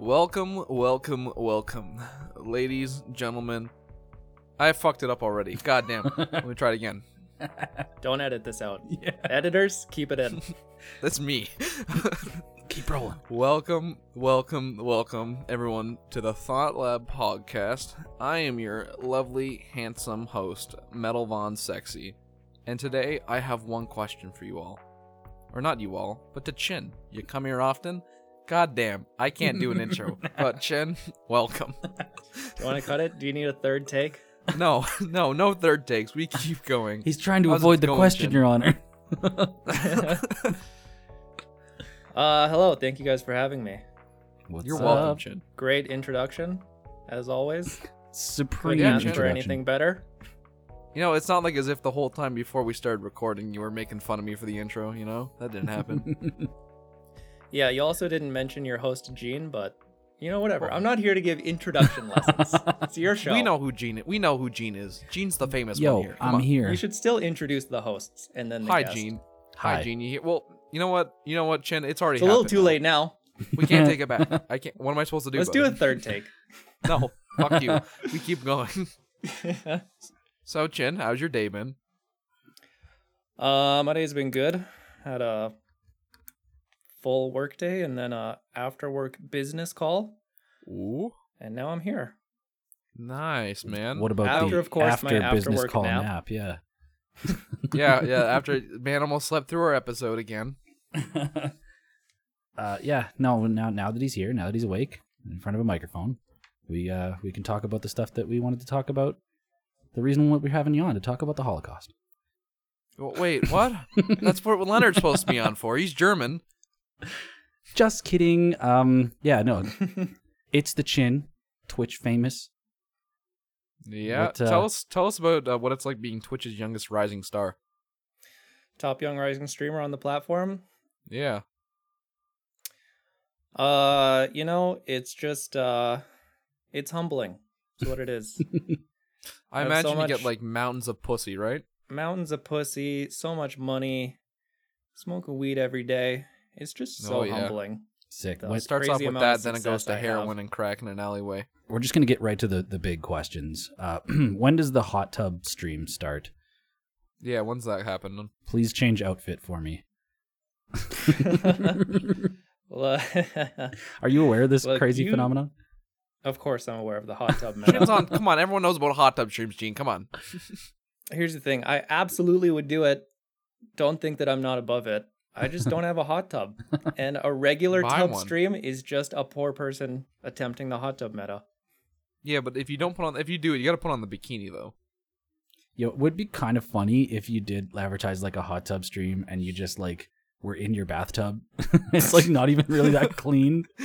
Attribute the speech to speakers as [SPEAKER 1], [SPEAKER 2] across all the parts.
[SPEAKER 1] Welcome, welcome, welcome, ladies, gentlemen. I fucked it up already. God damn. Let me try it again.
[SPEAKER 2] Don't edit this out.
[SPEAKER 3] Yeah.
[SPEAKER 2] Editors, keep it in.
[SPEAKER 1] That's me.
[SPEAKER 3] Keep rolling.
[SPEAKER 1] welcome, welcome, welcome, everyone, to the Thought Lab podcast. I am your lovely, handsome host, Metal Von Sexy, and today I have one question for you all, or not you all, but to Chin. You come here often. God damn, I can't do an intro, but Chin, welcome.
[SPEAKER 2] You want to cut it? Do you need a third take?
[SPEAKER 1] No, no, no third takes. We keep going.
[SPEAKER 3] He's trying to
[SPEAKER 1] How's
[SPEAKER 3] avoid
[SPEAKER 1] it
[SPEAKER 3] the
[SPEAKER 1] going,
[SPEAKER 3] question,
[SPEAKER 1] Jim?
[SPEAKER 3] Your Honor.
[SPEAKER 2] Uh, hello. Thank you guys for having me.
[SPEAKER 3] What's
[SPEAKER 1] You're welcome,
[SPEAKER 3] up?
[SPEAKER 1] Chin.
[SPEAKER 2] Great introduction, as always.
[SPEAKER 3] Supreme
[SPEAKER 2] Couldn't
[SPEAKER 1] Yeah,
[SPEAKER 2] ask for
[SPEAKER 3] introduction.
[SPEAKER 2] anything better.
[SPEAKER 1] You know, it's not like as if the whole time before we started recording you were making fun of me for the intro, you know? That didn't happen.
[SPEAKER 2] Yeah, you also didn't mention your host Gene, but you know whatever. I'm not here to give introduction lessons. It's your show.
[SPEAKER 1] we know who Gene we know who Gene is. Gene's the famous
[SPEAKER 3] Yo,
[SPEAKER 1] one here. Come
[SPEAKER 3] I'm
[SPEAKER 1] on.
[SPEAKER 3] here.
[SPEAKER 2] You should still introduce the hosts and then the
[SPEAKER 1] Hi
[SPEAKER 2] guest.
[SPEAKER 1] Gene.
[SPEAKER 3] Hi.
[SPEAKER 1] Hi Gene. You here? Well, you know what? You know what, Chin? It's already
[SPEAKER 2] It's a little
[SPEAKER 1] happened
[SPEAKER 2] too
[SPEAKER 1] now.
[SPEAKER 2] late now.
[SPEAKER 1] We can't take it back. I can't what am I supposed to do?
[SPEAKER 2] Let's do a third take.
[SPEAKER 1] it. No. Fuck you. We keep going. So Chin, how's your day been?
[SPEAKER 2] Uh, my day's been good. Had a full work day and then a after work business call,
[SPEAKER 1] Ooh.
[SPEAKER 2] and now I'm here.
[SPEAKER 1] Nice, man.
[SPEAKER 3] What about
[SPEAKER 2] After,
[SPEAKER 3] the
[SPEAKER 2] of course, my
[SPEAKER 3] after business
[SPEAKER 2] after-work
[SPEAKER 3] call
[SPEAKER 2] nap.
[SPEAKER 3] nap? Yeah.
[SPEAKER 1] yeah, yeah. After man almost slept through our episode again.
[SPEAKER 3] Uh, yeah. No. Now, now that he's here, now that he's awake, in front of a microphone, we uh, we can talk about the stuff that we wanted to talk about. The reason what we're having you on to talk about the Holocaust.
[SPEAKER 1] Well, Wait, what? That's what Leonard's supposed to be on for. He's German.
[SPEAKER 3] Just kidding. Um. Yeah. No. it's the chin, Twitch famous.
[SPEAKER 1] Yeah.
[SPEAKER 3] What, uh,
[SPEAKER 1] tell us, tell us about uh, what it's like being Twitch's youngest rising star.
[SPEAKER 2] Top young rising streamer on the platform.
[SPEAKER 1] Yeah.
[SPEAKER 2] Uh, you know, it's just uh, it's humbling. It's what it is.
[SPEAKER 1] I
[SPEAKER 2] That's
[SPEAKER 1] imagine
[SPEAKER 2] so
[SPEAKER 1] you
[SPEAKER 2] much-
[SPEAKER 1] get like mountains of pussy, right?
[SPEAKER 2] Mountains of pussy, so much money, smoking weed every day. It's just so
[SPEAKER 1] Oh, yeah.
[SPEAKER 2] humbling.
[SPEAKER 3] Sick.
[SPEAKER 2] The
[SPEAKER 3] What-
[SPEAKER 1] It starts
[SPEAKER 2] crazy
[SPEAKER 1] off with
[SPEAKER 2] amount
[SPEAKER 1] that,
[SPEAKER 2] of
[SPEAKER 1] then it goes to
[SPEAKER 2] success I
[SPEAKER 1] heroin
[SPEAKER 2] have.
[SPEAKER 1] and crack in an alleyway.
[SPEAKER 3] we're just gonna get right to the the big questions. Uh, when does the hot tub stream start?
[SPEAKER 1] Yeah, when's that happening?
[SPEAKER 3] Please change outfit for me.
[SPEAKER 2] Well,
[SPEAKER 3] Are you aware of this
[SPEAKER 2] Look,
[SPEAKER 3] crazy
[SPEAKER 2] you-
[SPEAKER 3] phenomenon?
[SPEAKER 2] of course, I'm aware of the hot tub. meta.
[SPEAKER 1] Jim's on. Come on, everyone knows about hot tub streams, Gene. Come on.
[SPEAKER 2] here's the thing i absolutely would do it don't think that i'm not above it i just don't have a hot tub and a regular
[SPEAKER 1] Buy
[SPEAKER 2] tub
[SPEAKER 1] one.
[SPEAKER 2] stream is just a poor person attempting the hot tub meta
[SPEAKER 1] Yeah, but if you don't put on, if you do it, you got to put on the bikini though.
[SPEAKER 3] Yo, it would be kind of funny if you did advertise like a hot tub stream and you just like were in your bathtub. it's like not even really that clean.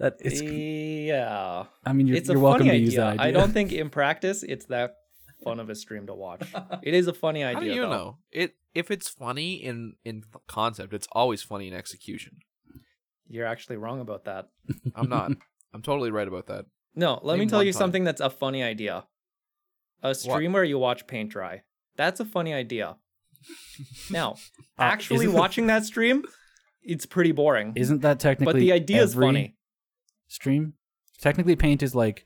[SPEAKER 3] that it's.
[SPEAKER 2] yeah
[SPEAKER 3] I mean, you're,
[SPEAKER 2] Eh, it's
[SPEAKER 3] you're
[SPEAKER 2] a
[SPEAKER 3] welcome
[SPEAKER 2] funny
[SPEAKER 3] to
[SPEAKER 2] idea.
[SPEAKER 3] use that idea.
[SPEAKER 2] i don't think in practice it's that fun of a stream to watch it is a funny idea
[SPEAKER 1] How do you
[SPEAKER 2] though.
[SPEAKER 1] know it? If it's funny in in concept, it's always funny in execution.
[SPEAKER 2] you're actually wrong about that
[SPEAKER 1] I'm not. I'm totally right about that.
[SPEAKER 2] no let me
[SPEAKER 1] Name
[SPEAKER 2] tell
[SPEAKER 1] one
[SPEAKER 2] you
[SPEAKER 1] time.
[SPEAKER 2] something that's a funny idea a stream where you watch paint dry that's a funny idea now
[SPEAKER 3] Uh,
[SPEAKER 2] actually
[SPEAKER 3] isn't-
[SPEAKER 2] watching that stream, it's pretty boring.
[SPEAKER 3] Isn't that technically?
[SPEAKER 2] but the idea is
[SPEAKER 3] every
[SPEAKER 2] funny.
[SPEAKER 3] Stream technically paint is like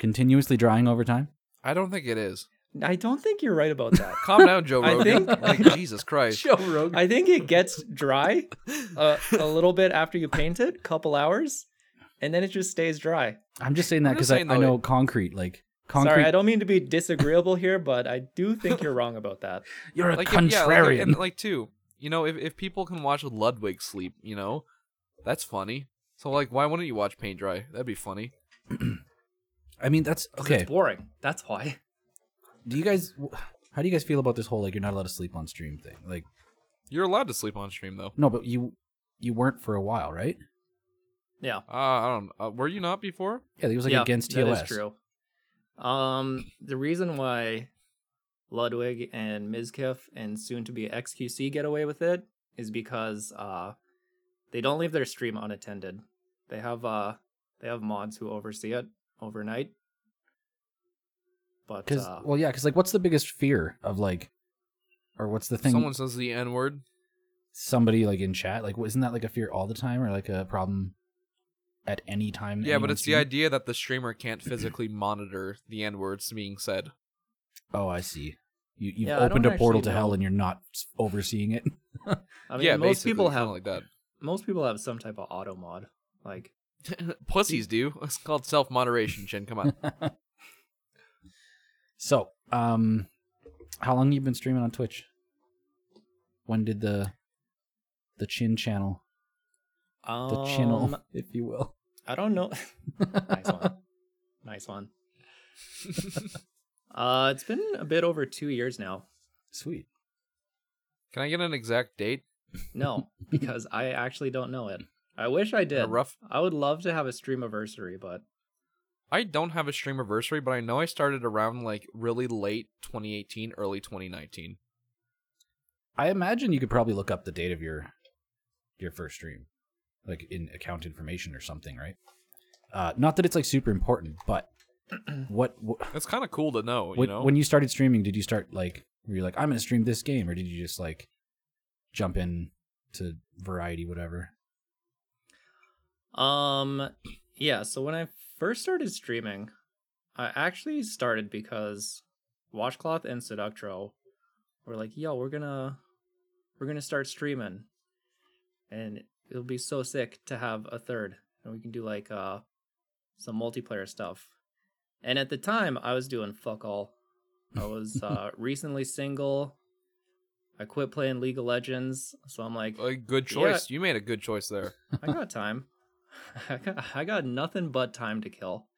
[SPEAKER 3] continuously drying over time.
[SPEAKER 1] I don't think it is.
[SPEAKER 2] I don't think you're right about that.
[SPEAKER 1] Calm down, Joe
[SPEAKER 2] I
[SPEAKER 1] Rogan.
[SPEAKER 2] think-
[SPEAKER 1] like Jesus Christ.
[SPEAKER 3] Rogan.
[SPEAKER 2] I think it gets dry uh, a little bit after you paint it, couple hours, and then it just stays dry.
[SPEAKER 3] I'm just saying that
[SPEAKER 1] I'm
[SPEAKER 3] because
[SPEAKER 1] just
[SPEAKER 3] I,
[SPEAKER 1] saying,
[SPEAKER 3] I
[SPEAKER 1] though,
[SPEAKER 3] know concrete like concrete.
[SPEAKER 2] Sorry, I don't mean to be disagreeable here, but I do think you're wrong about that.
[SPEAKER 3] You're a
[SPEAKER 1] like if-
[SPEAKER 3] contrarian.
[SPEAKER 1] yeah, like, and like too, you know, if if people can watch Ludwig sleep, you know, that's funny. So like, why wouldn't you watch Paint Dry? That'd be funny.
[SPEAKER 3] I mean, that's
[SPEAKER 2] 'Cause
[SPEAKER 3] okay.
[SPEAKER 2] It's boring. That's why.
[SPEAKER 3] Do you guys? How do you guys feel about this whole like you're not allowed to sleep on stream thing? Like,
[SPEAKER 1] You're allowed to sleep on stream though.
[SPEAKER 3] no, but you you weren't for a while, right?
[SPEAKER 2] Yeah.
[SPEAKER 1] Uh, I don't. Uh, were you not before?
[SPEAKER 3] Yeah, it was like
[SPEAKER 2] yeah,
[SPEAKER 3] against TOS.
[SPEAKER 2] That is true. Um, the reason why Ludwig and Mizkiff and soon to be XQC get away with it is because uh, they don't leave their stream unattended. They have uh, they have mods who oversee it overnight. But
[SPEAKER 3] Because
[SPEAKER 2] uh,
[SPEAKER 3] well, yeah, because like, what's the biggest fear of like, or what's the thing?
[SPEAKER 1] Someone says the N word.
[SPEAKER 3] somebody like in chat like isn't that like a fear all the time or like a problem at any time
[SPEAKER 1] Yeah, but
[SPEAKER 3] anyone's
[SPEAKER 1] it's the
[SPEAKER 3] seen?
[SPEAKER 1] idea that the streamer can't physically monitor the N words being said.
[SPEAKER 3] oh i see you, you've
[SPEAKER 2] Yeah, I
[SPEAKER 3] opened a
[SPEAKER 2] don't
[SPEAKER 3] portal to
[SPEAKER 2] actually
[SPEAKER 3] hell
[SPEAKER 2] know.
[SPEAKER 3] and you're not s- overseeing it
[SPEAKER 2] I mean,
[SPEAKER 1] yeah,
[SPEAKER 2] most
[SPEAKER 1] basically,
[SPEAKER 2] people
[SPEAKER 1] something
[SPEAKER 2] have
[SPEAKER 1] like that.
[SPEAKER 2] most people have some type of auto mod. Like,
[SPEAKER 1] Pussies do. It's called self moderation, Chin. Come on.
[SPEAKER 3] so um how long you been streaming on twitch when did the the chin channel
[SPEAKER 2] um,
[SPEAKER 3] the channel if you will
[SPEAKER 2] I don't know. nice one. Nice one. Uh, it's been a bit over two years now.
[SPEAKER 3] sweet
[SPEAKER 1] Can I get an exact date?
[SPEAKER 2] No, because I actually don't know it. I wish I
[SPEAKER 1] A
[SPEAKER 2] did.
[SPEAKER 1] rough.
[SPEAKER 2] I would love to have a stream anniversary, but
[SPEAKER 1] I don't have a stream anniversary, but I know I started around like really late 2018, early 2019.
[SPEAKER 3] I imagine you could probably look up the date of your your first stream, like in account information or something, right? Uh, not that it's like super important, but what, what
[SPEAKER 1] It's kind of cool to know, you
[SPEAKER 3] when,
[SPEAKER 1] know.
[SPEAKER 3] when you started streaming, did you start like were you like I'm gonna stream this game, or did you just like jump in to variety whatever?
[SPEAKER 2] Um, yeah, so when I first started streaming, I actually started because Washcloth and Seductro were like, "Yo, we're gonna we're gonna start streaming, and it'll be so sick to have a third, and we can do like uh some multiplayer stuff." And at the time, I was doing fuck all. I was uh recently single. I quit playing League of Legends, so I'm like,
[SPEAKER 1] a good choice. You made a good choice there.
[SPEAKER 2] I got time. I got, I got nothing but time to kill.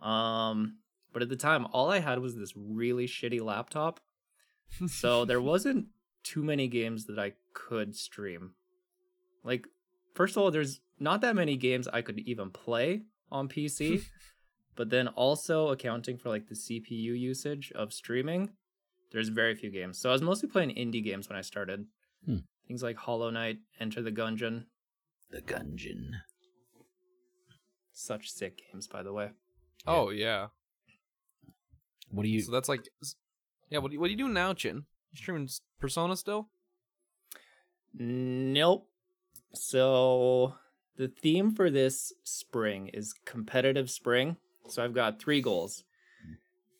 [SPEAKER 2] Um, but at the time, all I had was this really shitty laptop, so there wasn't too many games that I could stream. Like, first of all, there's not that many games I could even play on PC, but then also accounting for like the CPU usage of streaming, there's very few games. So I was mostly playing indie games when I started.
[SPEAKER 3] Hmm.
[SPEAKER 2] Things like Hollow Knight, Enter the Gungeon,
[SPEAKER 3] The Gungeon.
[SPEAKER 2] such sick games by the way
[SPEAKER 3] Yeah.
[SPEAKER 1] Oh yeah.
[SPEAKER 3] What do you?
[SPEAKER 1] so that's like, yeah. What do you, what do you do now, Chin? You streaming s- Persona still?
[SPEAKER 2] nope so the theme for this spring is competitive spring so i've got three goals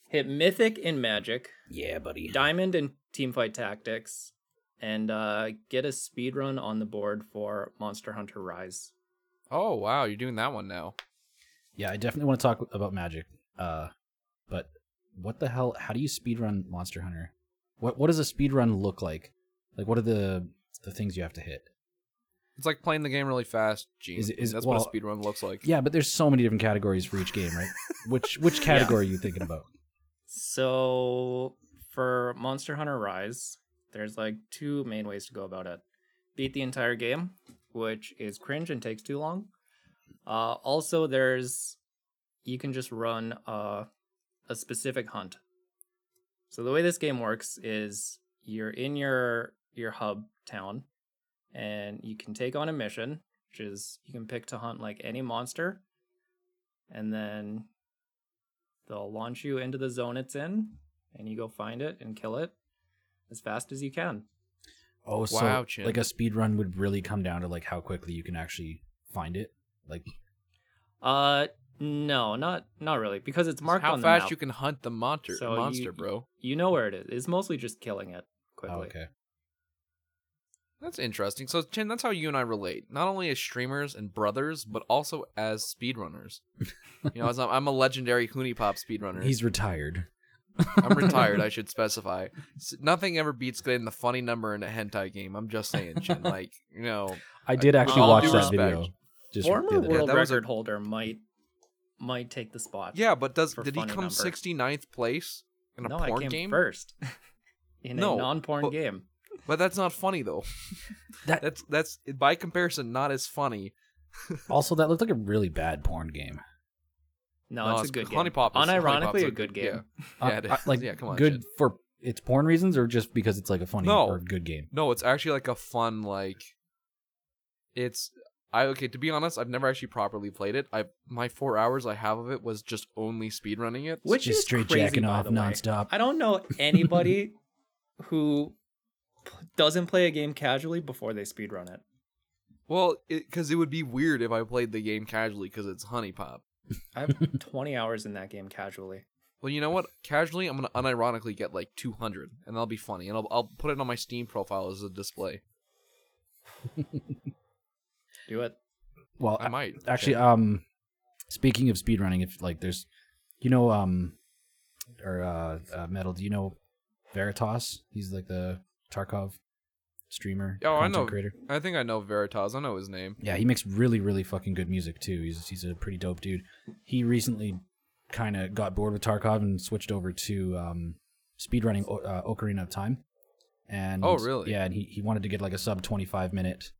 [SPEAKER 2] hit mythic in magic
[SPEAKER 3] yeah, buddy.
[SPEAKER 2] diamond in teamfight tactics and uh, get a speed run on the board for monster hunter rise
[SPEAKER 1] Oh wow, you're doing that one now.
[SPEAKER 3] Yeah, I definitely want to talk about magic. Uh, but what the hell? How do you speedrun Monster Hunter? What What does a speedrun look like? Like, what are the the things you have to hit?
[SPEAKER 1] It's like playing the game really fast. Gene.
[SPEAKER 3] Is it- is-
[SPEAKER 1] that's
[SPEAKER 3] well-
[SPEAKER 1] what a speedrun looks like.
[SPEAKER 3] Yeah, but there's so many different categories for each game, right? Which Which category are you thinking about?
[SPEAKER 2] So for Monster Hunter Rise, there's like two main ways to go about it. Beat the entire game, which is cringe and takes too long. Uh, also, there's you can just run uh, a specific hunt. So the way this game works is you're in your your hub town, and you can take on a mission, which is you can pick to hunt like any monster, and then They'll launch you into the zone it's in, and you go find it and kill it as fast as you can.
[SPEAKER 3] Oh, so
[SPEAKER 1] Wow, Chin.
[SPEAKER 3] like a speedrun would really come down to like how quickly you can actually find it. Like,
[SPEAKER 2] Uh, no, not not really, because it's
[SPEAKER 1] It's
[SPEAKER 2] marked
[SPEAKER 1] how
[SPEAKER 2] on the
[SPEAKER 1] fast
[SPEAKER 2] map.
[SPEAKER 1] you can hunt the monster,
[SPEAKER 2] So you-
[SPEAKER 1] monster, bro.
[SPEAKER 2] You know where it is. It's mostly just killing it quickly.
[SPEAKER 3] oh, okay,
[SPEAKER 1] That's interesting. So, Chin, that's how you and I relate. Not only as streamers and brothers, but also as speedrunners. you know, as I'm, I'm a legendary Hooney Pop speedrunner.
[SPEAKER 3] he's retired.
[SPEAKER 1] I'm retired, I should specify. S- nothing ever beats getting the funny number in a hentai game. I'm just saying, Chin. Like, you know,
[SPEAKER 3] I did actually
[SPEAKER 2] all
[SPEAKER 3] watch
[SPEAKER 2] due
[SPEAKER 3] that
[SPEAKER 1] respect.
[SPEAKER 3] video. Just the
[SPEAKER 2] Former
[SPEAKER 3] other day.
[SPEAKER 2] world
[SPEAKER 1] that was a-
[SPEAKER 2] record holder might might take the spot.
[SPEAKER 1] yeah, but does
[SPEAKER 2] For
[SPEAKER 1] did he
[SPEAKER 2] funny
[SPEAKER 1] come
[SPEAKER 2] number.
[SPEAKER 1] 69th place in a
[SPEAKER 2] no, I
[SPEAKER 1] porn
[SPEAKER 2] came
[SPEAKER 1] game?
[SPEAKER 2] first in
[SPEAKER 1] No,
[SPEAKER 2] a non-porn
[SPEAKER 1] but-
[SPEAKER 2] game.
[SPEAKER 1] But that's not funny though.
[SPEAKER 3] That-
[SPEAKER 1] that's that's by comparison not as funny.
[SPEAKER 3] Also, that looked like a really bad porn game.
[SPEAKER 2] No,
[SPEAKER 1] No,
[SPEAKER 2] it's,
[SPEAKER 1] it's
[SPEAKER 2] a good game.
[SPEAKER 1] Honey Pop is- Honey Pop's
[SPEAKER 2] Unironically,
[SPEAKER 1] a
[SPEAKER 2] a
[SPEAKER 1] good-
[SPEAKER 2] good
[SPEAKER 1] yeah.
[SPEAKER 2] game.
[SPEAKER 1] Yeah, it is.
[SPEAKER 3] like
[SPEAKER 1] Yeah, come on,
[SPEAKER 3] good
[SPEAKER 1] Chin.
[SPEAKER 3] for its porn reasons, or just because it's like a funny
[SPEAKER 1] No.
[SPEAKER 3] or good game.
[SPEAKER 1] No, it's actually like a fun like. It's I okay to be honest. I've never actually properly played it. I my four hours I have of it was just only speedrunning it.
[SPEAKER 2] Which
[SPEAKER 3] just
[SPEAKER 2] is
[SPEAKER 3] straight
[SPEAKER 2] crazy,
[SPEAKER 3] jacking
[SPEAKER 2] by
[SPEAKER 3] off
[SPEAKER 2] the way.
[SPEAKER 3] nonstop.
[SPEAKER 2] I don't know anybody who p- doesn't play a game casually before they speedrun it.
[SPEAKER 1] Well, because it, would be weird if I played the game casually because it's Honey Pop.
[SPEAKER 2] I have 20 hours in that game casually.
[SPEAKER 1] Well, you know what? Casually, I'm gonna unironically get like 200, and that'll be funny, and I'll I'll put it on my Steam profile as a display.
[SPEAKER 2] Do it.
[SPEAKER 3] Well,
[SPEAKER 1] I might
[SPEAKER 3] Uh, actually
[SPEAKER 1] Yeah.
[SPEAKER 3] um speaking of speedrunning if like there's you know um or uh, uh metal do you know veritas he's like the tarkov streamer
[SPEAKER 1] Oh, I
[SPEAKER 3] content
[SPEAKER 1] know.
[SPEAKER 3] creator
[SPEAKER 1] I think I know Veritas. I know his name.
[SPEAKER 3] yeah he makes really really fucking good music too he's he's a pretty dope dude he recently kind of got bored with tarkov and switched over to um speedrunning O- uh, ocarina of time and
[SPEAKER 1] Oh, really?
[SPEAKER 3] yeah and he, he wanted to get like a sub 25 minute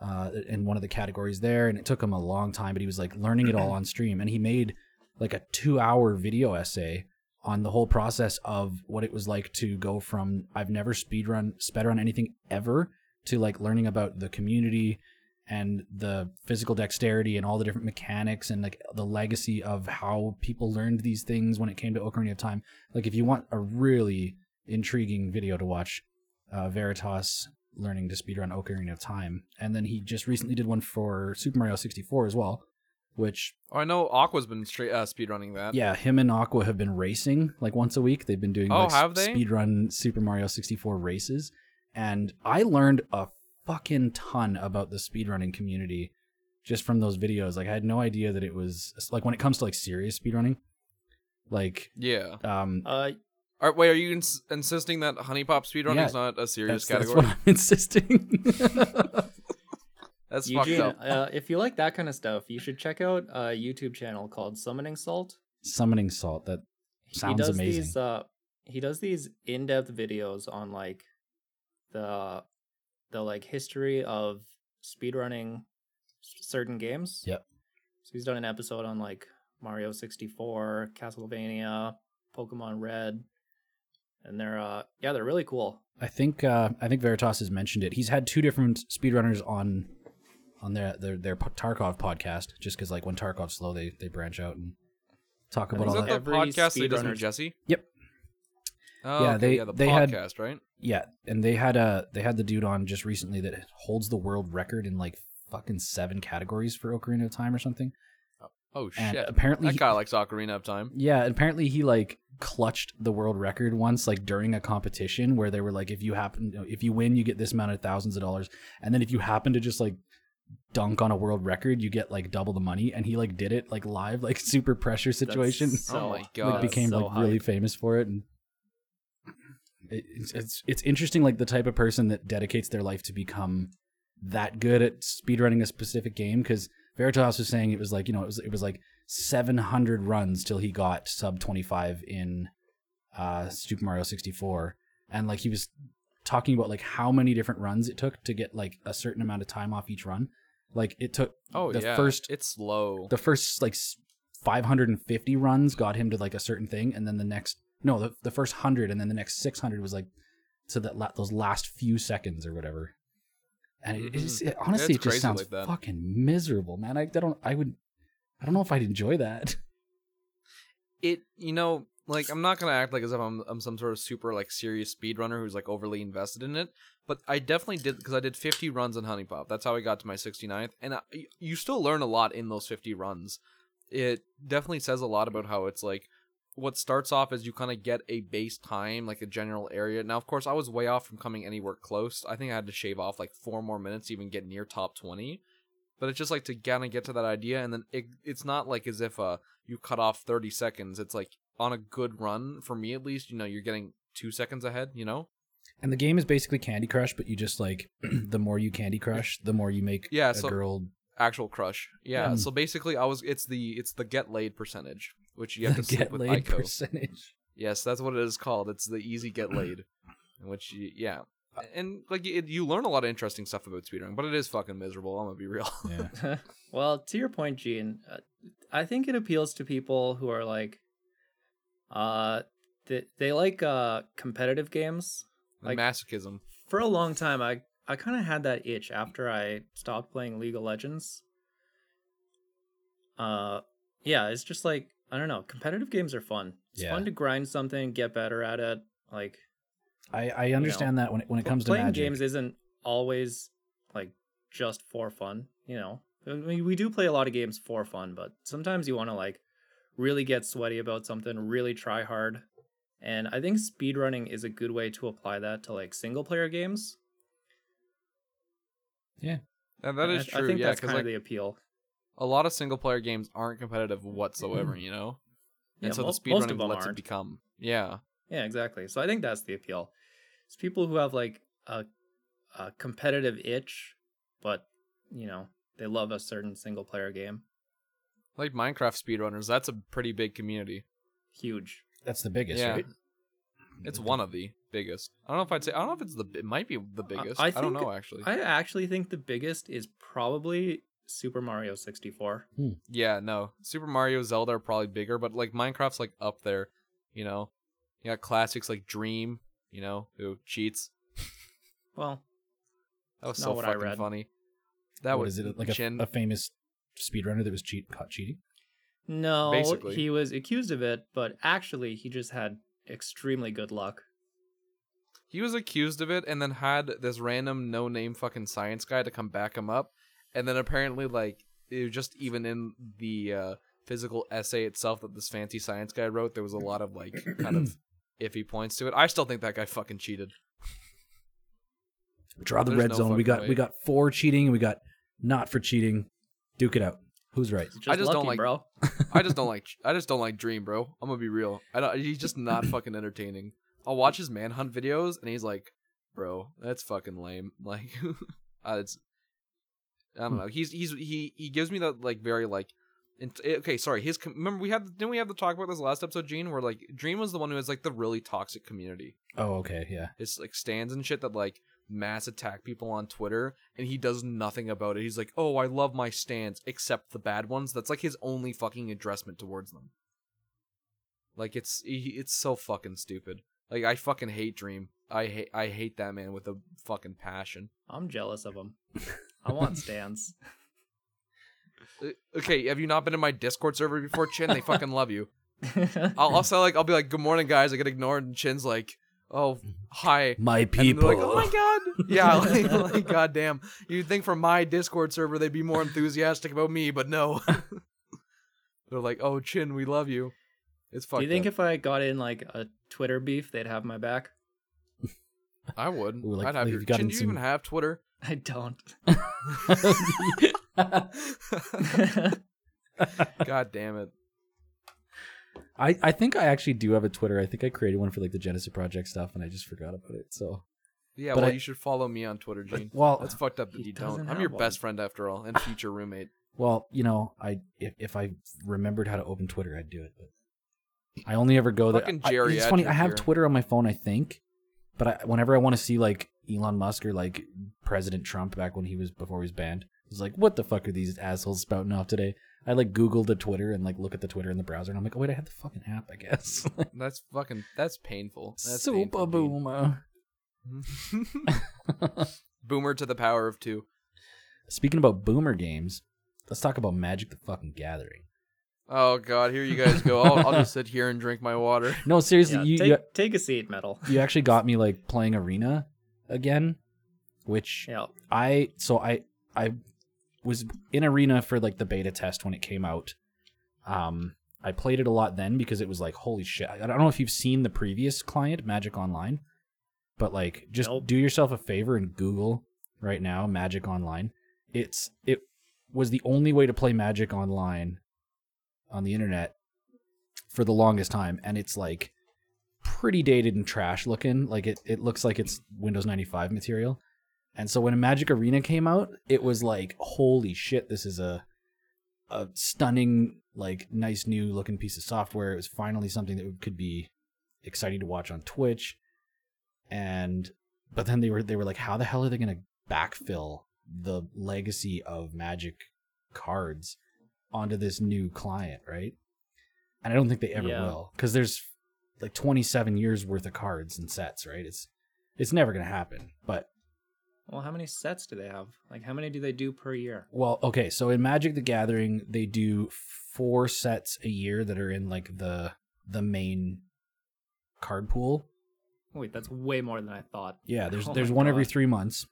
[SPEAKER 3] uh, in one of the categories there, and it took him a long time, but he was like learning it all on stream, and he made like a two-hour video essay on the whole process of what it was like to go from I've never speedrun speedrun anything ever to like learning about the community and the physical dexterity and all the different mechanics and like the legacy of how people learned these things when it came to Ocarina of Time. Like if you want a really intriguing video to watch, uh, Veritas learning to speedrun Ocarina of Time. And then he just recently did one for Super Mario 64 as well, which,
[SPEAKER 1] Oh, I know Aqua's been straight uh, speedrunning that.
[SPEAKER 3] yeah, him and Aqua have been racing like once a week. They've been doing
[SPEAKER 1] Oh,
[SPEAKER 3] like,
[SPEAKER 1] have they?
[SPEAKER 3] speedrun Super Mario 64 races. And I learned a fucking ton about the speedrunning community just from those videos. Like, I had no idea that it was like when it comes to like serious speedrunning, like,
[SPEAKER 1] Yeah.
[SPEAKER 3] um,
[SPEAKER 2] Uh,
[SPEAKER 1] Are, wait, are you ins- insisting that Honey Pop speedrunning is not a serious
[SPEAKER 3] that's, that's
[SPEAKER 1] category?
[SPEAKER 3] what I'm insisting.
[SPEAKER 1] That's,
[SPEAKER 2] Eugene,
[SPEAKER 1] fucked up.
[SPEAKER 2] uh, if you like that kind of stuff, you should check out a YouTube channel called Summoning Salt.
[SPEAKER 3] Summoning salt that Sounds
[SPEAKER 2] he does
[SPEAKER 3] amazing.
[SPEAKER 2] These, uh, he does these in-depth videos on like the the like history of speedrunning s- certain games.
[SPEAKER 3] Yep.
[SPEAKER 2] So he's done an episode on like Mario 64, Castlevania, Pokemon Red, and they're uh yeah they're really cool.
[SPEAKER 3] I think uh, I think Veritas has mentioned it. He's had two different speedrunners on on their their, their po- Tarkov podcast. Just because like when Tarkov's slow, they they branch out and talk about
[SPEAKER 2] Is
[SPEAKER 3] all
[SPEAKER 1] Is that
[SPEAKER 3] that.
[SPEAKER 1] the
[SPEAKER 2] Every
[SPEAKER 1] podcast they does
[SPEAKER 2] speedrunner-
[SPEAKER 1] with Jesse?
[SPEAKER 3] Yep.
[SPEAKER 1] Oh,
[SPEAKER 3] Yeah,
[SPEAKER 1] okay,
[SPEAKER 3] they-
[SPEAKER 1] yeah, the
[SPEAKER 3] they had-
[SPEAKER 1] podcast, right?
[SPEAKER 3] Yeah, and they had a they had the dude on just recently that holds the world record in like fucking seven categories for Ocarina of Time or something.
[SPEAKER 1] Oh shit!
[SPEAKER 3] And apparently,
[SPEAKER 1] that
[SPEAKER 3] he-
[SPEAKER 1] guy likes Ocarina of Time.
[SPEAKER 3] Yeah, and apparently he like clutched the world record once, like during a competition where they were like, if you happen, if you win, you get this amount of thousands of dollars, and then if you happen to just like dunk on a world record, you get like double the money. And he like did it like live, like super pressure situation,
[SPEAKER 2] That's so-
[SPEAKER 1] Oh my God.
[SPEAKER 3] like
[SPEAKER 2] that's
[SPEAKER 3] became
[SPEAKER 2] so
[SPEAKER 3] like really
[SPEAKER 2] hype.
[SPEAKER 3] famous for it. And it, it's, it's it's interesting, like the type of person that dedicates their life to become that good at speedrunning a specific game because Veritas was saying it was like you know it was it was like 700 runs till he got sub 25 in uh, Super Mario 64, and like he was talking about like how many different runs it took to get like a certain amount of time off each run. Like it took
[SPEAKER 1] Oh
[SPEAKER 3] the
[SPEAKER 1] yeah.
[SPEAKER 3] first
[SPEAKER 1] it's slow.
[SPEAKER 3] the first like s- 550 runs got him to like a certain thing, and then the next no the the first hundred, and then the next 600 was like to that la- those last few seconds or whatever. And it, it's- it- honestly,
[SPEAKER 1] it's Mm-hmm.
[SPEAKER 3] it just
[SPEAKER 1] crazy
[SPEAKER 3] sounds
[SPEAKER 1] like that.
[SPEAKER 3] fucking miserable, man. I, I don't I would I don't know if I'd enjoy that.
[SPEAKER 1] it you know like i'm not gonna act like as if i'm, I'm some sort of super like serious speedrunner who's like overly invested in it but i definitely did because i did 50 runs on honey pop that's how i got to my 69th and I, you still learn a lot in those 50 runs it definitely says a lot about how it's like what starts off as you kind of get a base time like a general area now of course i was way off from coming anywhere close i think i had to shave off like four more minutes to even get near top 20 but it's just like to kind of get to that idea and then it, it's not like as if uh you cut off 30 seconds it's like on a good run for me at least you know you're getting two seconds ahead you know
[SPEAKER 3] And the game is basically Candy Crush, but you just like the more you Candy Crush, the more you make
[SPEAKER 1] Yeah,
[SPEAKER 3] a
[SPEAKER 1] so-
[SPEAKER 3] girl
[SPEAKER 1] actual crush yeah
[SPEAKER 2] Hmm.
[SPEAKER 3] Yeah.
[SPEAKER 1] so basically i was it's the it's the get laid percentage which you have to get
[SPEAKER 3] get
[SPEAKER 1] with
[SPEAKER 3] laid
[SPEAKER 1] Ico.
[SPEAKER 3] percentage.
[SPEAKER 1] yes that's what it is called it's the easy get laid in which you, yeah
[SPEAKER 2] Uh,
[SPEAKER 1] and like it, you learn a lot of interesting stuff about speedrunning but it is fucking miserable i'm gonna be real
[SPEAKER 3] Yeah.
[SPEAKER 2] well, to your point, Gene, uh, I think it appeals to people who are like, uh, they, they like uh competitive games. Like-
[SPEAKER 1] masochism
[SPEAKER 2] For a long time, I I kind of had that itch after I stopped playing League of Legends. Uh, yeah, it's just like I don't know. Competitive games are fun. It's
[SPEAKER 3] Yeah.
[SPEAKER 2] fun to grind something, get better at it. Like
[SPEAKER 3] I, I understand that when it, when it comes to
[SPEAKER 2] playing
[SPEAKER 3] magic.
[SPEAKER 2] games isn't always like just for fun you know I mean, we do play a lot of games for fun but sometimes you want to like really get sweaty about something really try hard and i think speedrunning is a good way to apply that to like single player games
[SPEAKER 1] And that
[SPEAKER 2] And
[SPEAKER 1] is
[SPEAKER 2] I-
[SPEAKER 1] true.
[SPEAKER 2] i think
[SPEAKER 1] yeah,
[SPEAKER 2] that's
[SPEAKER 1] because
[SPEAKER 2] kind
[SPEAKER 1] like
[SPEAKER 2] of the appeal
[SPEAKER 1] a lot of single player games aren't competitive whatsoever. You know, and
[SPEAKER 2] Yeah,
[SPEAKER 1] so
[SPEAKER 2] mo-
[SPEAKER 1] the
[SPEAKER 2] most of
[SPEAKER 1] speedrunning
[SPEAKER 2] them
[SPEAKER 1] lets it
[SPEAKER 2] aren't.
[SPEAKER 1] become. Yeah,
[SPEAKER 2] Yeah, exactly. So I think that's the appeal. It's people who have like a, a competitive itch, but you know they love a certain single player game.
[SPEAKER 1] like Minecraft speedrunners, that's a pretty big community.
[SPEAKER 2] Huge.
[SPEAKER 3] That's the biggest,
[SPEAKER 1] Yeah.
[SPEAKER 3] right?
[SPEAKER 1] It's one of the biggest. I don't know if I'd say. I don't know if it's the. It might be the biggest. I,
[SPEAKER 2] I
[SPEAKER 1] don't
[SPEAKER 2] think-
[SPEAKER 1] know actually.
[SPEAKER 2] I actually think the biggest is probably Super Mario 64.
[SPEAKER 1] Yeah, no. Super Mario, Zelda are probably bigger, but like Minecraft's like up there. You know, you got classics like Dream. You know, who cheats.
[SPEAKER 2] Well,
[SPEAKER 1] That was
[SPEAKER 2] Not
[SPEAKER 1] so
[SPEAKER 2] what I
[SPEAKER 1] fucking
[SPEAKER 2] read.
[SPEAKER 1] funny. That
[SPEAKER 3] What
[SPEAKER 1] was
[SPEAKER 3] is it like
[SPEAKER 1] Jin-
[SPEAKER 3] a, a famous speedrunner that was cheat caught cheating?
[SPEAKER 2] no,
[SPEAKER 1] Basically.
[SPEAKER 2] he was accused of it, but actually he just had extremely good luck.
[SPEAKER 1] he was accused of it and then had this random no name fucking science guy to come back him up and then apparently like it was just even in the uh, physical essay itself that this fancy science guy wrote there was a lot of like kind of iffy points to it i still think that guy fucking cheated
[SPEAKER 3] Draw the
[SPEAKER 1] There's
[SPEAKER 3] red
[SPEAKER 1] no
[SPEAKER 3] zone. We
[SPEAKER 1] fucking
[SPEAKER 3] got
[SPEAKER 1] way.
[SPEAKER 3] we got for cheating. and We got not for cheating. Duke it out. Who's right?
[SPEAKER 2] He's
[SPEAKER 1] I just don't like-
[SPEAKER 2] lucky, bro.
[SPEAKER 1] i just don't like i just don't like dream bro i'm gonna be real i don't he's just not fucking entertaining i'll watch his manhunt videos and he's like bro that's fucking lame like uh, it's i don't
[SPEAKER 3] Hmm.
[SPEAKER 1] know he's he's he he gives me that like very like int- eh, okay sorry his com- remember we had didn't we have to talk about this last episode gene where like dream was the one who has like the really toxic community
[SPEAKER 3] Oh, okay, yeah.
[SPEAKER 1] his like stands and shit that like mass attack people on twitter and he does nothing about it he's like oh i love my stands except the bad ones that's like his only fucking addressment towards them like it's he- it's so fucking stupid like i fucking hate dream i hate i hate that man with a fucking passion
[SPEAKER 2] I'm jealous of him. I want stands.
[SPEAKER 1] Uh, okay have you not been in my discord server before chin they fucking love you i'll also like i'll be like good morning guys i get ignored and chin's like oh hi
[SPEAKER 3] My
[SPEAKER 1] And
[SPEAKER 3] people.
[SPEAKER 1] they're like, oh my god, yeah, like, like goddamn. You'd think from my Discord server they'd be more enthusiastic about me, but no. they're like, oh, Chin, we love you. It's
[SPEAKER 2] Do
[SPEAKER 1] fucking.
[SPEAKER 2] you think if I got in like a Twitter beef, they'd have my back?
[SPEAKER 1] I would?
[SPEAKER 3] Ooh, like-
[SPEAKER 1] I'd have
[SPEAKER 3] like
[SPEAKER 1] your.
[SPEAKER 3] you've
[SPEAKER 1] Chin,
[SPEAKER 3] gotten
[SPEAKER 1] do you even
[SPEAKER 3] some-
[SPEAKER 1] have Twitter?
[SPEAKER 2] I don't.
[SPEAKER 1] "Oh God damn it.
[SPEAKER 3] I, I think I actually do have a Twitter. I think I created one for like the Genesis Project stuff, and I just forgot about it. So,
[SPEAKER 1] Yeah,
[SPEAKER 3] But
[SPEAKER 1] well,
[SPEAKER 3] I-
[SPEAKER 1] you should follow me on Twitter, Gene.
[SPEAKER 3] well,
[SPEAKER 1] That's fucked up that
[SPEAKER 2] He
[SPEAKER 1] you don't.
[SPEAKER 2] doesn't
[SPEAKER 1] I'm your
[SPEAKER 2] have
[SPEAKER 1] best
[SPEAKER 2] one.
[SPEAKER 1] friend after all, and future roommate.
[SPEAKER 3] well, you know, I if, if I remembered how to open Twitter, I'd do it. But I only ever go there.
[SPEAKER 1] Fucking
[SPEAKER 3] I, it's funny.
[SPEAKER 1] geriatric
[SPEAKER 3] I have
[SPEAKER 1] here.
[SPEAKER 3] Twitter on my phone, I think, but I, whenever I want to see like Elon Musk or like President Trump back when he was before he was banned, he's like, "What the fuck are these assholes spouting off today?" I like Google the Twitter and like look at the Twitter in the browser, and I'm like, "Oh wait, I have the fucking app, I guess."
[SPEAKER 1] That's fucking. That's painful. That's
[SPEAKER 3] Super
[SPEAKER 1] painful, Gene.
[SPEAKER 3] boomer.
[SPEAKER 1] Boomer to the power of two.
[SPEAKER 3] Speaking about boomer games, let's talk about Magic the fucking Gathering.
[SPEAKER 1] Oh god, here you guys go. I'll, I'll just sit here and drink my water.
[SPEAKER 3] No, seriously,
[SPEAKER 2] Yeah,
[SPEAKER 3] you,
[SPEAKER 2] take,
[SPEAKER 3] you
[SPEAKER 2] take a seat, metal.
[SPEAKER 3] you actually got me like playing Arena again, which
[SPEAKER 2] Yeah,
[SPEAKER 3] I so I I was in Arena for like the beta test when it came out. Um I played it a lot then because it was like holy shit. I I don't know if you've seen the previous client Magic Online, but like just
[SPEAKER 2] Nope.
[SPEAKER 3] do yourself a favor and Google right now Magic Online. It's it was the only way to play Magic online on the internet for the longest time and it's like pretty dated and trash looking. Like it it looks like it's Windows 95 material. And so when Magic Arena came out, it was like, holy shit, this is a a stunning, like nice new looking piece of software. It was finally something that could be exciting to watch on Twitch. And but then they were they were like, how the hell are they gonna backfill the legacy of Magic cards onto this new client, right? And I don't think they ever
[SPEAKER 2] Yeah.
[SPEAKER 3] will. Because there's like twenty seven years worth of cards and sets, right? It's it's never gonna happen. But
[SPEAKER 2] Well, how many sets do they have? Like, how many do they do per year?
[SPEAKER 3] Well, okay, so in Magic the Gathering, they do four sets a year that are in like the the main card pool,
[SPEAKER 2] Wait, that's way more than I thought.
[SPEAKER 3] Yeah, there's
[SPEAKER 2] Oh
[SPEAKER 3] there's
[SPEAKER 2] my
[SPEAKER 3] one every
[SPEAKER 2] God.
[SPEAKER 3] three months,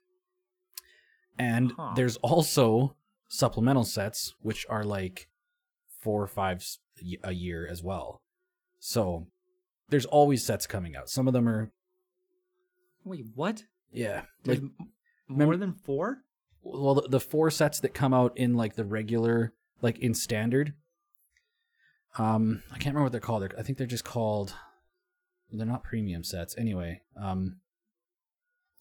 [SPEAKER 3] and
[SPEAKER 2] Huh.
[SPEAKER 3] there's also supplemental sets which are like four or five s- y- a year as well. So there's always sets coming out. Some of them are
[SPEAKER 2] Wait, what?
[SPEAKER 3] yeah,
[SPEAKER 2] There's
[SPEAKER 3] like
[SPEAKER 2] m-
[SPEAKER 3] remem-
[SPEAKER 2] more than four?
[SPEAKER 3] well the, the four sets that come out in like the regular like in standard. Um, I can't remember what they're called. They're, I think they're just called. They're not premium sets anyway. Um,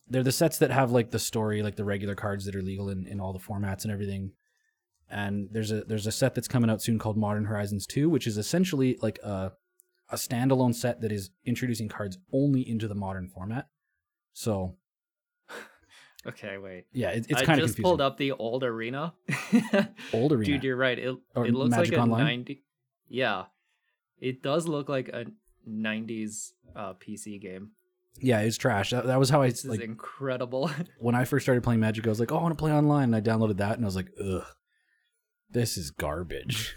[SPEAKER 3] they're the sets that have like the story, like the regular cards that are legal in, in all the formats and everything. And there's a there's a set that's coming out soon called Modern Horizons 2, which is essentially like a a standalone set that is introducing cards only into the modern format. So
[SPEAKER 2] Okay, wait.
[SPEAKER 3] yeah, it, it's
[SPEAKER 2] I
[SPEAKER 3] kind of
[SPEAKER 2] just
[SPEAKER 3] confusing.
[SPEAKER 2] pulled up the old arena.
[SPEAKER 3] Old arena.
[SPEAKER 2] Dude, you're right. It,
[SPEAKER 3] Or
[SPEAKER 2] it looks
[SPEAKER 3] Magic
[SPEAKER 2] like a
[SPEAKER 3] Online?
[SPEAKER 2] 90. Yeah. It does look like a 90s uh, PC game.
[SPEAKER 3] Yeah, it's trash. That, that was how I
[SPEAKER 2] This
[SPEAKER 3] like
[SPEAKER 2] is incredible.
[SPEAKER 3] when I first started playing Magic. I was like, oh, I want to play online, and I downloaded that, and I was like, ugh, this is garbage.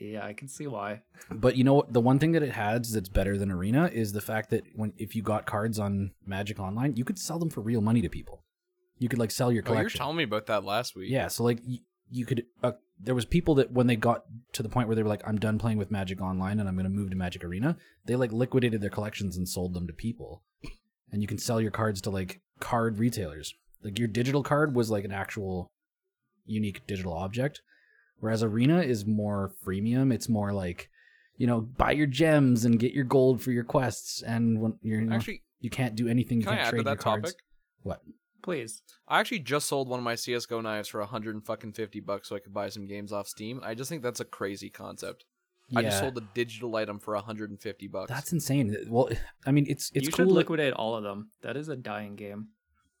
[SPEAKER 2] yeah, I can see why.
[SPEAKER 3] but you know what? The one thing that it has that's better than Arena is the fact that when if you got cards on Magic Online, you could sell them for real money to people. You could like sell your
[SPEAKER 1] Oh, you were
[SPEAKER 3] collection.
[SPEAKER 1] telling me about that last week.
[SPEAKER 3] yeah, so like you, you could. Uh, there was people that when they got to the point where they were like, I'm done playing with Magic Online, and I'm going to move to Magic Arena. They like liquidated their collections and sold them to people. and you can sell your cards to like card retailers. Like your digital card was like an actual unique digital object, whereas Arena is more freemium. It's more like, you know, buy your gems and get your gold for your quests, and when you're you, know,
[SPEAKER 1] Actually,
[SPEAKER 3] you can't do anything. You
[SPEAKER 1] can I
[SPEAKER 3] can't
[SPEAKER 1] add
[SPEAKER 3] trade
[SPEAKER 1] to
[SPEAKER 3] your
[SPEAKER 1] that
[SPEAKER 3] cards.
[SPEAKER 1] topic?
[SPEAKER 2] Please.
[SPEAKER 1] I actually just sold one of my CS:GO knives for 150 bucks so I could buy some games off Steam. I just think that's a crazy concept. I just
[SPEAKER 3] Yeah,
[SPEAKER 1] sold a digital item for 150 bucks.
[SPEAKER 3] that's insane. Well, I mean, it's it's
[SPEAKER 2] you
[SPEAKER 3] cool.
[SPEAKER 2] should
[SPEAKER 3] that-
[SPEAKER 2] liquidate all of them. That is a dying game.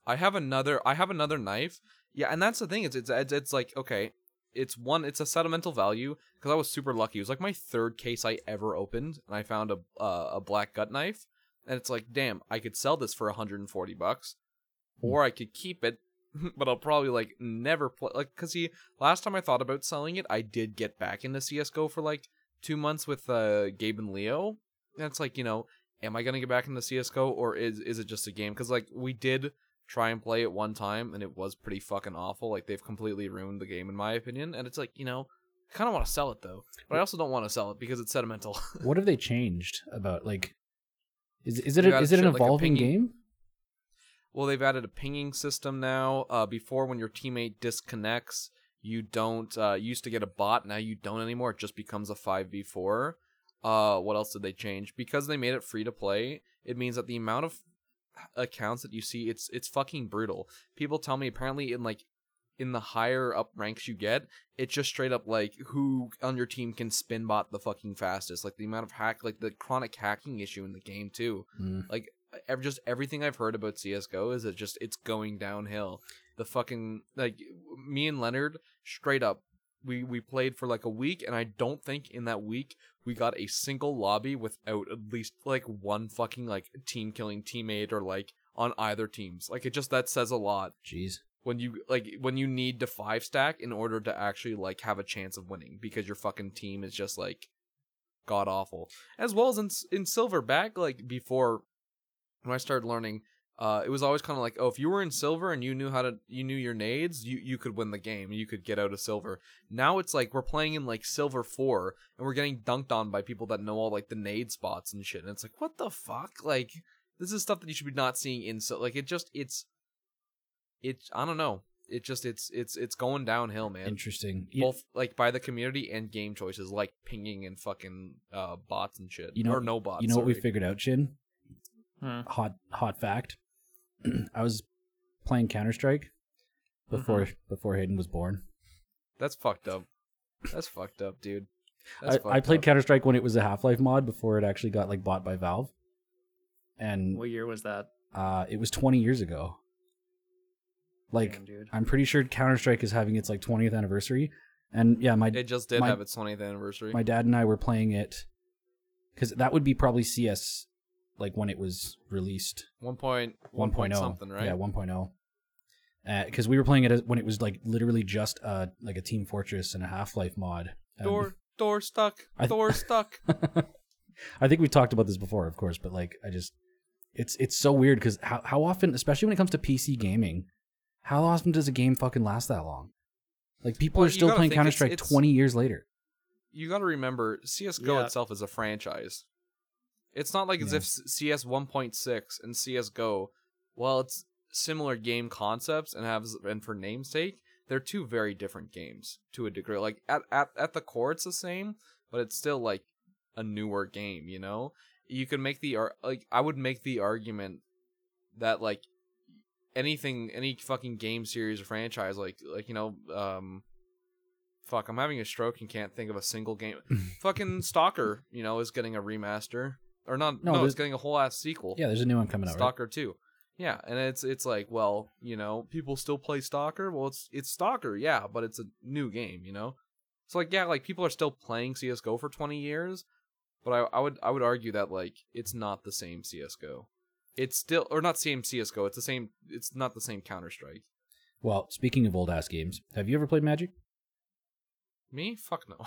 [SPEAKER 1] I have another. I have another knife. Yeah, and that's the thing. It's it's it's, it's like okay, it's one. It's a sentimental value because I was super lucky. It was like my third case I ever opened, and I found a uh, a black gut knife, and it's like, damn, I could sell this for 140 bucks, or I could keep it, but I'll probably like never play like because he last time I thought about selling it, I did get back into CS:GO for like two months with uh Gabe and Leo. And it's like you know. Am I gonna get back into CS:GO or is is it just a game? Because like we did try and play it one time and it was pretty fucking awful. Like they've completely ruined the game in my opinion. And it's like, you know, I kinda wanna sell it though. But I also don't want to sell it because it's sentimental.
[SPEAKER 3] what have they changed about like? Is is it
[SPEAKER 1] You
[SPEAKER 3] a,
[SPEAKER 1] got
[SPEAKER 3] is it an
[SPEAKER 1] shit like a
[SPEAKER 3] evolving
[SPEAKER 1] pingy-
[SPEAKER 3] game?
[SPEAKER 1] well, they've added a pinging system now. Uh before when your teammate disconnects, you don't uh you used to get a bot, now you don't anymore. It just becomes a five V four. Uh what else did they change? Because they made it free to play, it means that the amount of accounts that you see it's it's fucking brutal people tell me apparently in like in the higher up ranks you get it's just straight up like who on your team can spin bot the fucking fastest like the amount of hack like the chronic hacking issue in the game too
[SPEAKER 3] Mm.
[SPEAKER 1] like ever just everything i've heard about csgo is it just it's going downhill the fucking like me and leonard straight up we we played for like a week and i don't think in that week we got a single lobby without at least like one fucking like team killing teammate or like on either teams like it just that says a lot
[SPEAKER 3] Jeez.
[SPEAKER 1] when you like when you need to five stack in order to actually like have a chance of winning because your fucking team is just like god awful as well as in in silver back like before when i started learning uh it was always kind of like oh if you were in silver and you knew how to you knew your nades you you could win the game you could get out of silver now it's like we're playing in like silver 4 and we're getting dunked on by people that know all like the nade spots and shit and it's like what the fuck like this is stuff that you should be not seeing in so like it just it's it's I don't know. It just it's it's it's going downhill, man.
[SPEAKER 3] Interesting. You-
[SPEAKER 1] Both like by the community and game choices, like pinging and fucking uh, bots and shit.
[SPEAKER 3] You know-
[SPEAKER 1] or no bots.
[SPEAKER 3] you know what we
[SPEAKER 1] sorry.
[SPEAKER 3] figured out, Jim?
[SPEAKER 2] Hmm.
[SPEAKER 3] Hot hot fact. I was playing Counter Strike before
[SPEAKER 1] Mm-hmm.
[SPEAKER 3] before Hayden was born.
[SPEAKER 1] That's fucked up. That's fucked up, dude. That's
[SPEAKER 3] I,
[SPEAKER 1] fucked
[SPEAKER 3] I played
[SPEAKER 1] up.
[SPEAKER 3] Counter Strike when it was a Half Life mod before it actually got like bought by Valve, and
[SPEAKER 2] What year was that?
[SPEAKER 3] uh, it was 20 years ago. Like
[SPEAKER 2] Damn, dude.
[SPEAKER 3] I'm pretty sure Counter Strike is having its like 20th anniversary, and yeah, my
[SPEAKER 1] It just did
[SPEAKER 3] my-
[SPEAKER 1] have its 20th anniversary.
[SPEAKER 3] my dad and I were playing it because that would be probably CS like when it was released
[SPEAKER 1] one point one
[SPEAKER 3] 1.0
[SPEAKER 1] point something, right?
[SPEAKER 3] oh. yeah 1.0 because Uh, we were playing it as- when it was like literally just uh like a team fortress and a half-life mod And
[SPEAKER 1] Door door stuck.
[SPEAKER 3] um, I th-
[SPEAKER 1] door stuck.
[SPEAKER 3] i think we've talked about this before of course but like i just It's it's so weird because how how often, especially when it comes to PC gaming, how often does a game fucking last that long? Like people
[SPEAKER 1] Well,
[SPEAKER 3] are
[SPEAKER 1] you
[SPEAKER 3] still
[SPEAKER 1] gotta
[SPEAKER 3] playing
[SPEAKER 1] think
[SPEAKER 3] Counter
[SPEAKER 1] it's-
[SPEAKER 3] Strike
[SPEAKER 1] it's-
[SPEAKER 3] twenty years later.
[SPEAKER 1] You got to remember, CS:GO
[SPEAKER 2] Yeah.
[SPEAKER 1] itself is a franchise. It's not like as
[SPEAKER 3] Yeah.
[SPEAKER 1] if S- CS 1.6 and CS:GO, while it's similar game concepts and have and for namesake, they're two very different games to a degree. Like at at at the core, it's the same, but it's still like a newer game. You know, you can make the ar- like I would make the argument that like anything any fucking game series or franchise like like you know um fuck i'm having a stroke and can't think of a single game fucking stalker you know is getting a remaster or not no,
[SPEAKER 3] No,
[SPEAKER 1] it's
[SPEAKER 3] there's-
[SPEAKER 1] getting a whole ass sequel
[SPEAKER 3] Yeah, there's a new one coming out. right?
[SPEAKER 1] stalker 2 yeah and it's it's like well you know people still play stalker well it's it's stalker yeah but it's a new game you know it's like yeah like people are still playing csgo for 20 years but i, I would i would argue that like it's not the same csgo it's still or not same csgo it's the same it's not the same counter-strike
[SPEAKER 3] Well, speaking of old ass games, have you ever played Magic?
[SPEAKER 1] me fuck no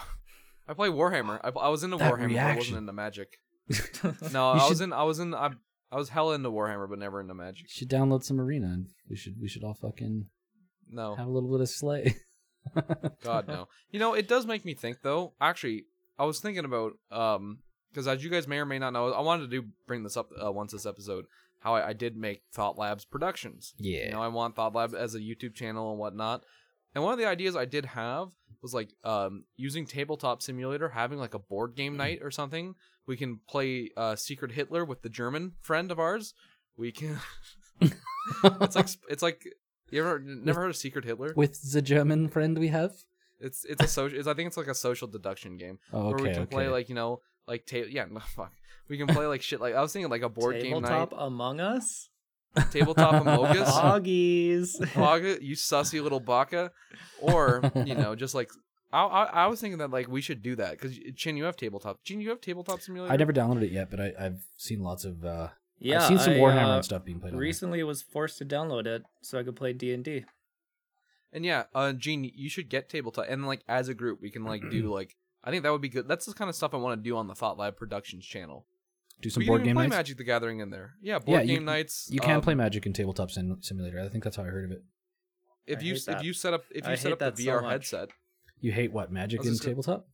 [SPEAKER 1] i play warhammer i, I was into
[SPEAKER 3] That
[SPEAKER 1] warhammer but i
[SPEAKER 3] reaction.
[SPEAKER 1] wasn't into magic no i
[SPEAKER 3] You
[SPEAKER 1] was
[SPEAKER 3] should-
[SPEAKER 1] in i was in I, I was hella into warhammer but never into magic
[SPEAKER 3] should download some Arena and we should we should all fucking
[SPEAKER 1] no
[SPEAKER 3] have a little bit of slay.
[SPEAKER 1] God no. You know, it does make me think though. Actually, I was thinking about um because as you guys may or may not know, I wanted to do bring this up uh, once this episode how I, I did make Thought Labs Productions. You
[SPEAKER 3] yeah.
[SPEAKER 1] know, I want Thought Lab as a YouTube channel and whatnot. And one of the ideas I did have was like um, using Tabletop Simulator, having like a board game night or something. We can play uh, Secret Hitler with the German friend of ours. We can. it's like sp- it's like you ever never heard of Secret Hitler?
[SPEAKER 3] With the German friend we have.
[SPEAKER 1] It's it's a social. It's, I think it's like a social deduction game
[SPEAKER 3] Oh,
[SPEAKER 1] where
[SPEAKER 3] okay.
[SPEAKER 1] we can
[SPEAKER 3] okay.
[SPEAKER 1] play like you know like ta- yeah no fuck we can play like shit like I was thinking like a board game night
[SPEAKER 2] Tabletop Among Us.
[SPEAKER 1] tabletop Amogus
[SPEAKER 2] Foggies.
[SPEAKER 1] Baga you sussy little baka or you know just like I I, I was thinking that like we should do that because Chin you have tabletop Chin you have tabletop simulator
[SPEAKER 3] I never downloaded it yet, but I, I've seen lots of. Uh,
[SPEAKER 2] yeah,
[SPEAKER 3] I've seen some
[SPEAKER 2] I,
[SPEAKER 3] Warhammer
[SPEAKER 2] uh,
[SPEAKER 3] and stuff being played. on there.
[SPEAKER 2] Recently, was forced to download it so I could play D and D.
[SPEAKER 1] and yeah uh Gene you should get tabletop and like as a group we can like do like I think that would be good that's the kind of stuff I want to do on the Thought Lab Productions channel
[SPEAKER 3] Do some
[SPEAKER 1] we
[SPEAKER 3] board
[SPEAKER 1] can
[SPEAKER 3] game
[SPEAKER 1] even play
[SPEAKER 3] nights.
[SPEAKER 1] Magic the Gathering in there yeah board
[SPEAKER 3] you-
[SPEAKER 1] game nights
[SPEAKER 3] You can
[SPEAKER 1] um,
[SPEAKER 3] play Magic in Tabletop sim- Simulator. I think that's how I heard of it.
[SPEAKER 1] if
[SPEAKER 2] I
[SPEAKER 1] you
[SPEAKER 2] hate
[SPEAKER 1] if
[SPEAKER 2] that.
[SPEAKER 1] you set up if
[SPEAKER 2] I
[SPEAKER 1] you set
[SPEAKER 2] hate
[SPEAKER 1] up the
[SPEAKER 2] that so
[SPEAKER 1] VR
[SPEAKER 2] much.
[SPEAKER 1] headset
[SPEAKER 3] You hate what
[SPEAKER 1] I
[SPEAKER 3] Magic
[SPEAKER 1] was
[SPEAKER 3] in
[SPEAKER 1] just gonna-
[SPEAKER 3] Tabletop?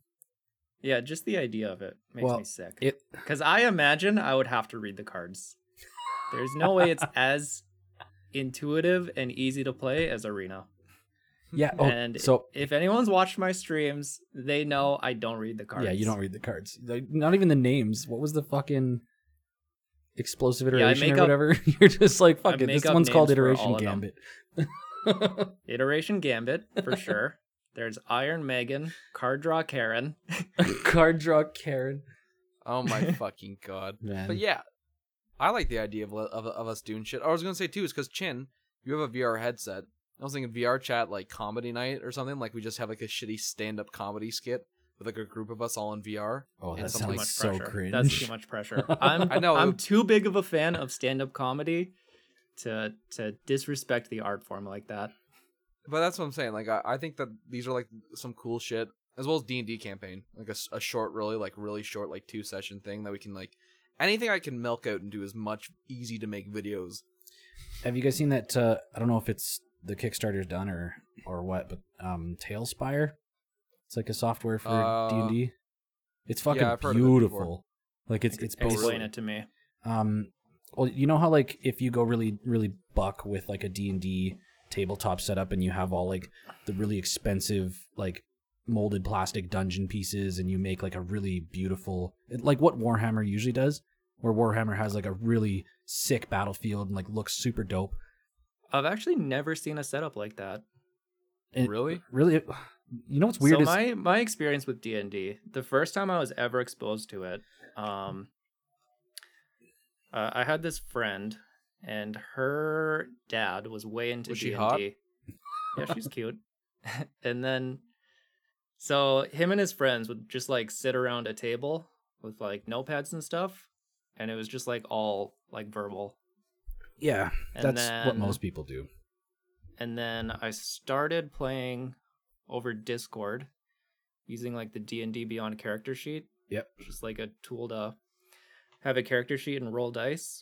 [SPEAKER 2] Yeah, just the idea of it makes
[SPEAKER 3] Well,
[SPEAKER 2] me sick.
[SPEAKER 3] It
[SPEAKER 2] Because I imagine I would have to read the cards. There's no way it's as intuitive and easy to play as Arena.
[SPEAKER 3] yeah. Oh,
[SPEAKER 2] and
[SPEAKER 3] so
[SPEAKER 2] if anyone's watched my streams, they know I don't read the cards.
[SPEAKER 3] yeah, you don't read the cards. Like, not even the names. What was the fucking explosive
[SPEAKER 2] Yeah, I
[SPEAKER 3] iteration
[SPEAKER 2] make
[SPEAKER 3] or
[SPEAKER 2] up-
[SPEAKER 3] whatever? You're just like fuck
[SPEAKER 2] I
[SPEAKER 3] it. This
[SPEAKER 2] make up
[SPEAKER 3] one's called
[SPEAKER 2] names for
[SPEAKER 3] iteration
[SPEAKER 2] all of them.
[SPEAKER 3] gambit.
[SPEAKER 2] Iteration Gambit for sure. There's Iron Megan, Card Draw Karen.
[SPEAKER 3] Card draw Karen.
[SPEAKER 1] oh my fucking god
[SPEAKER 3] Man.
[SPEAKER 1] But yeah, I like the idea of, of of us doing shit. I was gonna say too is because Chin, you have a VR headset. I was thinking VR chat like comedy night or something. Like we just have like a shitty stand up comedy skit with like a group of us all in VR.
[SPEAKER 3] Oh, that
[SPEAKER 1] It's
[SPEAKER 2] That's
[SPEAKER 1] something
[SPEAKER 2] too
[SPEAKER 3] sounds
[SPEAKER 2] much
[SPEAKER 3] so
[SPEAKER 2] pressure.
[SPEAKER 3] cringe.
[SPEAKER 2] That's too much pressure. I'm
[SPEAKER 1] I know, it
[SPEAKER 2] I'm
[SPEAKER 1] would-
[SPEAKER 2] too big of a fan of stand-up comedy to to disrespect the art form like that.
[SPEAKER 1] But that's what I'm saying. Like I, I think that these are like some cool shit as well as D and D campaign. Like a, s- a short, really like really short, like two session thing that we can like anything I can milk out and do as much easy to make videos.
[SPEAKER 3] Have you guys seen that? Uh, I don't know if it's the Kickstarter's done or or what, but um, Tailspire. It's like a software for
[SPEAKER 1] Uh,
[SPEAKER 3] D and D. It's fucking
[SPEAKER 1] I've heard of it before.
[SPEAKER 3] beautiful. like it's it's
[SPEAKER 1] basically-
[SPEAKER 2] Explain
[SPEAKER 3] basically
[SPEAKER 1] really?
[SPEAKER 2] it to me.
[SPEAKER 3] um, well, you know how like if you go really really buck with like a D and D tabletop setup, and you have all like the really expensive like molded plastic dungeon pieces, and you make like a really beautiful like what Warhammer usually does, where Warhammer has like a really sick battlefield and like looks super dope.
[SPEAKER 2] I've actually never seen a setup like that.
[SPEAKER 3] And-
[SPEAKER 1] really?
[SPEAKER 3] really it- you know what's weird
[SPEAKER 2] so
[SPEAKER 3] is
[SPEAKER 2] my my experience with d&d the first time i was ever exposed to it um uh, i had this friend and her dad was way into
[SPEAKER 1] Was
[SPEAKER 2] d&d
[SPEAKER 1] she hot?
[SPEAKER 2] yeah she's cute and then so him and his friends would just like sit around a table with like notepads and stuff and it was just like all like verbal
[SPEAKER 3] yeah
[SPEAKER 2] and
[SPEAKER 3] that's what
[SPEAKER 2] then-
[SPEAKER 3] most people do
[SPEAKER 2] and then I started playing over Discord using like the D and D Beyond character sheet.
[SPEAKER 3] Yep.
[SPEAKER 2] which is like a tool to have a character sheet and roll dice.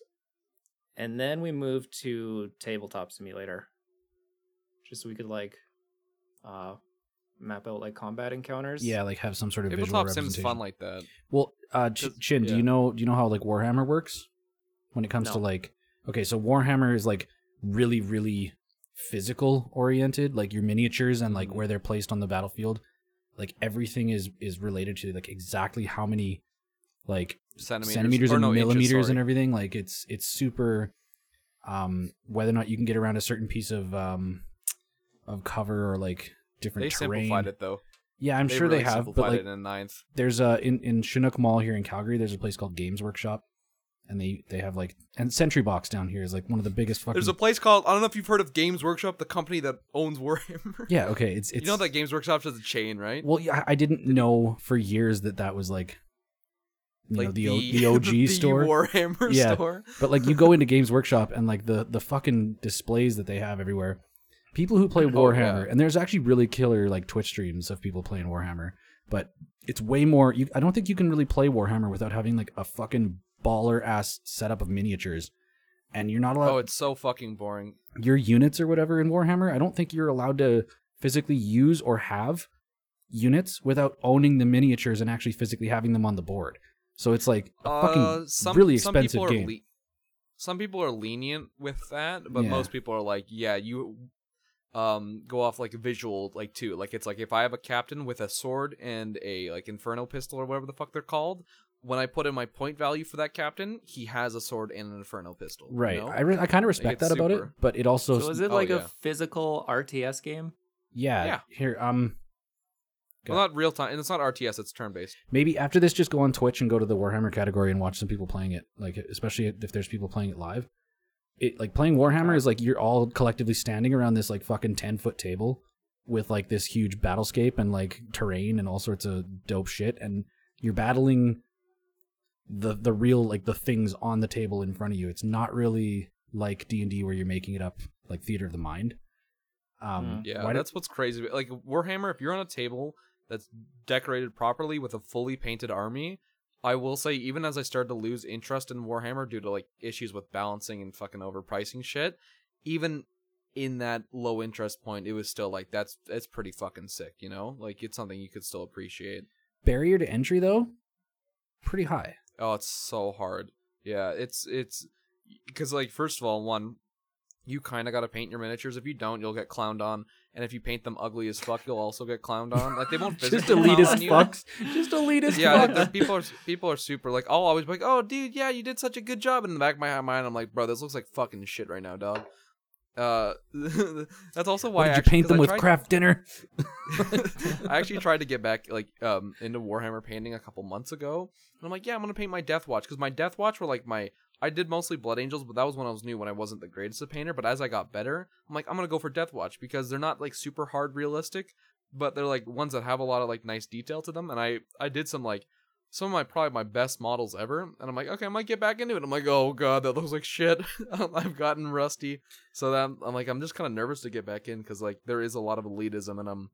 [SPEAKER 2] and then we moved to tabletop simulator just so we could like uh map out like combat encounters
[SPEAKER 3] Yeah, like have some sort of
[SPEAKER 1] Tabletop
[SPEAKER 3] visual
[SPEAKER 1] Sim's
[SPEAKER 3] representation.
[SPEAKER 1] fun like that.
[SPEAKER 3] Well, uh, Ch-
[SPEAKER 1] 'Cause-
[SPEAKER 3] Chin, do
[SPEAKER 1] yeah.
[SPEAKER 3] you know do you know how like Warhammer works when it comes to
[SPEAKER 2] No.
[SPEAKER 3] like okay, so Warhammer is like really really physical oriented, like your miniatures and like
[SPEAKER 1] Mhm.
[SPEAKER 3] where they're placed on the battlefield, like everything is is related to like exactly how many like
[SPEAKER 1] Centimeters,
[SPEAKER 3] centimeters,
[SPEAKER 1] or
[SPEAKER 3] and
[SPEAKER 1] no, inches,
[SPEAKER 3] millimeters and
[SPEAKER 1] sorry.
[SPEAKER 3] everything. Like it's it's super um whether or not you can get around a certain piece of um of cover or like different
[SPEAKER 1] They
[SPEAKER 3] terrain.
[SPEAKER 1] simplified it though.
[SPEAKER 3] Yeah, I'm sure
[SPEAKER 1] really
[SPEAKER 3] they have,
[SPEAKER 1] simplified
[SPEAKER 3] but like
[SPEAKER 1] it in ninth.
[SPEAKER 3] there's a in in Chinook Mall here in Calgary. There's a place called Games Workshop, and they they have like and Sentry Box down here is like one of the biggest fucking.
[SPEAKER 1] There's a place called I don't know if you've heard of Games Workshop, the company that owns Warhammer.
[SPEAKER 3] yeah okay it's it's
[SPEAKER 1] you know that Games Workshop's has a chain, right?
[SPEAKER 3] well yeah I didn't know for years that that was like you know the the, the OG
[SPEAKER 1] the
[SPEAKER 3] store
[SPEAKER 1] Warhammer
[SPEAKER 3] Yeah.
[SPEAKER 1] store.
[SPEAKER 3] but like you go into Games Workshop and like the the fucking displays that they have everywhere. People who play
[SPEAKER 1] Oh,
[SPEAKER 3] Warhammer,
[SPEAKER 1] yeah.
[SPEAKER 3] and there's actually really killer like Twitch streams of people playing Warhammer, but it's way more. You, I don't think you can really play Warhammer without having like a fucking baller ass setup of miniatures, and you're not allowed.
[SPEAKER 1] Oh, it's so fucking boring.
[SPEAKER 3] your units or whatever in Warhammer, I don't think you're allowed to physically use or have units without owning the miniatures and actually physically having them on the board. So it's like a
[SPEAKER 1] uh,
[SPEAKER 3] fucking
[SPEAKER 1] some,
[SPEAKER 3] really
[SPEAKER 1] some
[SPEAKER 3] expensive
[SPEAKER 1] people are
[SPEAKER 3] game.
[SPEAKER 1] le- some people are lenient with that, but
[SPEAKER 3] Yeah.
[SPEAKER 1] most people are like, yeah, you um go off like visual like too. Like it's like if I have a captain with a sword and a like inferno pistol or whatever the fuck they're called, when I put in my point value for that captain, he has a sword and an inferno pistol. you
[SPEAKER 3] right.
[SPEAKER 1] know?
[SPEAKER 3] I, re- I kind of respect
[SPEAKER 1] it's
[SPEAKER 3] that about it,
[SPEAKER 1] super-
[SPEAKER 3] but it also
[SPEAKER 2] so is it
[SPEAKER 1] oh,
[SPEAKER 2] like
[SPEAKER 1] yeah.
[SPEAKER 2] a physical rts game
[SPEAKER 3] yeah,
[SPEAKER 1] Yeah.
[SPEAKER 3] Here um
[SPEAKER 1] Well, not real time, and it's not RTS. It's turn based.
[SPEAKER 3] maybe after this just go on Twitch and go to the Warhammer category and watch some people playing it, like especially if there's people playing it live. It like playing Warhammer is like you're all collectively standing around this like fucking 10 foot table with like this huge battlescape and like terrain and all sorts of dope shit and you're battling the the real like the things on the table in front of you. It's not really like D&D where you're making it up like theater of the mind. Um
[SPEAKER 2] Mm.
[SPEAKER 1] Yeah,
[SPEAKER 3] why do-
[SPEAKER 1] that's what's crazy. about- Like Warhammer, if you're on a table that's decorated properly with a fully painted army, I will say even as I started to lose interest in Warhammer due to like issues with balancing and fucking overpricing shit, even in that low interest point, it was still like that's that's pretty fucking sick, you know? Like it's something you could still appreciate.
[SPEAKER 3] barrier to entry though pretty high.
[SPEAKER 1] Oh, it's so hard. Yeah, it's it's because like first of all, one, you kind of got to paint your miniatures. If you don't, you'll get clowned on. And if you paint them ugly as fuck, you'll also get clowned on. Like they won't
[SPEAKER 3] just
[SPEAKER 1] physically
[SPEAKER 2] elitist
[SPEAKER 1] clown on you.
[SPEAKER 3] fucks. Just elitist
[SPEAKER 1] Yeah, like,
[SPEAKER 3] fucks.
[SPEAKER 1] there's- people are people are super like I'll always be like, oh dude, yeah, you did such a good job. And in the back of my mind, I'm like, bro, this looks like fucking shit right now, dog. Uh, that's also why
[SPEAKER 3] Why did
[SPEAKER 1] I
[SPEAKER 3] you
[SPEAKER 1] actually-
[SPEAKER 3] paint
[SPEAKER 1] 'cause
[SPEAKER 3] them
[SPEAKER 1] I
[SPEAKER 3] with
[SPEAKER 1] tried-
[SPEAKER 3] craft dinner?
[SPEAKER 1] I actually tried to get back like um into Warhammer painting a couple months ago, and I'm like, yeah, I'm gonna paint my Death Watch because my Death Watch were like my I did mostly Blood Angels, but that was when I was new when I wasn't the greatest of painter. But as I got better, I'm like, I'm gonna go for Death Watch because they're not like super hard realistic, but they're like ones that have a lot of like nice detail to them. And I I did some like some of my probably my best models ever, and I'm like, okay, I might get back into it. I'm like, oh god, that looks like shit. Um, I've gotten rusty, so that I'm like, I'm just kind of nervous to get back in because like there is a lot of elitism, and I'm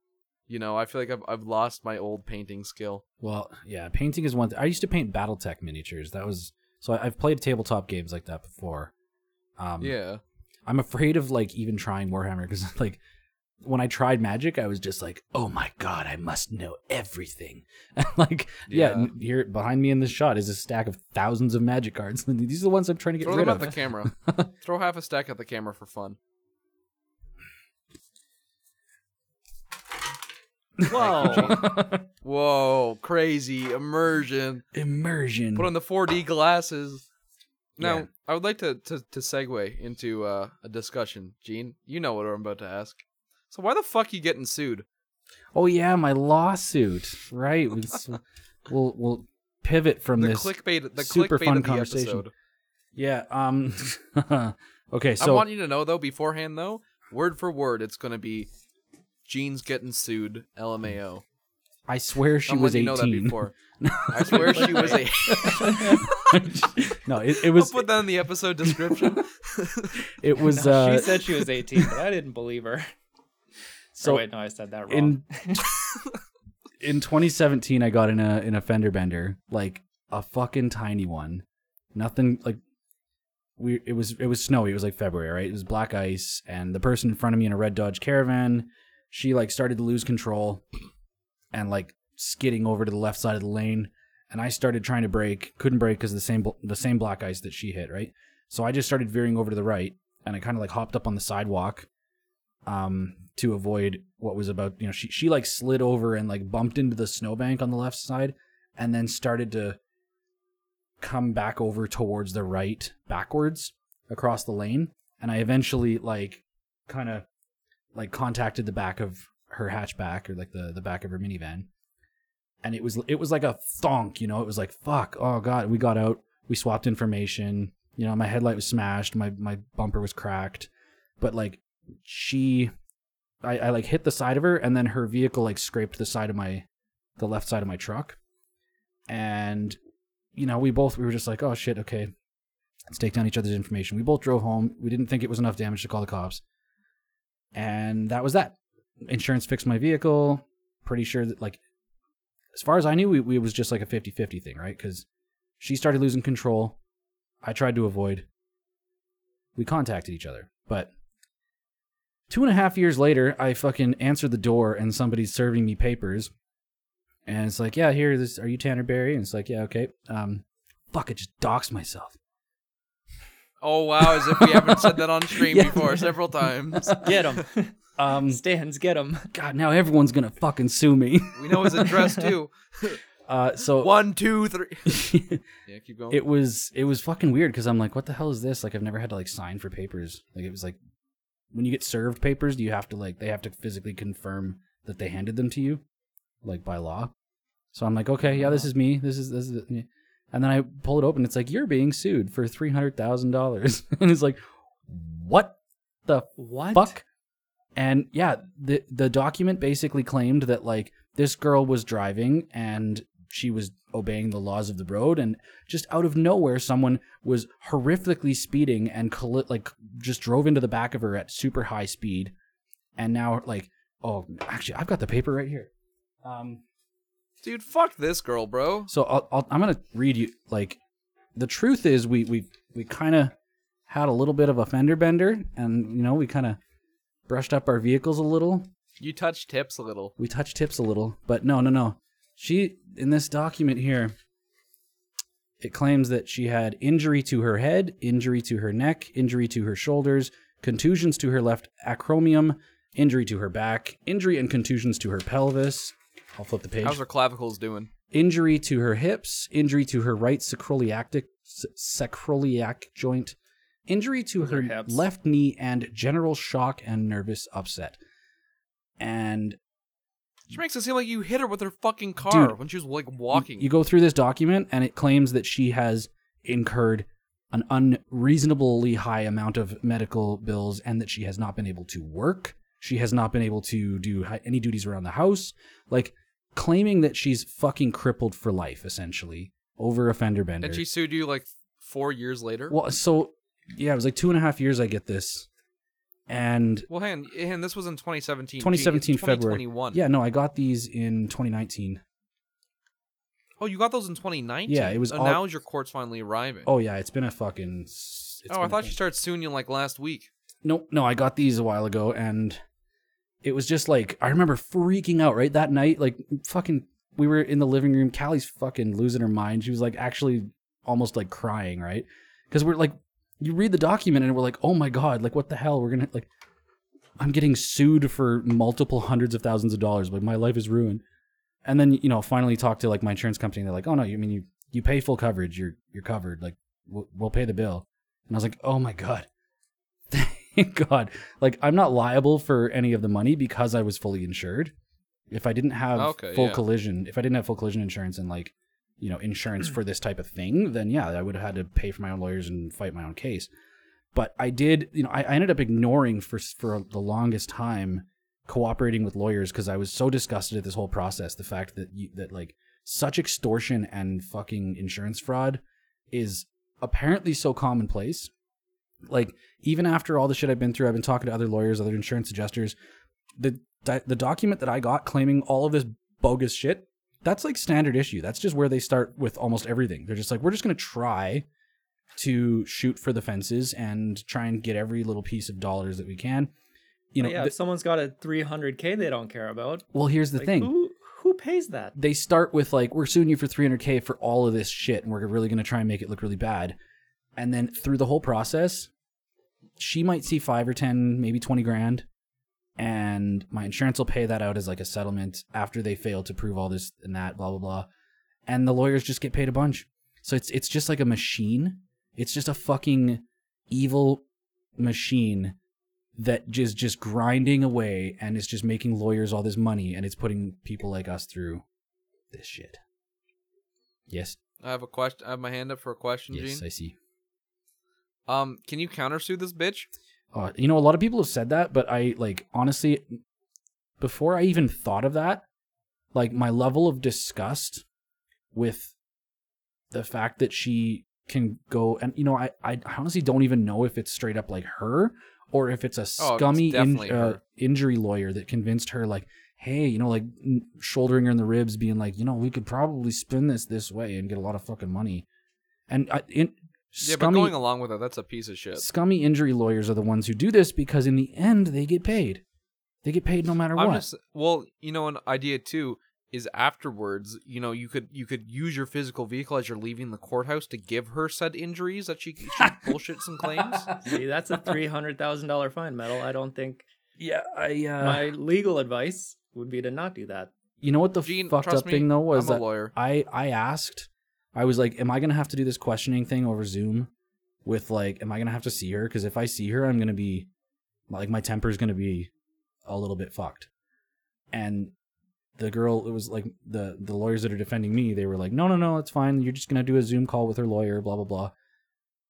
[SPEAKER 1] you know, I feel like I've I've lost my old painting skill.
[SPEAKER 3] Well, yeah, painting is one. Th- I used to paint BattleTech miniatures. That was so. I, I've played tabletop games like that before. Um,
[SPEAKER 1] yeah.
[SPEAKER 3] I'm afraid of like even trying Warhammer because like when I tried Magic, I was just like, oh my god, I must know everything. And like, yeah,
[SPEAKER 1] Yeah.
[SPEAKER 3] n- here behind me in this shot is a stack of thousands of Magic cards. These are the ones I'm trying to get
[SPEAKER 1] Throw
[SPEAKER 3] rid
[SPEAKER 1] them at
[SPEAKER 3] of.
[SPEAKER 1] the camera. Throw half a stack at the camera for fun.
[SPEAKER 2] whoa
[SPEAKER 1] Whoa, crazy immersion.
[SPEAKER 3] Immersion.
[SPEAKER 1] Put on the 4D glasses. Now,
[SPEAKER 3] Yeah.
[SPEAKER 1] I would like to, to, to segue into uh, a discussion, Gene. You know what I'm about to ask. So why the fuck you getting sued?
[SPEAKER 3] Oh yeah, my lawsuit. Right. We, s- we'll we'll pivot from
[SPEAKER 1] The
[SPEAKER 3] this.
[SPEAKER 1] clickbait the
[SPEAKER 3] super
[SPEAKER 1] clickbait
[SPEAKER 3] fun
[SPEAKER 1] of the
[SPEAKER 3] conversation.
[SPEAKER 1] episode.
[SPEAKER 3] Yeah. Um. okay. So
[SPEAKER 1] I want you to know though beforehand though, word for word it's going to be Gene's getting sued, LMAO.
[SPEAKER 3] I swear she
[SPEAKER 1] I'm
[SPEAKER 3] was
[SPEAKER 1] letting you
[SPEAKER 3] eighteen.
[SPEAKER 1] know that before. I swear she was a.
[SPEAKER 3] no, it, it
[SPEAKER 1] I'll
[SPEAKER 3] was
[SPEAKER 1] put that in the episode description.
[SPEAKER 3] it was
[SPEAKER 2] No,
[SPEAKER 3] uh,
[SPEAKER 2] she said she was 18 but i didn't believe her so
[SPEAKER 3] So,
[SPEAKER 2] wait no i said that wrong
[SPEAKER 3] in in 2017. I got in a in a fender bender, like a fucking tiny one. Nothing like we it was it was snowy. It was like February, right? It was black ice, and the person in front of me in a red Dodge Caravan, she like started to lose control, and like skidding over to the left side of the lane, and I started trying to brake, couldn't brake because the same bl- the same black ice that she hit, right? So I just started veering over to the right, and I kind of like hopped up on the sidewalk, um, to avoid what was about. You know, she she like slid over and like bumped into the snowbank on the left side, and then started to come back over towards the right backwards across the lane and i eventually like kind of like contacted the back of her hatchback or like the the back of her minivan and it was it was like a thonk you know it was like fuck oh god we got out we swapped information you know my headlight was smashed my my bumper was cracked but like she i i like hit the side of her and then her vehicle like scraped the side of my the left side of my truck and you know, we both we were just like, oh shit, okay, let's take down each other's information. We both drove home. We didn't think it was enough damage to call the cops, and that was that. Insurance fixed my vehicle. Pretty sure that like, as far as I knew, we, we it was just like a 50-50 thing, right? Because she started losing control. I tried to avoid. We contacted each other, but two and a half years later, I fucking answered the door and somebody's serving me papers. And it's like, yeah, here, this are you Tanner Berry? And it's like, yeah, okay. Um, fuck, I just doxed myself.
[SPEAKER 1] Oh wow, as if we haven't said that on stream
[SPEAKER 3] Yeah.
[SPEAKER 1] before several times.
[SPEAKER 2] Get him.
[SPEAKER 3] Um,
[SPEAKER 2] Stands, get him.
[SPEAKER 3] God, now everyone's gonna fucking sue me.
[SPEAKER 1] We know his address too.
[SPEAKER 3] Uh, so
[SPEAKER 1] One, two, three. Yeah, keep going.
[SPEAKER 3] it was it was fucking weird because I'm like, what the hell is this? Like, I've never had to like sign for papers. Like, it was like when you get served papers, do you have to like they have to physically confirm that they handed them to you, like by law. So I'm like, okay, yeah, this is me. This is this is me. And then I pull it open. It's like you're being sued for three hundred thousand dollars, and it's like, what the
[SPEAKER 2] What?
[SPEAKER 3] fuck and yeah the the document basically claimed that like this girl was driving and she was obeying the laws of the road and just out of nowhere someone was horrifically speeding and colli- like just drove into the back of her at super high speed and now like oh actually i've got the paper right here um
[SPEAKER 1] Dude, fuck this girl, bro.
[SPEAKER 3] so I'll, I'll, I'm gonna read you like the truth is we we we kind of had a little bit of a fender bender, and you know we kind of brushed up our vehicles a little.
[SPEAKER 1] You touch tips a little.
[SPEAKER 3] We touched tips a little, but no, no, no. She in this document here, it claims that she had injury to her head, injury to her neck, injury to her shoulders, contusions to her left acromion, injury to her back, injury and contusions to her pelvis. I'll flip the page
[SPEAKER 1] How's her clavicles doing?
[SPEAKER 3] injury to her hips, injury to her right sacroiliac sacroiliac joint, injury to
[SPEAKER 2] Those are
[SPEAKER 3] her
[SPEAKER 2] hips.
[SPEAKER 3] left knee, and general shock and nervous upset. And
[SPEAKER 1] She makes it seem like you hit her with her fucking car
[SPEAKER 3] Dude,
[SPEAKER 1] when she was like walking.
[SPEAKER 3] you go through this document, and it claims that she has incurred an unreasonably high amount of medical bills, and that she has not been able to work. She has not been able to do hi- any duties around the house, like claiming that she's fucking crippled for life, essentially over a fender bender.
[SPEAKER 1] and she sued you like four years later.
[SPEAKER 3] Well, so yeah, it was like two and a half years I get this, and
[SPEAKER 1] Well, and and this was in 2017.
[SPEAKER 3] 2017 February.
[SPEAKER 1] 2021.
[SPEAKER 3] Yeah, no, I got these in 2019.
[SPEAKER 1] Oh, you got those in 2019.
[SPEAKER 3] Yeah, it was
[SPEAKER 1] So
[SPEAKER 3] all-
[SPEAKER 1] now is your court's finally arriving.
[SPEAKER 3] Oh yeah, it's been a fucking. s- it's
[SPEAKER 1] oh, I
[SPEAKER 3] been a
[SPEAKER 1] thought
[SPEAKER 3] thing.
[SPEAKER 1] she started suing you like last week.
[SPEAKER 3] No, no, I got these a while ago, and it was just like I remember freaking out right that night. Like fucking, we were in the living room. Callie's fucking losing her mind. She was like actually almost like crying, right? Because we're like, you read the document and we're like, oh my god, like what the hell? We're gonna like, I'm getting sued for multiple hundreds of thousands of dollars. Like my life is ruined. And then you know, finally talk to like my insurance company. and They're like, oh no, you I mean you you pay full coverage. You're you're covered. Like we'll, we'll pay the bill. And I was like, oh my god thank God. Like I'm not liable for any of the money because I was fully insured. If I didn't have
[SPEAKER 1] Okay,
[SPEAKER 3] full
[SPEAKER 1] yeah.
[SPEAKER 3] collision, if I didn't have full collision insurance and like, you know, insurance for this type of thing, then yeah, I would have had to pay for my own lawyers and fight my own case. But I did, you know, I, I ended up ignoring for s- for the longest time cooperating with lawyers because I was so disgusted at this whole process. The fact that you, that like such extortion and fucking insurance fraud is apparently so commonplace. Like even after all the shit I've been through, I've been talking to other lawyers, other insurance adjusters. The di- the document that I got claiming all of this bogus shit, that's like standard issue. That's just where they start with almost everything. They're just like, we're just gonna try to shoot for the fences and try and get every little piece of dollars that we can. You know,
[SPEAKER 2] yeah,
[SPEAKER 3] th-
[SPEAKER 2] if someone's got a 300k they don't care about,
[SPEAKER 3] well, here's the
[SPEAKER 2] like,
[SPEAKER 3] thing.
[SPEAKER 2] who who pays that?
[SPEAKER 3] they start with like we're suing you for 300k for all of this shit and we're really going to try and make it look really bad and then through the whole process she might see 5 or 10 maybe 20 grand and my insurance will pay that out as like a settlement after they fail to prove all this and that blah blah blah and the lawyers just get paid a bunch so it's it's just like a machine it's just a fucking evil machine that just just grinding away and it's just making lawyers all this money and it's putting people like us through this shit. Yes,
[SPEAKER 1] I have a question. I have my hand up for a question,
[SPEAKER 3] yes,
[SPEAKER 1] Gene.
[SPEAKER 3] I see.
[SPEAKER 1] Um, can you countersue this bitch?
[SPEAKER 3] Uh, you know, a lot of people have said that, but I like honestly, before I even thought of that, like my level of disgust with the fact that she can go and you know, I I honestly don't even know if it's straight up like her or if it's a
[SPEAKER 1] Oh, it's
[SPEAKER 3] scummy in,
[SPEAKER 1] definitely
[SPEAKER 3] uh,
[SPEAKER 1] her.
[SPEAKER 3] injury lawyer that convinced her like, hey, you know, like n- shouldering her in the ribs, being like, you know, we could probably spin this this way and get a lot of fucking money, and I, in,
[SPEAKER 1] Yeah, but
[SPEAKER 3] scummy-
[SPEAKER 1] going along with it, that's a piece of shit.
[SPEAKER 3] Scummy injury lawyers are the ones who do this because in the end they get paid. They get paid no matter
[SPEAKER 1] I'm
[SPEAKER 3] what.
[SPEAKER 1] just well, you know, an idea too is afterwards, you know, you could you could use your physical vehicle as you're leaving the courthouse to give her said injuries that she, she bullshits and claims.
[SPEAKER 2] See, that's a $300,000 fine, metal. I don't think
[SPEAKER 3] yeah, I uh
[SPEAKER 2] my legal advice would be to not do that.
[SPEAKER 3] You know what the
[SPEAKER 1] Gene,
[SPEAKER 3] fucked
[SPEAKER 1] trust
[SPEAKER 3] up
[SPEAKER 1] me,
[SPEAKER 3] thing though was
[SPEAKER 1] I'm
[SPEAKER 3] that
[SPEAKER 1] a lawyer.
[SPEAKER 3] I I asked I was like am I going to have to do this questioning thing over Zoom with like am I going to have to see her cuz if I see her I'm going to be like my temper's going to be a little bit fucked. And the girl it was like the the lawyers that are defending me they were like no no no it's fine you're just going to do a Zoom call with her lawyer blah blah blah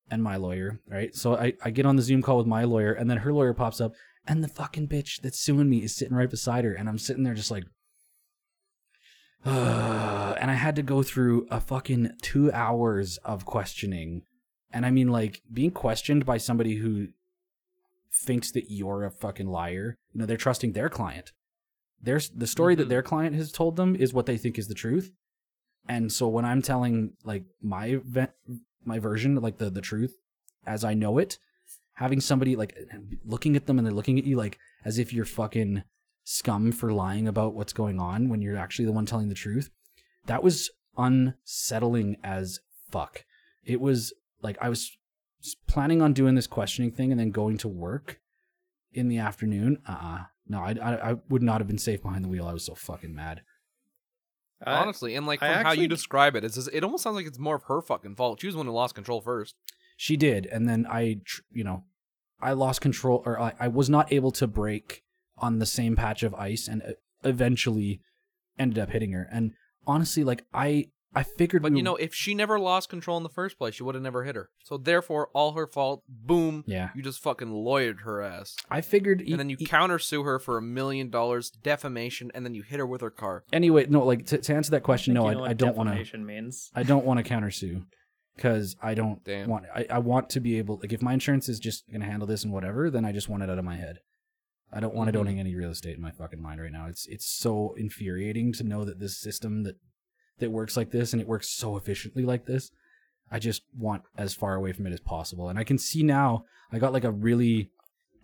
[SPEAKER 3] and my lawyer, right? So I I get on the Zoom call with my lawyer and then her lawyer pops up and the fucking bitch that's suing me is sitting right beside her and I'm sitting there just like and I had to go through a fucking two hours of questioning. And I mean, like, being questioned by somebody who thinks that you're a fucking liar, you know, they're trusting their client. There's the story that
[SPEAKER 1] Mhm.
[SPEAKER 3] their client has told them is what they think is the truth. And so when I'm telling, like, my, ve- my version, like, the, the truth as I know it, having somebody, like, looking at them and they're looking at you, like, as if you're fucking scum for lying about what's going on when you're actually the one telling the truth. That was unsettling as fuck. It was like I was s- planning on doing this questioning thing and then going to work in the afternoon. Uh uh No, I, I, I would not have been safe behind the wheel. I was so fucking mad.
[SPEAKER 2] I-
[SPEAKER 1] Honestly, and like from
[SPEAKER 2] I
[SPEAKER 1] how you
[SPEAKER 2] actually-
[SPEAKER 1] describe it, it's just, it almost sounds like it's more of her fucking fault. She was the one who lost control first.
[SPEAKER 3] She did. And then I, tr- you know, I lost control or I, I was not able to break on the same patch of ice and uh, eventually ended up hitting her. And honestly, like I, I figured,
[SPEAKER 1] But
[SPEAKER 3] we
[SPEAKER 1] you
[SPEAKER 3] were-
[SPEAKER 1] know, if she never lost control in the first place, she would have never hit her. So therefore, all her fault. Boom.
[SPEAKER 3] yeah,
[SPEAKER 1] You just fucking lawyered her ass.
[SPEAKER 3] I figured, e-
[SPEAKER 1] and then you
[SPEAKER 3] e-
[SPEAKER 1] countersue her for a million dollars defamation, and then you hit her with her car.
[SPEAKER 3] anyway, no, like to, to answer that
[SPEAKER 2] I
[SPEAKER 3] question,
[SPEAKER 2] think
[SPEAKER 3] no,
[SPEAKER 2] you know
[SPEAKER 3] I,
[SPEAKER 2] what
[SPEAKER 3] I don't want to.
[SPEAKER 2] defamation means.
[SPEAKER 3] I don't want to countersue because I don't
[SPEAKER 1] Damn.
[SPEAKER 3] want. I, I want to be able. Like, if my insurance is just gonna handle this and whatever, then I just want it out of my head. I don't want
[SPEAKER 1] Mhm.
[SPEAKER 3] it owning any real estate in my fucking mind right now. It's it's so infuriating to know that this system that that works like this and it works so efficiently like this. I just want as far away from it as possible. And I can see now. I got like a really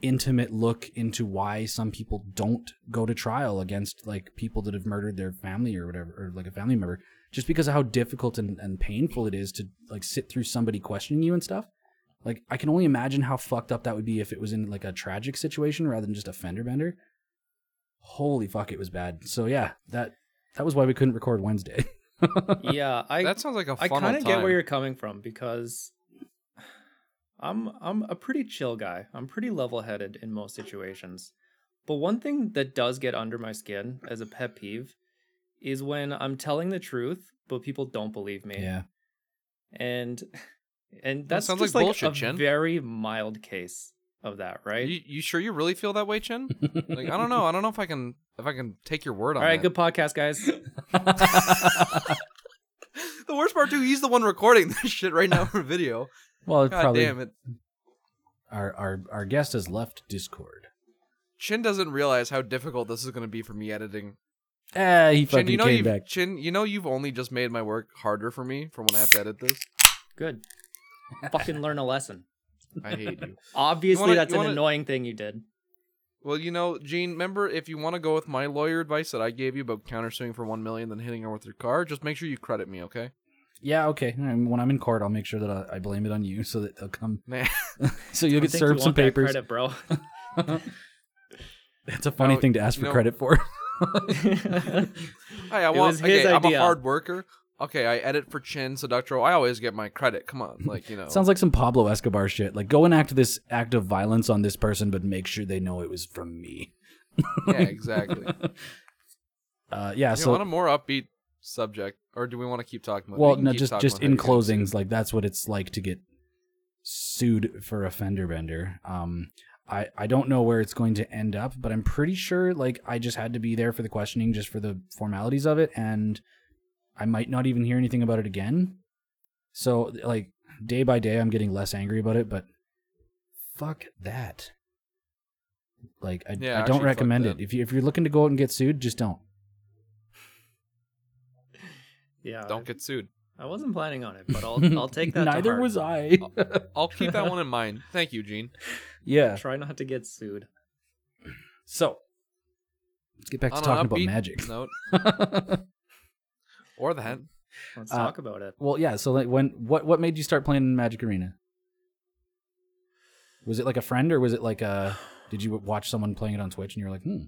[SPEAKER 3] intimate look into why some people don't go to trial against like people that have murdered their family or whatever or like a family member just because of how difficult and, and painful it is to like sit through somebody questioning you and stuff like i can only imagine how fucked up that would be if it was in like a tragic situation rather than just a fender bender holy fuck it was bad so yeah that that was why we couldn't record wednesday
[SPEAKER 2] yeah, I
[SPEAKER 1] that sounds like a
[SPEAKER 2] I
[SPEAKER 1] fun time.
[SPEAKER 2] kind of get where you're coming from because I'm I'm a pretty chill guy. I'm pretty level-headed in most situations. But one thing that does get under my skin as a pet peeve is when I'm telling the truth but people don't believe me.
[SPEAKER 3] yeah
[SPEAKER 2] And and that's
[SPEAKER 1] sounds like
[SPEAKER 2] just like,
[SPEAKER 1] bullshit,
[SPEAKER 2] a
[SPEAKER 1] Chin.
[SPEAKER 2] very mild case of that, right?
[SPEAKER 1] You, you sure you really feel that way, Chin? Like I don't know. I don't know if I can if I can take your word on
[SPEAKER 2] All right,
[SPEAKER 1] that.
[SPEAKER 2] good podcast, guys.
[SPEAKER 1] The worst part too, he's the one recording this shit right now for video.
[SPEAKER 3] well it
[SPEAKER 1] God
[SPEAKER 3] probably
[SPEAKER 1] damn it.
[SPEAKER 3] our our our guest has left discord
[SPEAKER 1] Chin doesn't realize how difficult this is going to be for me editing.
[SPEAKER 3] ah he
[SPEAKER 1] Chin,
[SPEAKER 3] fucking
[SPEAKER 1] you know
[SPEAKER 3] came
[SPEAKER 1] you've
[SPEAKER 3] back
[SPEAKER 1] Chin, you know you've only just made my work harder for me for when I have to edit this.
[SPEAKER 2] Good. Fucking learn a lesson.
[SPEAKER 1] I hate you.
[SPEAKER 2] Obviously,
[SPEAKER 1] wanna-
[SPEAKER 2] that's
[SPEAKER 1] you
[SPEAKER 2] an
[SPEAKER 1] wanna-
[SPEAKER 2] annoying thing you did.
[SPEAKER 1] Well, you know, Gene, remember if you want to go with my lawyer advice that I gave you about countersuing for one million, then hitting her with your car, just make sure you credit me, okay?
[SPEAKER 3] Yeah, okay. I mean, when I'm in court, I'll make sure that I, I blame it on you, so that they'll come.
[SPEAKER 1] Man,
[SPEAKER 3] So you'll
[SPEAKER 2] I
[SPEAKER 3] get
[SPEAKER 2] think you
[SPEAKER 3] served some
[SPEAKER 2] want that
[SPEAKER 3] papers.
[SPEAKER 2] credit, bro.
[SPEAKER 3] That's a funny
[SPEAKER 1] No,
[SPEAKER 3] thing to ask
[SPEAKER 1] you
[SPEAKER 3] for
[SPEAKER 1] know-
[SPEAKER 3] credit for.
[SPEAKER 1] hey, I
[SPEAKER 2] It
[SPEAKER 1] want.
[SPEAKER 2] was his
[SPEAKER 1] okay, I'm a
[SPEAKER 2] idea.
[SPEAKER 1] hard worker. Okay, I edit for Chin Seductro. I always get my credit. Come on, like you know.
[SPEAKER 3] Sounds like some Pablo Escobar shit. Like go enact this act of violence on this person, but make sure they know it was from me.
[SPEAKER 1] yeah, exactly. You
[SPEAKER 3] Uh, yeah.
[SPEAKER 1] know,
[SPEAKER 3] So
[SPEAKER 1] on a more upbeat subject, or do we want to keep talking about?
[SPEAKER 3] well,
[SPEAKER 1] we can
[SPEAKER 3] no,
[SPEAKER 1] keep
[SPEAKER 3] just
[SPEAKER 1] talking
[SPEAKER 3] just
[SPEAKER 1] about
[SPEAKER 3] in
[SPEAKER 1] how you're getting
[SPEAKER 3] closings, like that's what it's like to get sued for a fender bender. Um, I I don't know where it's going to end up, but I'm pretty sure like I just had to be there for the questioning, just for the formalities of it, and I might not even hear anything about it again. So like day by day, I'm getting less angry about it, but fuck that. Like I,
[SPEAKER 1] Yeah,
[SPEAKER 3] I
[SPEAKER 1] actually,
[SPEAKER 3] don't
[SPEAKER 1] fuck
[SPEAKER 3] recommend
[SPEAKER 1] that.
[SPEAKER 3] it. If you if you're looking to go out and get sued, just don't.
[SPEAKER 2] yeah.
[SPEAKER 1] sued. Don't get sued.
[SPEAKER 2] I wasn't planning on it, but I'll I'll take that. to
[SPEAKER 3] Neither
[SPEAKER 2] heart.
[SPEAKER 3] was I.
[SPEAKER 1] I'll keep that one in mind. Thank you, Gene.
[SPEAKER 3] yeah.
[SPEAKER 2] Try not to get sued.
[SPEAKER 3] So let's get back to
[SPEAKER 1] On an
[SPEAKER 3] talking about
[SPEAKER 1] upbeat
[SPEAKER 3] magic.
[SPEAKER 1] Note or that.
[SPEAKER 2] Let's
[SPEAKER 3] Uh,
[SPEAKER 2] talk about it.
[SPEAKER 3] well, yeah. So like, when what what made you start playing Magic Arena? Was it like a friend, or was it like a? Did you watch someone playing it on Twitch and you were like, hmm?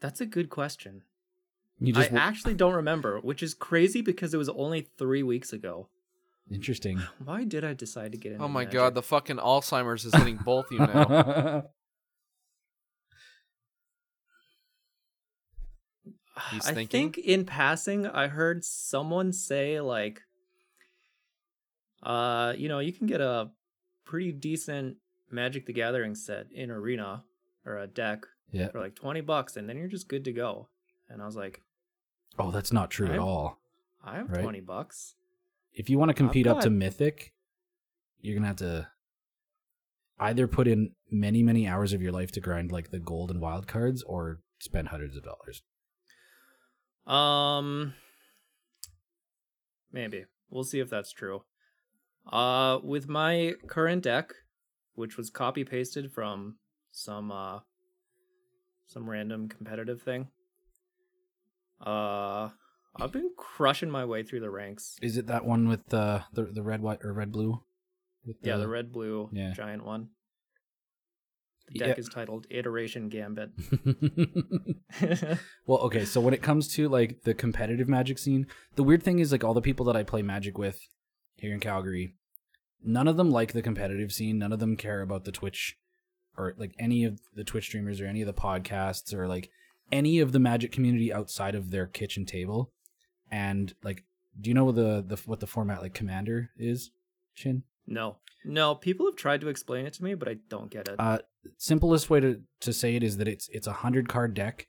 [SPEAKER 2] That's a good question.
[SPEAKER 3] You
[SPEAKER 2] I
[SPEAKER 3] just
[SPEAKER 2] actually don't remember, which is crazy because it was only three weeks ago.
[SPEAKER 3] interesting.
[SPEAKER 2] Why did I decide to get into
[SPEAKER 1] Oh my
[SPEAKER 2] Magic?
[SPEAKER 1] god, the fucking Alzheimer's is hitting both you now. He's
[SPEAKER 2] I
[SPEAKER 1] thinking.
[SPEAKER 2] think in passing, I heard someone say like, uh, you know, you can get a pretty decent Magic the Gathering set in Arena or a deck
[SPEAKER 3] yeah.
[SPEAKER 2] for like twenty bucks, and then you're just good to go. And I was like,
[SPEAKER 3] Oh, that's not true at
[SPEAKER 2] Right?
[SPEAKER 3] all.
[SPEAKER 2] I have
[SPEAKER 3] Right.
[SPEAKER 2] twenty bucks.
[SPEAKER 3] If you want to compete up to
[SPEAKER 2] got-
[SPEAKER 3] Mythic, you're gonna have to either put in many many hours of your life to grind like the gold and wild cards, or spend hundreds of dollars.
[SPEAKER 2] Um, maybe we'll see if that's true. Uh, with my current deck, which was copy pasted from some uh some random competitive thing. Uh, I've been crushing my way through the ranks.
[SPEAKER 3] Is it that one with the the, the red white or red blue? With
[SPEAKER 2] Yeah, the red blue
[SPEAKER 3] yeah.
[SPEAKER 2] giant one. The
[SPEAKER 3] Yeah.
[SPEAKER 2] deck is titled Iteration Gambit.
[SPEAKER 3] well, okay. So when it comes to like the competitive magic scene, the weird thing is like all the people that I play magic with here in Calgary, none of them like the competitive scene. None of them care about the Twitch or like any of the Twitch streamers or any of the podcasts or like any of the magic community outside of their kitchen table. And like, do you know what the, the what the format like commander is? Chin.
[SPEAKER 2] no, no, people have tried to explain it to me, but I don't get it.
[SPEAKER 3] Uh, simplest way to, to say it is that it's it's a hundred card deck,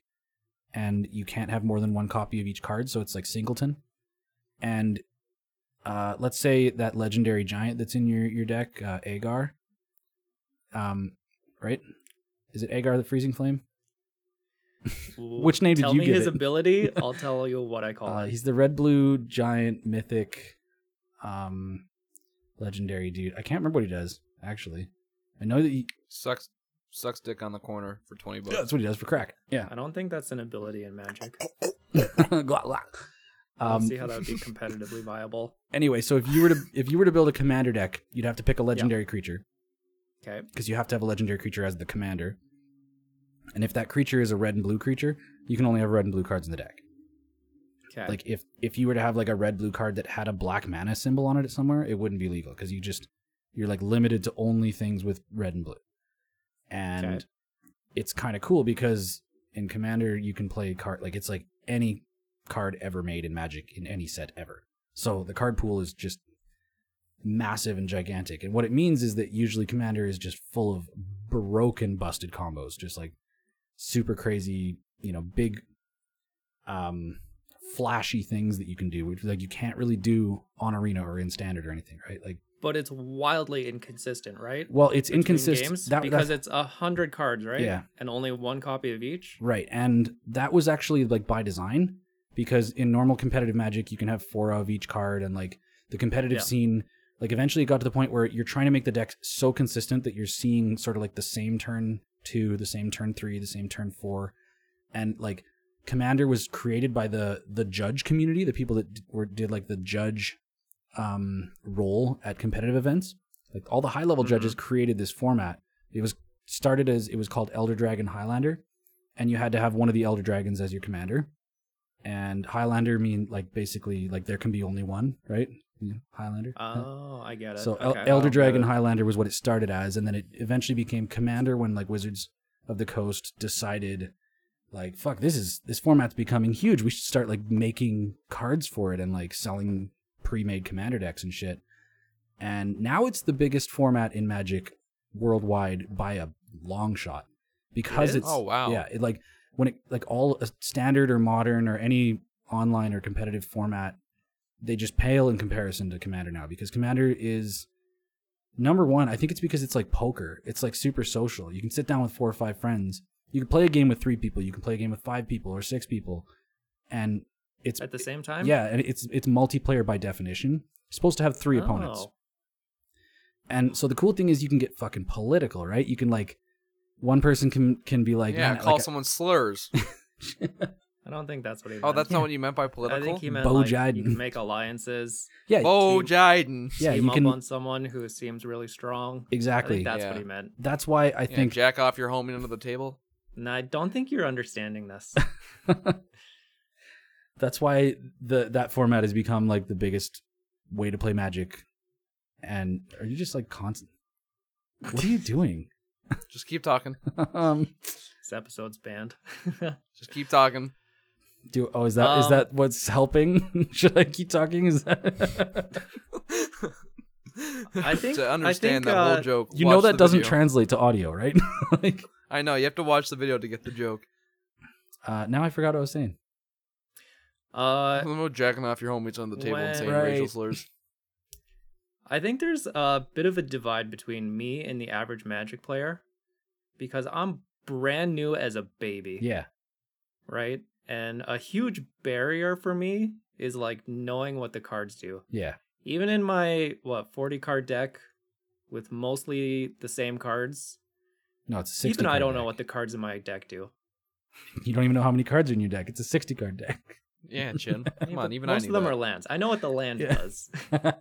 [SPEAKER 3] and you can't have more than one copy of each card, so it's like singleton. And uh, let's say that legendary giant that's in your your deck, uh, Agar. Um, right? Is it Agar the Freezing Flame? Which name did
[SPEAKER 2] tell
[SPEAKER 3] you
[SPEAKER 2] me
[SPEAKER 3] give
[SPEAKER 2] his
[SPEAKER 3] it?
[SPEAKER 2] ability. I'll tell you what I call
[SPEAKER 3] Uh,
[SPEAKER 2] it.
[SPEAKER 3] he's the red blue giant mythic, um, legendary dude. I can't remember what he does actually. I know that he,
[SPEAKER 1] Sucks sucks dick on the corner for twenty bucks.
[SPEAKER 3] that's what he does for crack. Yeah.
[SPEAKER 2] I don't think that's an ability in Magic.
[SPEAKER 3] Glot, glot.
[SPEAKER 2] I don't
[SPEAKER 3] Oh, Um,
[SPEAKER 2] see how that would be competitively viable.
[SPEAKER 3] anyway, so if you were to if you were to build a commander deck, you'd have to pick a legendary creature
[SPEAKER 2] Okay.
[SPEAKER 3] because you have to have a legendary creature as the commander. And if that creature is a red and blue creature, you can only have red and blue cards in the deck.
[SPEAKER 2] Okay.
[SPEAKER 3] Like if if you were to have like a red blue card that had a black mana symbol on it somewhere, it wouldn't be legal because you just you're like limited to only things with red and blue. And
[SPEAKER 2] Okay.
[SPEAKER 3] it's kind of cool because in Commander you can play card like it's like any card ever made in Magic in any set ever. So the card pool is just massive and gigantic. And what it means is that usually Commander is just full of broken busted combos, just like super crazy, you know, big um flashy things that you can do, which like you can't really do on arena or in standard or anything, right? Like
[SPEAKER 2] but it's wildly inconsistent, right?
[SPEAKER 3] well it's
[SPEAKER 2] Between
[SPEAKER 3] inconsistent
[SPEAKER 2] games because it's a hundred cards, right?
[SPEAKER 3] Yeah.
[SPEAKER 2] And only one copy of each.
[SPEAKER 3] Right. And that was actually like by design because in normal competitive magic you can have four of each card and like the competitive
[SPEAKER 2] Yeah.
[SPEAKER 3] scene like eventually it got to the point where you're trying to make the decks so consistent that you're seeing sort of like the same turn two the same turn three the same turn four and like commander was created by the the judge community the people that d- were did like the judge um role at competitive events like all the high level
[SPEAKER 2] Mhm.
[SPEAKER 3] judges created this format it was started as it was called elder dragon highlander and you had to have one of the elder dragons as your commander and highlander mean like basically like there can be only one right Yeah, highlander
[SPEAKER 2] Oh, I get it.
[SPEAKER 3] so El-
[SPEAKER 2] Okay, I
[SPEAKER 3] elder
[SPEAKER 2] don't get
[SPEAKER 3] dragon
[SPEAKER 2] it.
[SPEAKER 3] highlander was what it started as and then it eventually became commander when like wizards of the coast decided like fuck this is this format's becoming huge we should start like making cards for it and like selling pre-made commander decks and shit and now it's the biggest format in magic worldwide by a long shot because
[SPEAKER 2] is?
[SPEAKER 3] it's
[SPEAKER 1] Oh, wow.
[SPEAKER 3] yeah it like when it like all uh, standard or modern or any online or competitive format they just pale in comparison to commander now because commander is number one i think it's because it's like poker it's like super social you can sit down with four or five friends you can play a game with three people you can play a game with five people or six people and it's
[SPEAKER 2] at the same time.
[SPEAKER 3] yeah and it's it's multiplayer by definition you're supposed to have three opponents
[SPEAKER 2] Oh,
[SPEAKER 3] and so the cool thing is you can get fucking political right you can like one person can can be like
[SPEAKER 1] yeah,
[SPEAKER 3] "Man,
[SPEAKER 1] call
[SPEAKER 3] like, uh,
[SPEAKER 1] someone slurs.
[SPEAKER 2] I don't think that's what he.
[SPEAKER 1] Oh,
[SPEAKER 2] meant.
[SPEAKER 1] that's
[SPEAKER 3] Yeah.
[SPEAKER 1] not what you meant by
[SPEAKER 2] I
[SPEAKER 1] political.
[SPEAKER 2] think he meant
[SPEAKER 3] Bo
[SPEAKER 2] like,
[SPEAKER 3] Jiden.
[SPEAKER 2] you can make alliances,
[SPEAKER 3] yeah
[SPEAKER 1] Bo
[SPEAKER 2] Team-
[SPEAKER 1] Jiden.
[SPEAKER 3] yeah
[SPEAKER 2] team
[SPEAKER 3] you can
[SPEAKER 2] up on someone who seems really strong. I
[SPEAKER 3] exactly
[SPEAKER 2] think that's
[SPEAKER 1] Yeah.
[SPEAKER 2] what he meant.
[SPEAKER 3] that's why i
[SPEAKER 1] Yeah,
[SPEAKER 3] think
[SPEAKER 1] jack off your homie under the table.
[SPEAKER 2] No, I don't think you're understanding this.
[SPEAKER 3] that's why the that format has become like the biggest way to play magic and are you just like constant what are you doing
[SPEAKER 1] Just keep talking.
[SPEAKER 3] um
[SPEAKER 2] this episode's banned.
[SPEAKER 1] Just keep talking.
[SPEAKER 3] do oh is that is
[SPEAKER 2] Um,
[SPEAKER 3] that what's helping should i keep talking is that
[SPEAKER 1] I
[SPEAKER 2] think-
[SPEAKER 1] to
[SPEAKER 2] I
[SPEAKER 1] understand
[SPEAKER 2] think,
[SPEAKER 1] that
[SPEAKER 2] uh,
[SPEAKER 1] whole joke.
[SPEAKER 3] you
[SPEAKER 1] watch
[SPEAKER 3] know that
[SPEAKER 1] the
[SPEAKER 3] doesn't
[SPEAKER 1] video.
[SPEAKER 3] translate to audio right like
[SPEAKER 1] I know you have to watch the video to get the joke.
[SPEAKER 3] uh now i forgot what i was saying
[SPEAKER 1] I
[SPEAKER 2] uh,
[SPEAKER 1] don't know, jacking off your homies on the table and saying
[SPEAKER 3] Right.
[SPEAKER 1] racial slurs.
[SPEAKER 2] I think there's a bit of a divide between me and the average Magic player because I'm brand new as a baby,
[SPEAKER 3] yeah
[SPEAKER 2] right? And a huge barrier for me is like knowing what the cards do.
[SPEAKER 3] yeah
[SPEAKER 2] Even in my what 40 card deck with mostly the same cards,
[SPEAKER 3] no it's a 60
[SPEAKER 2] even I
[SPEAKER 3] card
[SPEAKER 2] don't know
[SPEAKER 3] deck.
[SPEAKER 2] what the cards in my deck do.
[SPEAKER 3] you don't even know how many cards are in your deck it's a 60 card deck
[SPEAKER 1] Yeah, Chin.
[SPEAKER 2] Yeah,
[SPEAKER 1] Come
[SPEAKER 2] but
[SPEAKER 1] on, even I
[SPEAKER 2] most
[SPEAKER 1] knew
[SPEAKER 2] of them
[SPEAKER 1] that.
[SPEAKER 2] are lands. I know what the land
[SPEAKER 3] Yeah.
[SPEAKER 2] does.
[SPEAKER 3] the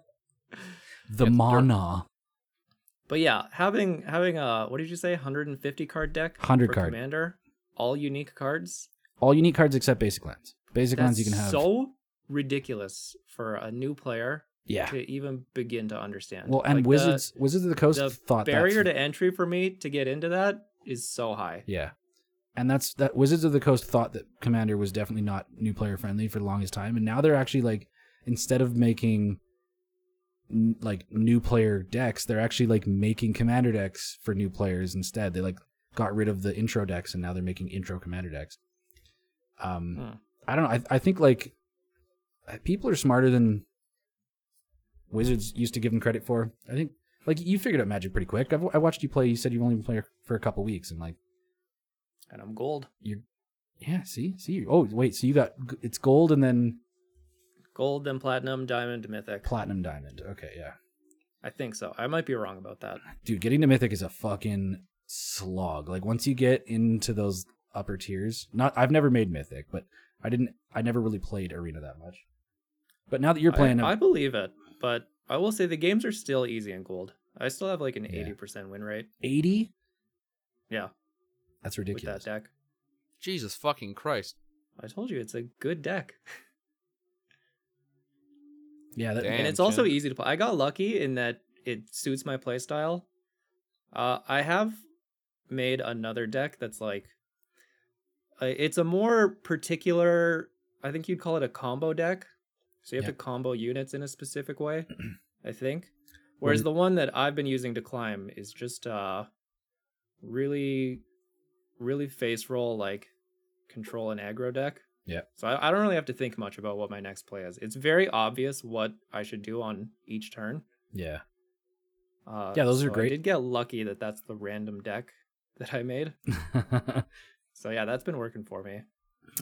[SPEAKER 1] It's dirt.
[SPEAKER 3] mana
[SPEAKER 2] But yeah, having having a what did you say, 150 card deck,
[SPEAKER 3] 100
[SPEAKER 2] for
[SPEAKER 3] card.
[SPEAKER 2] commander, all unique cards.
[SPEAKER 3] all unique cards except basic lands basic lands
[SPEAKER 2] That's
[SPEAKER 3] you can have
[SPEAKER 2] so ridiculous for a new player
[SPEAKER 3] yeah
[SPEAKER 2] to even begin to understand.
[SPEAKER 3] Well, and
[SPEAKER 2] Like, the-
[SPEAKER 3] Wizards Wizards of the Coast
[SPEAKER 2] the
[SPEAKER 3] thought
[SPEAKER 2] barrier
[SPEAKER 3] that's,
[SPEAKER 2] to entry for me to get into that is so high.
[SPEAKER 3] yeah, and that's that Wizards of the Coast thought that Commander was definitely not new player friendly for the longest time, and now they're actually like instead of making n- like new player decks, they're actually like making Commander decks for new players instead. They like got rid of the intro decks, and now they're making intro Commander decks. Um,
[SPEAKER 2] Hmm.
[SPEAKER 3] I don't know. I I think like people are smarter than Wizards used to give them credit for. I think like you figured out Magic pretty quick. I've, I watched you play. You said you've only been playing for a couple weeks, and like
[SPEAKER 2] And I'm gold,
[SPEAKER 3] yeah, see, see. Oh wait, so you got g- it's gold and then
[SPEAKER 2] gold, then platinum, diamond, mythic.
[SPEAKER 3] platinum, diamond. Okay, yeah,
[SPEAKER 2] I think so. I might be wrong about that.
[SPEAKER 3] dude, getting to mythic is a fucking slog. Like once you get into those upper tiers, not I've never made mythic, but I didn't. I never really played arena that much. But now that you're playing,
[SPEAKER 2] I, I believe it, but I will say the games are still easy in gold. I still have like an
[SPEAKER 3] Yeah.
[SPEAKER 2] eighty percent win rate
[SPEAKER 3] eighty,
[SPEAKER 2] Yeah.
[SPEAKER 3] that's ridiculous.
[SPEAKER 2] with that deck.
[SPEAKER 1] Jesus fucking Christ.
[SPEAKER 2] I told you it's a good deck.
[SPEAKER 3] Yeah, that,
[SPEAKER 1] Damn.
[SPEAKER 2] and it's also
[SPEAKER 1] Jen.
[SPEAKER 2] easy to play. I got lucky in that it suits my playstyle. Uh, I have made another deck that's like, uh, it's a more particular. I think you'd call it a combo deck. So you have
[SPEAKER 3] Yeah.
[SPEAKER 2] to combo units in a specific way. I think.
[SPEAKER 3] What
[SPEAKER 2] Whereas
[SPEAKER 3] is-
[SPEAKER 2] the one that I've been using to climb is just uh, really, really face roll like control and aggro deck.
[SPEAKER 3] Yeah.
[SPEAKER 2] So I, I don't really have to think much about what my next play is. It's very obvious what I should do on each turn.
[SPEAKER 3] yeah.
[SPEAKER 2] Uh,
[SPEAKER 3] Yeah, those are
[SPEAKER 2] so
[SPEAKER 3] great.
[SPEAKER 2] I did get lucky that that's the random deck that I made. So yeah, that's been working for me.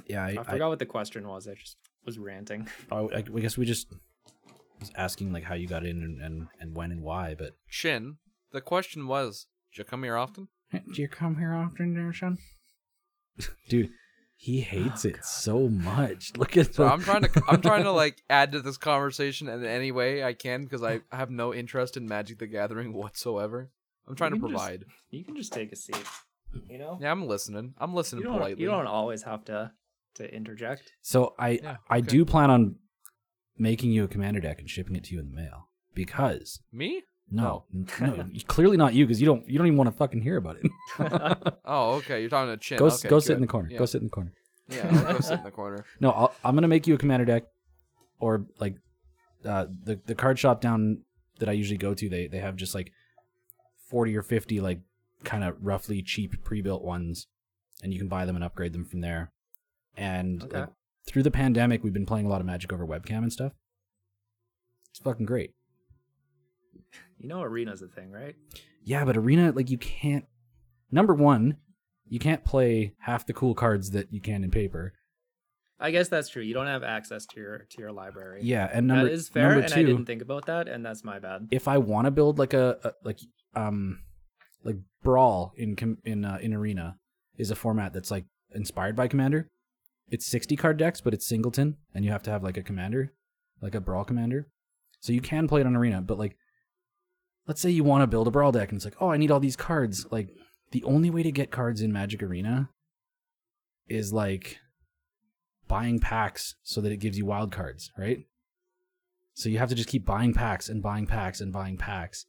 [SPEAKER 3] Yeah, I,
[SPEAKER 2] I
[SPEAKER 3] I,
[SPEAKER 2] forgot what the question was. I just was ranting.
[SPEAKER 3] I, I guess we just was asking like how you got in and, and, and when and why, but
[SPEAKER 1] Shin, the question was, do you come here often?
[SPEAKER 3] do you come here often, there, son? Dude, he hates it so much. Look at
[SPEAKER 1] So
[SPEAKER 3] the-
[SPEAKER 1] I'm trying to I'm trying to like add to this conversation in any way I can because I have no interest in Magic the Gathering whatsoever. I'm trying to
[SPEAKER 2] You can just-
[SPEAKER 1] provide.
[SPEAKER 2] You can just take a seat. You know,
[SPEAKER 1] Yeah, I'm listening. I'm listening
[SPEAKER 2] you, don't,
[SPEAKER 1] politely.
[SPEAKER 2] you don't always have to to interject.
[SPEAKER 3] So I
[SPEAKER 1] Yeah,
[SPEAKER 3] I
[SPEAKER 1] okay.
[SPEAKER 3] do plan on making you a commander deck and shipping it to you in the mail because
[SPEAKER 1] Me? Oh.
[SPEAKER 3] no n- no clearly not you because you don't you don't even want to fucking hear about it.
[SPEAKER 1] Oh, okay. You're talking to Chin.
[SPEAKER 3] go s-
[SPEAKER 1] okay,
[SPEAKER 3] go sit in the
[SPEAKER 1] good.
[SPEAKER 3] corner.
[SPEAKER 1] Yeah.
[SPEAKER 3] Go sit in the corner.
[SPEAKER 1] Yeah, I'll go sit in the corner.
[SPEAKER 3] No, I'll, I'm gonna make you a commander deck, or like uh, the the card shop down that I usually go to. They they have just like forty or fifty like kind of roughly cheap pre built ones, and you can buy them and upgrade them from there. And
[SPEAKER 2] Okay.
[SPEAKER 3] like, through the pandemic, we've been playing a lot of Magic over webcam and stuff. It's fucking great.
[SPEAKER 2] You know, arena's a thing, right?
[SPEAKER 3] Yeah, but arena like you can't. Number one, you can't play half the cool cards that you can in paper.
[SPEAKER 2] I guess that's true. You don't have access to your to your library.
[SPEAKER 3] Yeah, and number
[SPEAKER 2] that is fair,
[SPEAKER 3] number
[SPEAKER 2] and
[SPEAKER 3] two,
[SPEAKER 2] I didn't think about that, and that's my bad.
[SPEAKER 3] if I want to build like a, a like um like brawl in com- in uh, in arena is a format that's like inspired by commander. It's 60 card decks, but it's singleton, and you have to have like a commander, like a brawl commander. So you can play it on arena, but like, let's say you want to build a brawl deck, and it's like, oh, I need all these cards. Like, the only way to get cards in Magic Arena is like buying packs so that it gives you wild cards, right? So you have to just keep buying packs and buying packs and buying packs.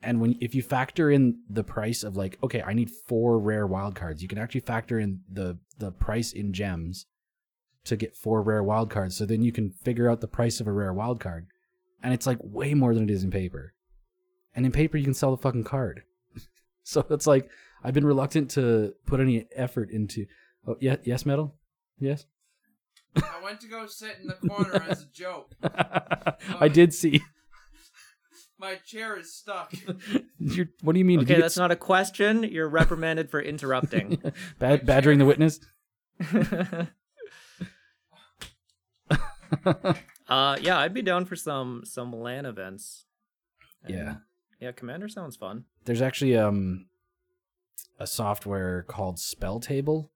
[SPEAKER 3] And when if you factor in the price of like, okay, I need four rare wild cards, you can actually factor in the the price in gems to get four rare wild cards. So then you can figure out the price of a rare wild card. And it's like way more than it is in paper. And in paper you can sell the fucking card. so it's like I've been reluctant to put any effort into Oh, yeah, yes, metal? Yes.
[SPEAKER 1] I went to go sit in the corner as a joke.
[SPEAKER 3] I did see.
[SPEAKER 1] My chair is stuck.
[SPEAKER 3] You're, what do you mean? Did you
[SPEAKER 2] Okay,
[SPEAKER 3] get
[SPEAKER 2] that's not a question. You're reprimanded for interrupting.
[SPEAKER 3] Bad, badgering the witness.
[SPEAKER 2] uh, Uh, yeah, I'd be down for some some LAN events. And,
[SPEAKER 3] Yeah.
[SPEAKER 2] yeah. Commander sounds fun.
[SPEAKER 3] There's actually um a software called Spell Table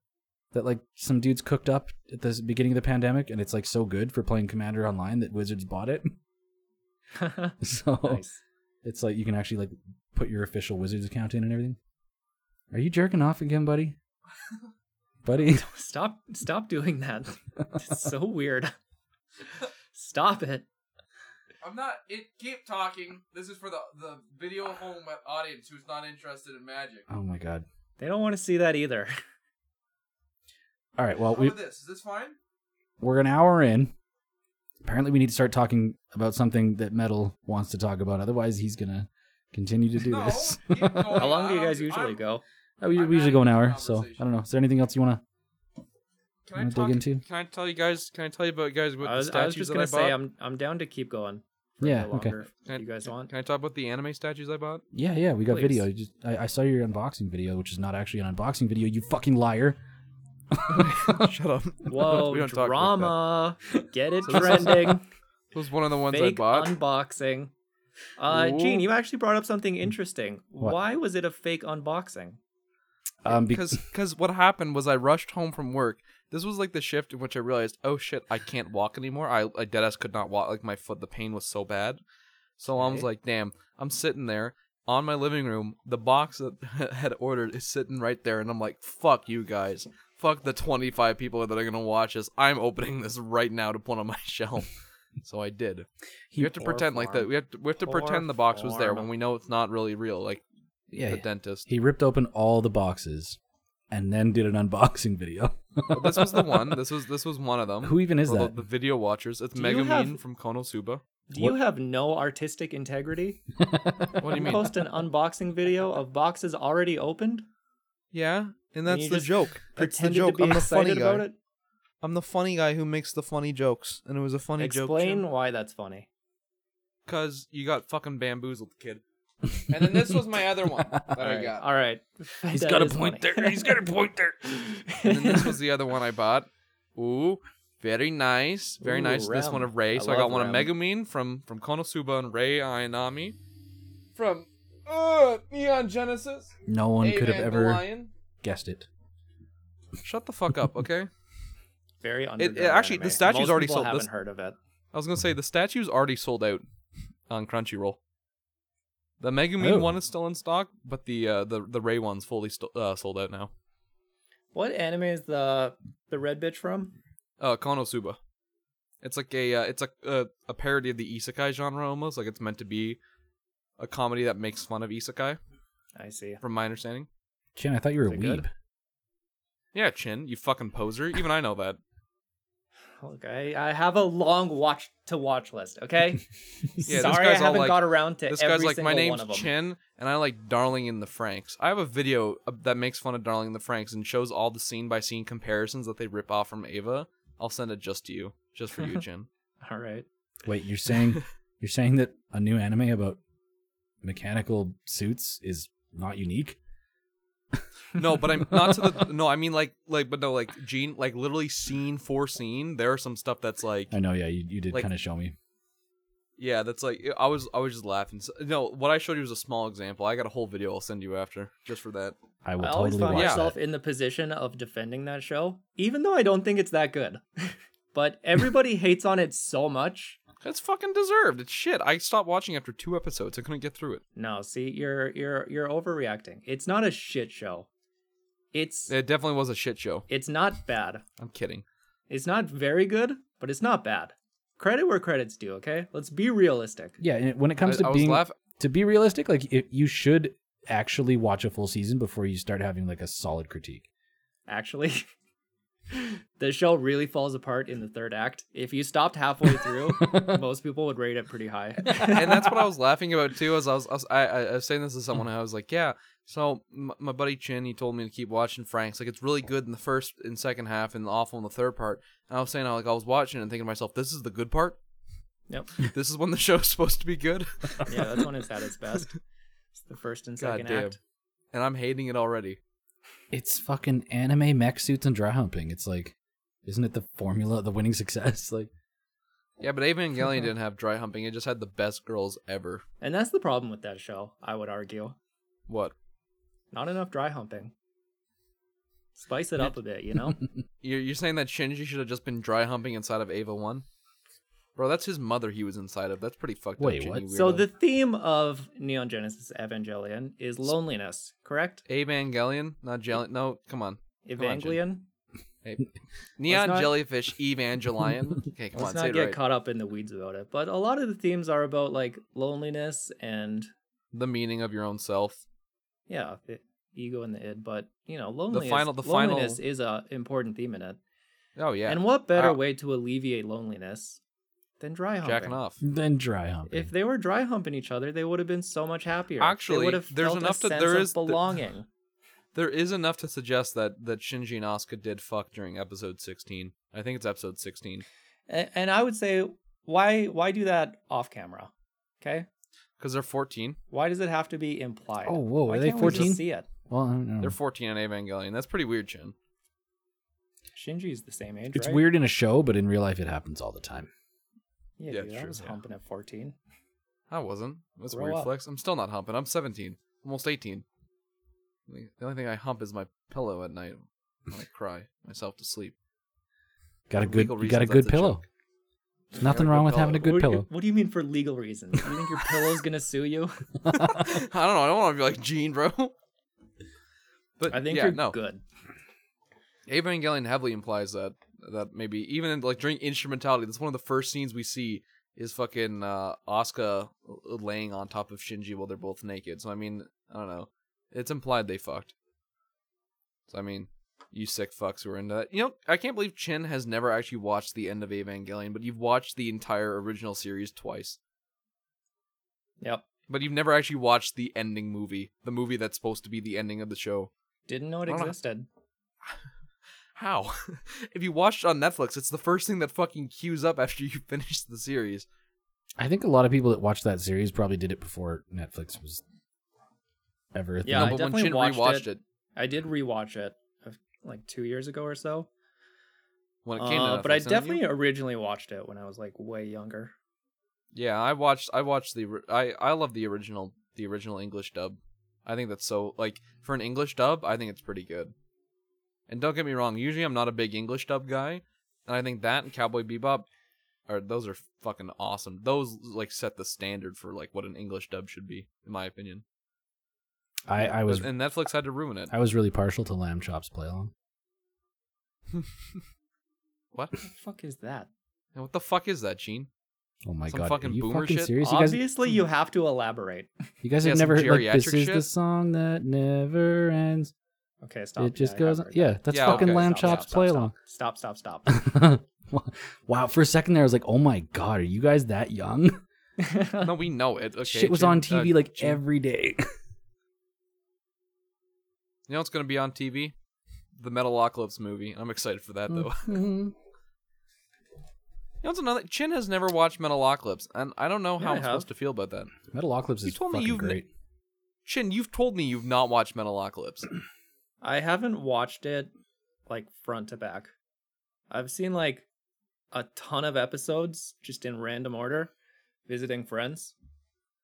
[SPEAKER 3] that like some dudes cooked up at the beginning of the pandemic, and it's like so good for playing Commander online that Wizards bought it. So
[SPEAKER 2] nice.
[SPEAKER 3] it's like you can actually like put your official Wizards account in and everything. Are you jerking off again, buddy? buddy,
[SPEAKER 2] Stop stop doing that. It's so weird. Stop it.
[SPEAKER 1] I'm not. It keep talking. This is for the the video home audience who's not interested in magic.
[SPEAKER 3] oh my god!
[SPEAKER 2] They don't want to see that either.
[SPEAKER 3] All right, well Oh, we
[SPEAKER 1] this? Is this fine?
[SPEAKER 3] we're an hour in. Apparently, we need to start talking about something that Metal wants to talk about. Otherwise, he's gonna continue to do
[SPEAKER 1] No,
[SPEAKER 3] this.
[SPEAKER 1] keep going.
[SPEAKER 2] How long do you
[SPEAKER 1] Oh, I'm-
[SPEAKER 2] guys usually
[SPEAKER 1] I'm-
[SPEAKER 2] go?
[SPEAKER 3] Uh, we,
[SPEAKER 1] I'm
[SPEAKER 3] we usually
[SPEAKER 1] having
[SPEAKER 3] go an
[SPEAKER 1] a
[SPEAKER 3] hour, so
[SPEAKER 1] conversation.
[SPEAKER 3] I don't know. Is there anything else you want
[SPEAKER 1] Can I
[SPEAKER 3] Wanna dig
[SPEAKER 1] talk,
[SPEAKER 3] into?
[SPEAKER 1] Can I tell you guys? Can I tell you about guys what
[SPEAKER 2] I was,
[SPEAKER 1] the
[SPEAKER 2] I
[SPEAKER 1] statues
[SPEAKER 2] was just
[SPEAKER 1] that
[SPEAKER 2] gonna
[SPEAKER 1] I
[SPEAKER 2] say
[SPEAKER 1] bought?
[SPEAKER 2] I'm I'm down to keep going. For
[SPEAKER 3] Yeah,
[SPEAKER 2] a bit
[SPEAKER 3] okay.
[SPEAKER 2] longer
[SPEAKER 1] Can I-
[SPEAKER 2] If you guys want?
[SPEAKER 1] Can I talk about the anime statues I bought?
[SPEAKER 3] to? Yeah, yeah, we got
[SPEAKER 2] Please.
[SPEAKER 3] video. You just, I, I saw your unboxing video, which is not actually an unboxing video. You fucking liar!
[SPEAKER 1] Shut up.
[SPEAKER 2] Whoa,
[SPEAKER 1] we don't talk about
[SPEAKER 2] drama. Get it
[SPEAKER 1] So this is-
[SPEAKER 2] trending.
[SPEAKER 1] It was one of the ones I
[SPEAKER 2] Fake
[SPEAKER 1] bought.
[SPEAKER 2] unboxing. Uh,
[SPEAKER 1] Ooh.
[SPEAKER 2] Gene, you actually brought up something interesting.
[SPEAKER 3] What?
[SPEAKER 2] Why was it a fake unboxing?
[SPEAKER 3] Um, be-
[SPEAKER 1] because because what happened was I rushed home from work. This was like the shift in which I realized, oh shit, I can't walk anymore. I I deadass could not walk. Like my foot, the pain was so bad. So I was
[SPEAKER 2] Right.
[SPEAKER 1] like, damn, I'm sitting there on my living room. The box that I had ordered is sitting right there, and I'm like, fuck you guys, fuck the 25 people that are gonna watch this. I'm opening this right now to put on my shelf. so I did.
[SPEAKER 3] he-
[SPEAKER 1] we have to
[SPEAKER 2] poor
[SPEAKER 1] pretend like
[SPEAKER 2] form.
[SPEAKER 1] that. We have to, we have to
[SPEAKER 2] Poor
[SPEAKER 1] pretend the box was there
[SPEAKER 2] form.
[SPEAKER 1] when we know it's not really real. Like
[SPEAKER 3] yeah,
[SPEAKER 1] the
[SPEAKER 3] yeah.
[SPEAKER 1] dentist.
[SPEAKER 3] he ripped open all the boxes, and then did an unboxing video.
[SPEAKER 1] But this was the one. This was this was one of them.
[SPEAKER 3] Who even is
[SPEAKER 1] For the-
[SPEAKER 3] that?
[SPEAKER 1] The, video watchers. It's
[SPEAKER 2] Do you
[SPEAKER 1] Megumin
[SPEAKER 2] have-
[SPEAKER 1] from Konosuba.
[SPEAKER 2] Do
[SPEAKER 3] What-
[SPEAKER 2] you have no artistic integrity?
[SPEAKER 1] What do you mean?
[SPEAKER 2] Post an unboxing video of boxes already opened.
[SPEAKER 1] Yeah, and
[SPEAKER 2] that's
[SPEAKER 1] that's
[SPEAKER 2] you
[SPEAKER 1] the
[SPEAKER 2] the just
[SPEAKER 1] joke. That's the
[SPEAKER 2] Pretended
[SPEAKER 1] joke.
[SPEAKER 2] to be
[SPEAKER 1] I'm the funny
[SPEAKER 2] excited about
[SPEAKER 1] guy.
[SPEAKER 2] it.
[SPEAKER 1] I'm the funny guy who makes the funny jokes, and it was a funny
[SPEAKER 2] Explain
[SPEAKER 1] joke.
[SPEAKER 2] why that's funny.
[SPEAKER 1] Because you got fucking bamboozled, kid. And then this was my other one that
[SPEAKER 2] All
[SPEAKER 1] I
[SPEAKER 2] right,
[SPEAKER 1] got.
[SPEAKER 2] All right.
[SPEAKER 3] He's
[SPEAKER 2] That
[SPEAKER 3] got a
[SPEAKER 2] is
[SPEAKER 3] point
[SPEAKER 2] funny.
[SPEAKER 3] there. He's got a point there.
[SPEAKER 1] And then this was the other one I bought. Ooh, very nice, very
[SPEAKER 2] Ooh,
[SPEAKER 1] nice. This one
[SPEAKER 2] Rem.
[SPEAKER 1] of Ray.
[SPEAKER 2] I
[SPEAKER 1] so I got
[SPEAKER 2] love
[SPEAKER 1] one
[SPEAKER 2] Rem.
[SPEAKER 1] of Megumin from from Konosuba and Ray Ayanami from uh, Neon Genesis.
[SPEAKER 3] No one could have
[SPEAKER 1] Avan
[SPEAKER 3] ever
[SPEAKER 1] Golion.
[SPEAKER 3] guessed it.
[SPEAKER 1] Shut the fuck up, okay?
[SPEAKER 2] Very
[SPEAKER 1] it-
[SPEAKER 2] underground.
[SPEAKER 1] actually, the
[SPEAKER 2] anime.
[SPEAKER 1] statue's
[SPEAKER 2] Most
[SPEAKER 1] already
[SPEAKER 2] people
[SPEAKER 1] sold.
[SPEAKER 2] Haven't
[SPEAKER 1] This-
[SPEAKER 2] heard of it.
[SPEAKER 1] I was gonna say the statue's already sold out on Crunchyroll. The Megumin
[SPEAKER 3] Oh.
[SPEAKER 1] one is still in stock, but the uh, the the Ray one's fully sto- uh, sold out now.
[SPEAKER 2] What anime is the the red bitch from?
[SPEAKER 1] Uh, Konosuba. It's like a uh, it's like a, a parody of the isekai genre almost. Like it's meant to be a comedy that makes fun of isekai,
[SPEAKER 2] I see.
[SPEAKER 1] from my understanding.
[SPEAKER 3] Chin, I thought you were a
[SPEAKER 2] Is it good?
[SPEAKER 3] weeb.
[SPEAKER 1] Yeah, Chin, you fucking poser. Even I know that.
[SPEAKER 2] Look, I, I have a long watch to watch list. Okay.
[SPEAKER 1] Yeah, this
[SPEAKER 2] Sorry, I
[SPEAKER 1] guy's all
[SPEAKER 2] haven't
[SPEAKER 1] like-
[SPEAKER 2] got around to
[SPEAKER 1] this
[SPEAKER 2] every
[SPEAKER 1] guy's like,
[SPEAKER 2] single
[SPEAKER 1] my
[SPEAKER 2] one
[SPEAKER 1] name's
[SPEAKER 2] of them.
[SPEAKER 1] Chin, and I like Darling in the Franks. I have a video of- that makes fun of Darling in the Franks and shows all the scene by scene comparisons that they rip off from Ava. I'll send it just to you, just for you, Chin.
[SPEAKER 2] All right.
[SPEAKER 3] Wait, you're saying you're saying that a new anime about mechanical suits is not unique?
[SPEAKER 1] No, but I'm not to the no. I mean like like but no like Gene like literally scene for scene. There are some stuff that's like
[SPEAKER 3] I know, yeah, you, you did
[SPEAKER 1] Like-
[SPEAKER 3] kind of show me.
[SPEAKER 1] yeah that's like I was I was just laughing. So- No, what I showed you was a small example. I got a whole video I'll send you after just for that.
[SPEAKER 3] I will
[SPEAKER 2] I always
[SPEAKER 3] totally
[SPEAKER 2] found
[SPEAKER 3] watch
[SPEAKER 1] Yeah.
[SPEAKER 2] myself in the position of defending that show, even though I don't think it's that good. but everybody hates on it so much.
[SPEAKER 1] It's fucking deserved. It's shit. I stopped watching after two episodes. I couldn't get through it.
[SPEAKER 2] No, see, you're you're you're overreacting. It's not a shit show. It's
[SPEAKER 1] It definitely was a shit show.
[SPEAKER 2] it's not bad.
[SPEAKER 1] I'm kidding.
[SPEAKER 2] It's not very good, but it's not bad. Credit where credit's due, okay? Let's be realistic.
[SPEAKER 3] Yeah, and when it comes
[SPEAKER 1] I,
[SPEAKER 3] to
[SPEAKER 1] I was
[SPEAKER 3] being
[SPEAKER 1] laugh-
[SPEAKER 3] to be realistic, like it, you should actually watch a full season before you start having like a solid critique.
[SPEAKER 2] Actually, the show really falls apart in the third act. If you stopped halfway through, most people would rate it pretty high.
[SPEAKER 1] and that's what I was laughing about too. As I was, I was, I, I- I was saying this to someone, and I was like, "Yeah." So m- my buddy Chin, he told me to keep watching Frank's. Like it's really good in the first and second half, and awful in the third part. And I was saying, I like I was watching and thinking to myself, "This is the good part.
[SPEAKER 2] Yep.
[SPEAKER 1] This is when the show's supposed to be good."
[SPEAKER 2] Yeah, that's when it's at its best. It's the first and second
[SPEAKER 1] Goddamn.
[SPEAKER 2] act.
[SPEAKER 1] And I'm hating it already.
[SPEAKER 3] It's fucking anime mech suits and dry humping. It's like, isn't it the formula of the winning success? Like,
[SPEAKER 1] Yeah, but Evangelion didn't have dry humping. It just had the best girls ever.
[SPEAKER 2] And that's the problem with that show, I would argue.
[SPEAKER 1] What?
[SPEAKER 2] Not enough dry humping. Spice it up a bit, you know?
[SPEAKER 1] You're, you're saying that Shinji should have just been dry humping inside of Ava One? Bro, that's his mother. He was inside of. That's pretty fucked
[SPEAKER 3] Wait,
[SPEAKER 1] up. Chin,
[SPEAKER 3] what?
[SPEAKER 1] you
[SPEAKER 2] so
[SPEAKER 1] weirdo.
[SPEAKER 2] the theme of Neon Genesis Evangelion is loneliness, correct?
[SPEAKER 1] Evangelion, not Jelly. No, come on. Come on, Jin.
[SPEAKER 2] Evangelion?
[SPEAKER 1] Neon
[SPEAKER 2] not-
[SPEAKER 1] jellyfish Evangelion. Okay, come
[SPEAKER 2] Let's
[SPEAKER 1] on, say
[SPEAKER 2] not
[SPEAKER 1] it
[SPEAKER 2] get
[SPEAKER 1] right.
[SPEAKER 2] caught up in the weeds about it. But a lot of the themes are about like loneliness and
[SPEAKER 1] the meaning of your own self.
[SPEAKER 2] yeah, the ego and the id. But you know, loneliness.
[SPEAKER 1] final- the final-
[SPEAKER 2] loneliness is a important theme in it.
[SPEAKER 1] Oh yeah,
[SPEAKER 2] And what better
[SPEAKER 1] Uh,
[SPEAKER 2] way to alleviate loneliness than dry humping?
[SPEAKER 1] jacking off.
[SPEAKER 3] then dry humping.
[SPEAKER 2] If they were dry humping each other, they would have been so much happier.
[SPEAKER 1] Actually,
[SPEAKER 2] they would have
[SPEAKER 1] there's
[SPEAKER 2] felt
[SPEAKER 1] enough
[SPEAKER 2] a
[SPEAKER 1] to-
[SPEAKER 2] sense
[SPEAKER 1] there
[SPEAKER 2] of
[SPEAKER 1] is the-
[SPEAKER 2] belonging.
[SPEAKER 1] There is enough to suggest that that Shinji and Asuka did fuck during episode 16. I think it's episode 16
[SPEAKER 2] A- and I would say, why why do that off camera? Okay,
[SPEAKER 1] because they're 14.
[SPEAKER 2] why does it have to be implied?
[SPEAKER 3] Oh, whoa,
[SPEAKER 2] Why
[SPEAKER 3] are they
[SPEAKER 2] can't we just
[SPEAKER 3] 14?
[SPEAKER 2] See it.
[SPEAKER 3] well, I
[SPEAKER 2] Hmm.
[SPEAKER 3] don't know.
[SPEAKER 1] They're 14 in Evangelion. That's pretty weird, Chin.
[SPEAKER 2] Shinji's the same age.
[SPEAKER 3] it's
[SPEAKER 2] right?
[SPEAKER 3] weird in a show, but in real life, it happens all the time.
[SPEAKER 2] Yeah,
[SPEAKER 1] Yeah,
[SPEAKER 2] dude, I
[SPEAKER 1] true,
[SPEAKER 2] was
[SPEAKER 1] yeah.
[SPEAKER 2] humping at 14.
[SPEAKER 1] I wasn't. That's a
[SPEAKER 2] Grow
[SPEAKER 1] weird
[SPEAKER 2] up.
[SPEAKER 1] flex. I'm still not humping. I'm 17, almost 18. The only thing I hump is my pillow at night when I cry myself to sleep.
[SPEAKER 3] Got a
[SPEAKER 1] For
[SPEAKER 3] good,
[SPEAKER 1] legal
[SPEAKER 3] you got a
[SPEAKER 1] reasons, that's
[SPEAKER 3] good
[SPEAKER 1] a
[SPEAKER 3] pillow.
[SPEAKER 1] joke.
[SPEAKER 3] There's nothing
[SPEAKER 1] Yeah,
[SPEAKER 3] wrong
[SPEAKER 1] good
[SPEAKER 3] with having a
[SPEAKER 1] pillow.
[SPEAKER 3] good
[SPEAKER 2] what, do you-
[SPEAKER 3] pillow.
[SPEAKER 2] what do you mean for legal reasons? You think your pillow's gonna sue you?
[SPEAKER 1] I don't know. I don't want to be like Gene, bro. But
[SPEAKER 2] I think
[SPEAKER 1] yeah,
[SPEAKER 2] you're
[SPEAKER 1] no.
[SPEAKER 2] good.
[SPEAKER 1] Evangelion heavily implies that that maybe even in, like during instrumentality, that's one of the first scenes we see is fucking uh, Asuka laying on top of Shinji while they're both naked. So I mean, I don't know. It's implied they fucked. So I mean, you sick fucks who are into that. You know, I can't believe Chin has never actually watched the end of Evangelion, but you've watched the entire original series twice.
[SPEAKER 2] Yep.
[SPEAKER 1] But you've never actually watched the ending movie, the movie that's supposed to be the ending of the show.
[SPEAKER 2] Didn't know it
[SPEAKER 1] I don't know.
[SPEAKER 2] existed.
[SPEAKER 1] How? if you watch it on Netflix, it's the first thing that fucking queues up after you finish the series.
[SPEAKER 3] I think a lot of people that watched that series probably did it before Netflix was ever. a thing.
[SPEAKER 1] no,
[SPEAKER 2] Yeah,
[SPEAKER 1] but
[SPEAKER 2] I
[SPEAKER 1] when
[SPEAKER 2] definitely
[SPEAKER 1] Chin
[SPEAKER 2] watched
[SPEAKER 1] rewatched
[SPEAKER 2] it.
[SPEAKER 1] it,
[SPEAKER 2] I did rewatch it uh, like two years ago or so.
[SPEAKER 1] when it came
[SPEAKER 2] Uh,
[SPEAKER 1] to
[SPEAKER 2] but I
[SPEAKER 1] Netflix, didn't you?
[SPEAKER 2] definitely originally watched it when I was like way younger.
[SPEAKER 1] Yeah, I watched. I watched the. ori- I I love the original. The original English dub. I think that's so like for an English dub. I think it's pretty good. And don't get me wrong. Usually, I'm not a big English dub guy, and I think that and Cowboy Bebop, are those are fucking awesome. Those like set the standard for like what an English dub should be, in my opinion.
[SPEAKER 3] I, I was
[SPEAKER 1] and Netflix had to ruin it.
[SPEAKER 3] I was really partial to Lamb Chop's play along.
[SPEAKER 1] what?
[SPEAKER 2] What the fuck is that?
[SPEAKER 1] And what the fuck is that, Gene?
[SPEAKER 3] Oh my
[SPEAKER 1] Some
[SPEAKER 3] god,
[SPEAKER 1] fucking
[SPEAKER 3] are you
[SPEAKER 1] boomer
[SPEAKER 3] fucking
[SPEAKER 1] shit?
[SPEAKER 3] serious? You guys,
[SPEAKER 2] Obviously, you have to elaborate.
[SPEAKER 3] you guys
[SPEAKER 1] Yeah,
[SPEAKER 3] have
[SPEAKER 1] some
[SPEAKER 3] never heard like this
[SPEAKER 1] geriatric
[SPEAKER 3] is the
[SPEAKER 1] shit?
[SPEAKER 3] song that never ends.
[SPEAKER 2] Okay, stop.
[SPEAKER 3] it just
[SPEAKER 2] Yeah, I have
[SPEAKER 3] goes on.
[SPEAKER 2] heard
[SPEAKER 3] Yeah,
[SPEAKER 2] that.
[SPEAKER 3] that's
[SPEAKER 1] Yeah,
[SPEAKER 3] fucking
[SPEAKER 1] Oh, okay,
[SPEAKER 3] Lamb
[SPEAKER 1] stop,
[SPEAKER 3] Chop's
[SPEAKER 2] stop,
[SPEAKER 3] play
[SPEAKER 2] stop,
[SPEAKER 3] along.
[SPEAKER 2] Stop, stop, stop.
[SPEAKER 3] wow, for a second there, I was like, oh my god, are you guys that young?
[SPEAKER 1] No, we know it. Okay,
[SPEAKER 3] shit was
[SPEAKER 1] Gene-
[SPEAKER 3] on
[SPEAKER 1] uh,
[SPEAKER 3] TV like
[SPEAKER 1] Gene,
[SPEAKER 3] every day.
[SPEAKER 1] You know what's gonna be on TV? The Metalocalypse movie. I'm excited for
[SPEAKER 3] Hmm.
[SPEAKER 1] that though. You know, it's another Chin has never watched Metalocalypse, and I don't know
[SPEAKER 2] Yeah,
[SPEAKER 1] how
[SPEAKER 2] I
[SPEAKER 1] I'm
[SPEAKER 2] have.
[SPEAKER 1] supposed to feel about that.
[SPEAKER 3] Metalocalypse
[SPEAKER 1] You
[SPEAKER 3] is
[SPEAKER 1] told me
[SPEAKER 3] fucking
[SPEAKER 1] you've n-
[SPEAKER 3] great.
[SPEAKER 1] Chin, you've told me you've not watched Metalocalypse.
[SPEAKER 2] I haven't watched it like front to back. I've seen like a ton of episodes just in random order, visiting friends.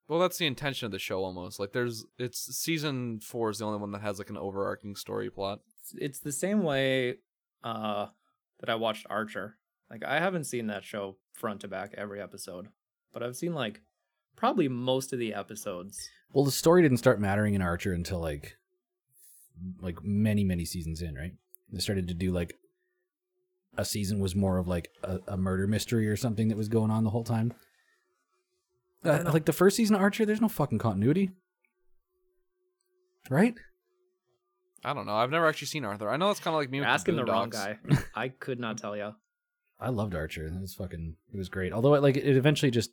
[SPEAKER 1] well, that's the intention of the show almost. Like there's it's season 4 is the only one that has like an overarching story plot.
[SPEAKER 2] It's, it's the same way uh that I watched Archer. Like I haven't seen that show front to back every episode, but I've seen like probably most of the episodes.
[SPEAKER 3] Well, the story didn't start mattering in Archer until like like many many seasons in, right? They started to do like a season was more of like a, a murder mystery or something that was going on the whole time.
[SPEAKER 2] I
[SPEAKER 3] Uh,
[SPEAKER 2] don't know.
[SPEAKER 3] like the first season of Archer, there's no fucking continuity, right?
[SPEAKER 1] I don't know. I've never actually seen Arthur. I know that's kind of like me
[SPEAKER 2] You're
[SPEAKER 1] with
[SPEAKER 2] asking
[SPEAKER 1] the,
[SPEAKER 2] the wrong
[SPEAKER 1] Boondocks.
[SPEAKER 2] guy. I could not tell you.
[SPEAKER 3] I loved Archer. It was fucking. It was great. Although, it, like, it eventually just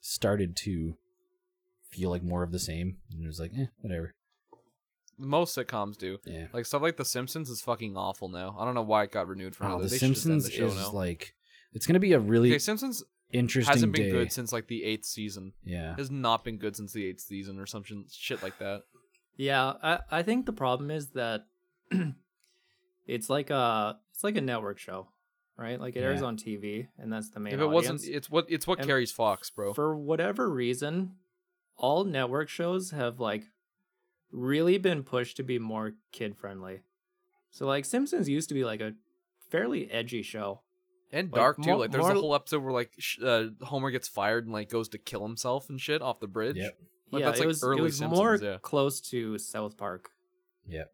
[SPEAKER 3] started to feel like more of the same, and it was like, eh, whatever.
[SPEAKER 1] Most sitcoms do.
[SPEAKER 3] Yeah.
[SPEAKER 1] Like stuff like The Simpsons is fucking awful now. I don't know why it got renewed for
[SPEAKER 3] Wow,
[SPEAKER 1] another.
[SPEAKER 3] Oh, The
[SPEAKER 1] they should just end
[SPEAKER 3] Simpsons
[SPEAKER 1] the show
[SPEAKER 3] is
[SPEAKER 1] now.
[SPEAKER 3] like. It's gonna be a really
[SPEAKER 1] okay, Simpsons
[SPEAKER 3] interesting
[SPEAKER 1] hasn't been
[SPEAKER 3] day.
[SPEAKER 1] good since like the eighth season.
[SPEAKER 3] yeah.
[SPEAKER 1] Has not been good since the eighth season or some sh- shit like that.
[SPEAKER 2] Yeah, I, I think the problem is that it's like a it's like a network show, right? Like it airs
[SPEAKER 3] Yeah.
[SPEAKER 2] on TV, and that's the main.
[SPEAKER 1] if it wasn't,
[SPEAKER 2] audience.
[SPEAKER 1] it's what it's what
[SPEAKER 2] And-
[SPEAKER 1] carries Fox, bro.
[SPEAKER 2] for whatever reason, all network shows have like really been pushed to be more kid friendly. So like Simpsons used to be like a fairly edgy show.
[SPEAKER 1] And
[SPEAKER 2] Like,
[SPEAKER 1] dark too.
[SPEAKER 2] more-
[SPEAKER 1] like there's a
[SPEAKER 2] more-
[SPEAKER 1] whole episode where like sh- uh, Homer gets fired and like goes to kill himself and shit off the bridge.
[SPEAKER 3] Yep.
[SPEAKER 1] Like,
[SPEAKER 2] yeah,
[SPEAKER 1] that's,
[SPEAKER 2] it
[SPEAKER 1] like,
[SPEAKER 2] was
[SPEAKER 1] early
[SPEAKER 2] it was
[SPEAKER 1] Simpsons,
[SPEAKER 2] more
[SPEAKER 1] yeah.
[SPEAKER 2] close to South Park.
[SPEAKER 3] Yep.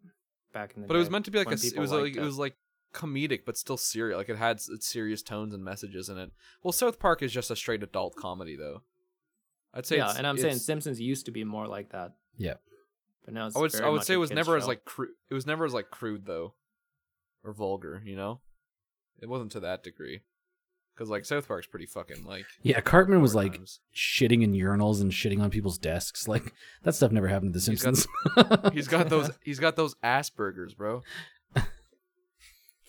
[SPEAKER 2] Back in the
[SPEAKER 1] But
[SPEAKER 2] day,
[SPEAKER 1] it was meant to be like a
[SPEAKER 2] when
[SPEAKER 1] s- it
[SPEAKER 2] people
[SPEAKER 1] was like
[SPEAKER 2] liked
[SPEAKER 1] it was like comedic but still serious. Like it had s- its serious tones and messages in it. Well, South Park is just a straight adult comedy though. I'd say
[SPEAKER 2] yeah,
[SPEAKER 1] it's-
[SPEAKER 2] and I'm saying
[SPEAKER 1] it's-
[SPEAKER 2] Simpsons used to be more like that.
[SPEAKER 3] Yeah.
[SPEAKER 2] But now it's
[SPEAKER 1] I would
[SPEAKER 2] very
[SPEAKER 1] I would
[SPEAKER 2] much
[SPEAKER 1] say
[SPEAKER 2] a
[SPEAKER 1] it was
[SPEAKER 2] kid's
[SPEAKER 1] never as
[SPEAKER 2] show.
[SPEAKER 1] like crude. It was never as like crude though, or vulgar. You know, it wasn't to that degree. Because like South Park's pretty fucking like
[SPEAKER 3] Yeah, Cartman was
[SPEAKER 1] hardcore
[SPEAKER 3] like
[SPEAKER 1] times.
[SPEAKER 3] shitting in urinals and shitting on people's desks. Like that stuff never happened to The
[SPEAKER 1] He's got-
[SPEAKER 3] Simpsons.
[SPEAKER 1] he's got those he's got those Aspergers, bro.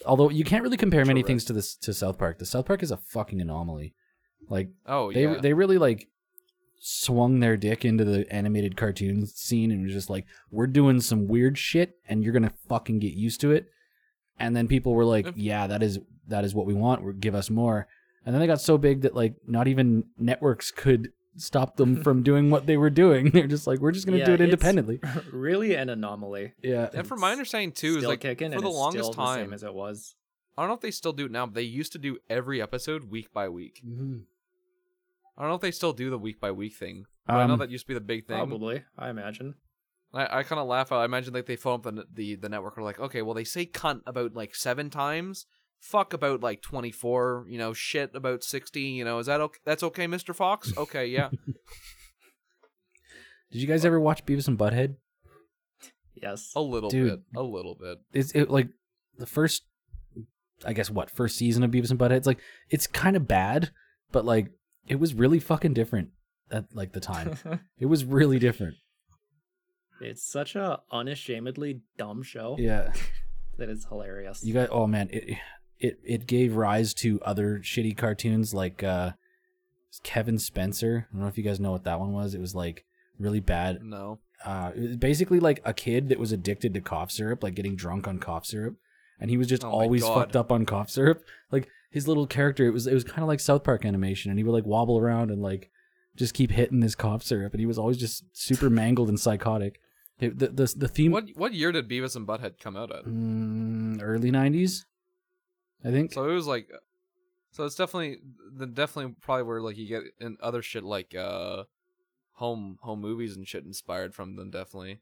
[SPEAKER 3] Although you can't really compare many
[SPEAKER 1] Correct.
[SPEAKER 3] things to this to South Park. The South Park is a fucking anomaly. Like
[SPEAKER 1] Oh
[SPEAKER 3] they
[SPEAKER 1] yeah.
[SPEAKER 3] they really like swung their dick into the animated cartoon scene and was just like, we're doing some weird shit and you're gonna fucking get used to it. And then people were like,
[SPEAKER 1] Yep.
[SPEAKER 3] yeah, that is that is what we want. We're, give us more. And then they got so big that like not even networks could stop them from doing what they were doing. They're just like, we're just gonna
[SPEAKER 2] Yeah,
[SPEAKER 3] do it
[SPEAKER 2] it's-
[SPEAKER 3] independently.
[SPEAKER 2] really an anomaly.
[SPEAKER 3] Yeah.
[SPEAKER 1] and from my
[SPEAKER 2] it's
[SPEAKER 1] understanding too is
[SPEAKER 2] Still
[SPEAKER 1] like
[SPEAKER 2] kicking
[SPEAKER 1] for
[SPEAKER 2] and
[SPEAKER 1] the
[SPEAKER 2] it's
[SPEAKER 1] longest
[SPEAKER 2] still the
[SPEAKER 1] time
[SPEAKER 2] same as it was.
[SPEAKER 1] I don't know if they still do it now, but they used to do every episode week by week. I don't know if they still do the week by week thing. But I know
[SPEAKER 3] Um,
[SPEAKER 1] that used to be the big thing.
[SPEAKER 2] Probably, I imagine.
[SPEAKER 1] I, I kind of laugh. out. I imagine like they phone up the the, the network are like, okay, well they say cunt about like seven times, fuck about like twenty four, you know, shit about sixty, you know, is that okay? That's okay, Mister Fox? Okay, yeah.
[SPEAKER 3] Did you guys ever watch Beavis and Butthead?
[SPEAKER 2] Yes.
[SPEAKER 1] a little
[SPEAKER 3] Dude.
[SPEAKER 1] bit, a little bit.
[SPEAKER 3] It's it like the first I guess what, first season of Beavis and Butthead? It's like it's kinda bad, but like it was really fucking different at like the time. it was really different.
[SPEAKER 2] it's such a unashamedly dumb show
[SPEAKER 3] Yeah.
[SPEAKER 2] that is hilarious.
[SPEAKER 3] You guys oh man, it it it gave rise to other shitty cartoons like uh Kevin Spencer. I don't know if you guys know what that one was. It was like really bad
[SPEAKER 1] No,
[SPEAKER 3] uh, it was basically like a kid that was addicted to cough syrup, like getting drunk on cough syrup, and he was just
[SPEAKER 1] Oh my
[SPEAKER 3] always
[SPEAKER 1] God.
[SPEAKER 3] fucked up on cough syrup. Like his little character, it was it was kind of like South Park animation, and he would like wobble around and like just keep hitting his cough syrup, and he was always just super mangled and psychotic. It- the, the the theme
[SPEAKER 1] What what year did Beavis and Butthead come out at?
[SPEAKER 3] Mm, early '90s, I think.
[SPEAKER 1] So it was like, uh, so it's definitely the definitely probably where like you get in other shit like uh, home home movies and shit inspired from them definitely.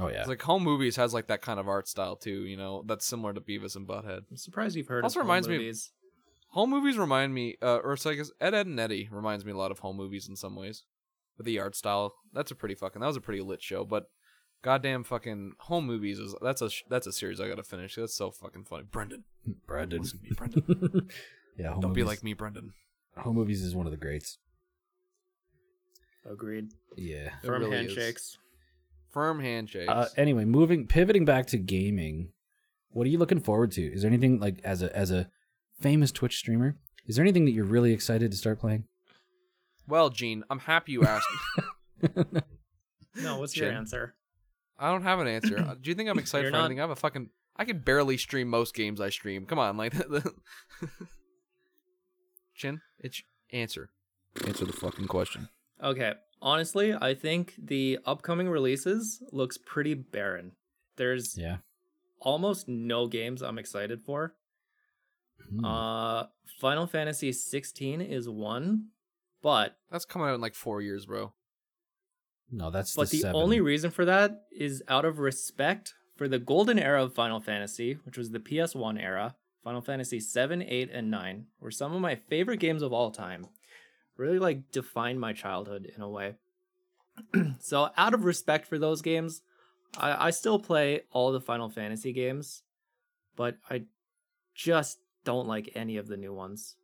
[SPEAKER 3] oh yeah,
[SPEAKER 1] It's like home movies has like that kind of art style too. You know that's similar to Beavis and Butthead.
[SPEAKER 2] I'm surprised you've heard
[SPEAKER 1] Also
[SPEAKER 2] of home
[SPEAKER 1] reminds me-
[SPEAKER 2] movies.
[SPEAKER 1] Home movies remind me, uh, or so I guess Ed Ed and Eddie reminds me a lot of home movies in some ways. With the art style, that's a pretty fucking that was a pretty lit show. But goddamn, fucking home movies is that's a sh- that's a series I gotta finish. That's so fucking funny. Brendan,
[SPEAKER 3] Brendan.
[SPEAKER 1] listen to me, Brendan.
[SPEAKER 3] yeah, home
[SPEAKER 1] Don't be
[SPEAKER 3] movies-
[SPEAKER 1] like me, Brendan.
[SPEAKER 3] home movies is one of the greats.
[SPEAKER 2] Agreed.
[SPEAKER 3] Yeah.
[SPEAKER 1] It
[SPEAKER 2] Firm
[SPEAKER 1] really is.
[SPEAKER 2] handshakes.
[SPEAKER 1] Firm handshakes.
[SPEAKER 3] Uh, anyway, moving pivoting back to gaming, what are you looking forward to? Is there anything like as a as a famous Twitch streamer? Is there anything that you're really excited to start playing?
[SPEAKER 1] well, Gene, I'm happy you asked.
[SPEAKER 2] No, what's your
[SPEAKER 1] Shit.
[SPEAKER 2] answer?
[SPEAKER 1] I don't have an answer. Uh, Do you think I'm excited
[SPEAKER 2] You're
[SPEAKER 1] for
[SPEAKER 2] not-
[SPEAKER 1] anything? I have a fucking. I can barely stream most games I stream. Come on, like. Chin, it's answer. Answer the fucking question.
[SPEAKER 2] Okay. Honestly, I think the upcoming releases looks pretty barren. There's
[SPEAKER 3] Yeah.
[SPEAKER 2] almost no games I'm excited for.
[SPEAKER 3] Hmm.
[SPEAKER 2] Uh Final Fantasy 16 is one, but
[SPEAKER 1] That's coming out in like four years, bro.
[SPEAKER 3] no, that's
[SPEAKER 2] but the,
[SPEAKER 3] the, seven.
[SPEAKER 2] only reason for that is out of respect for the golden era of Final Fantasy, which was the PS1 era. Final Fantasy 7, 8, and 9 were some of my favorite games of all time. Really like defined my childhood in a way. so out of respect for those games, I, I still play all the Final Fantasy games, but I just don't like any of the new ones.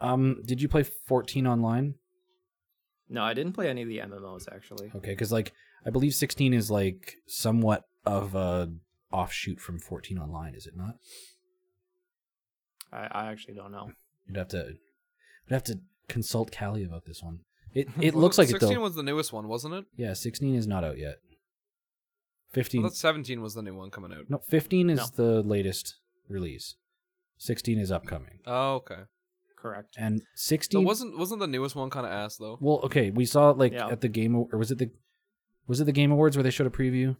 [SPEAKER 3] um, did you play 14 online?
[SPEAKER 2] No, I didn't play any of the MMOs actually.
[SPEAKER 3] Okay, because like I believe 16 is like somewhat of a offshoot from 14 online, is it not?
[SPEAKER 2] I, I actually don't know.
[SPEAKER 3] You'd have to, you'd have to consult Callie about this one. It it
[SPEAKER 1] Wasn't-
[SPEAKER 3] looks like it
[SPEAKER 1] sixteen
[SPEAKER 3] though.
[SPEAKER 1] was the newest one, wasn't it?
[SPEAKER 3] yeah, 16 is not out yet.
[SPEAKER 1] I
[SPEAKER 3] 15
[SPEAKER 1] thought seventeen was the new one coming out.
[SPEAKER 3] No, 15 is the latest release. 16 is upcoming.
[SPEAKER 1] Oh, okay.
[SPEAKER 2] Correct.
[SPEAKER 3] And
[SPEAKER 1] So
[SPEAKER 3] 16
[SPEAKER 1] wasn't wasn't the newest one kind of ass though?
[SPEAKER 3] Well, okay, we saw like
[SPEAKER 2] Yeah.
[SPEAKER 3] at the game Aw- or was it the was it the Game Awards where they showed a preview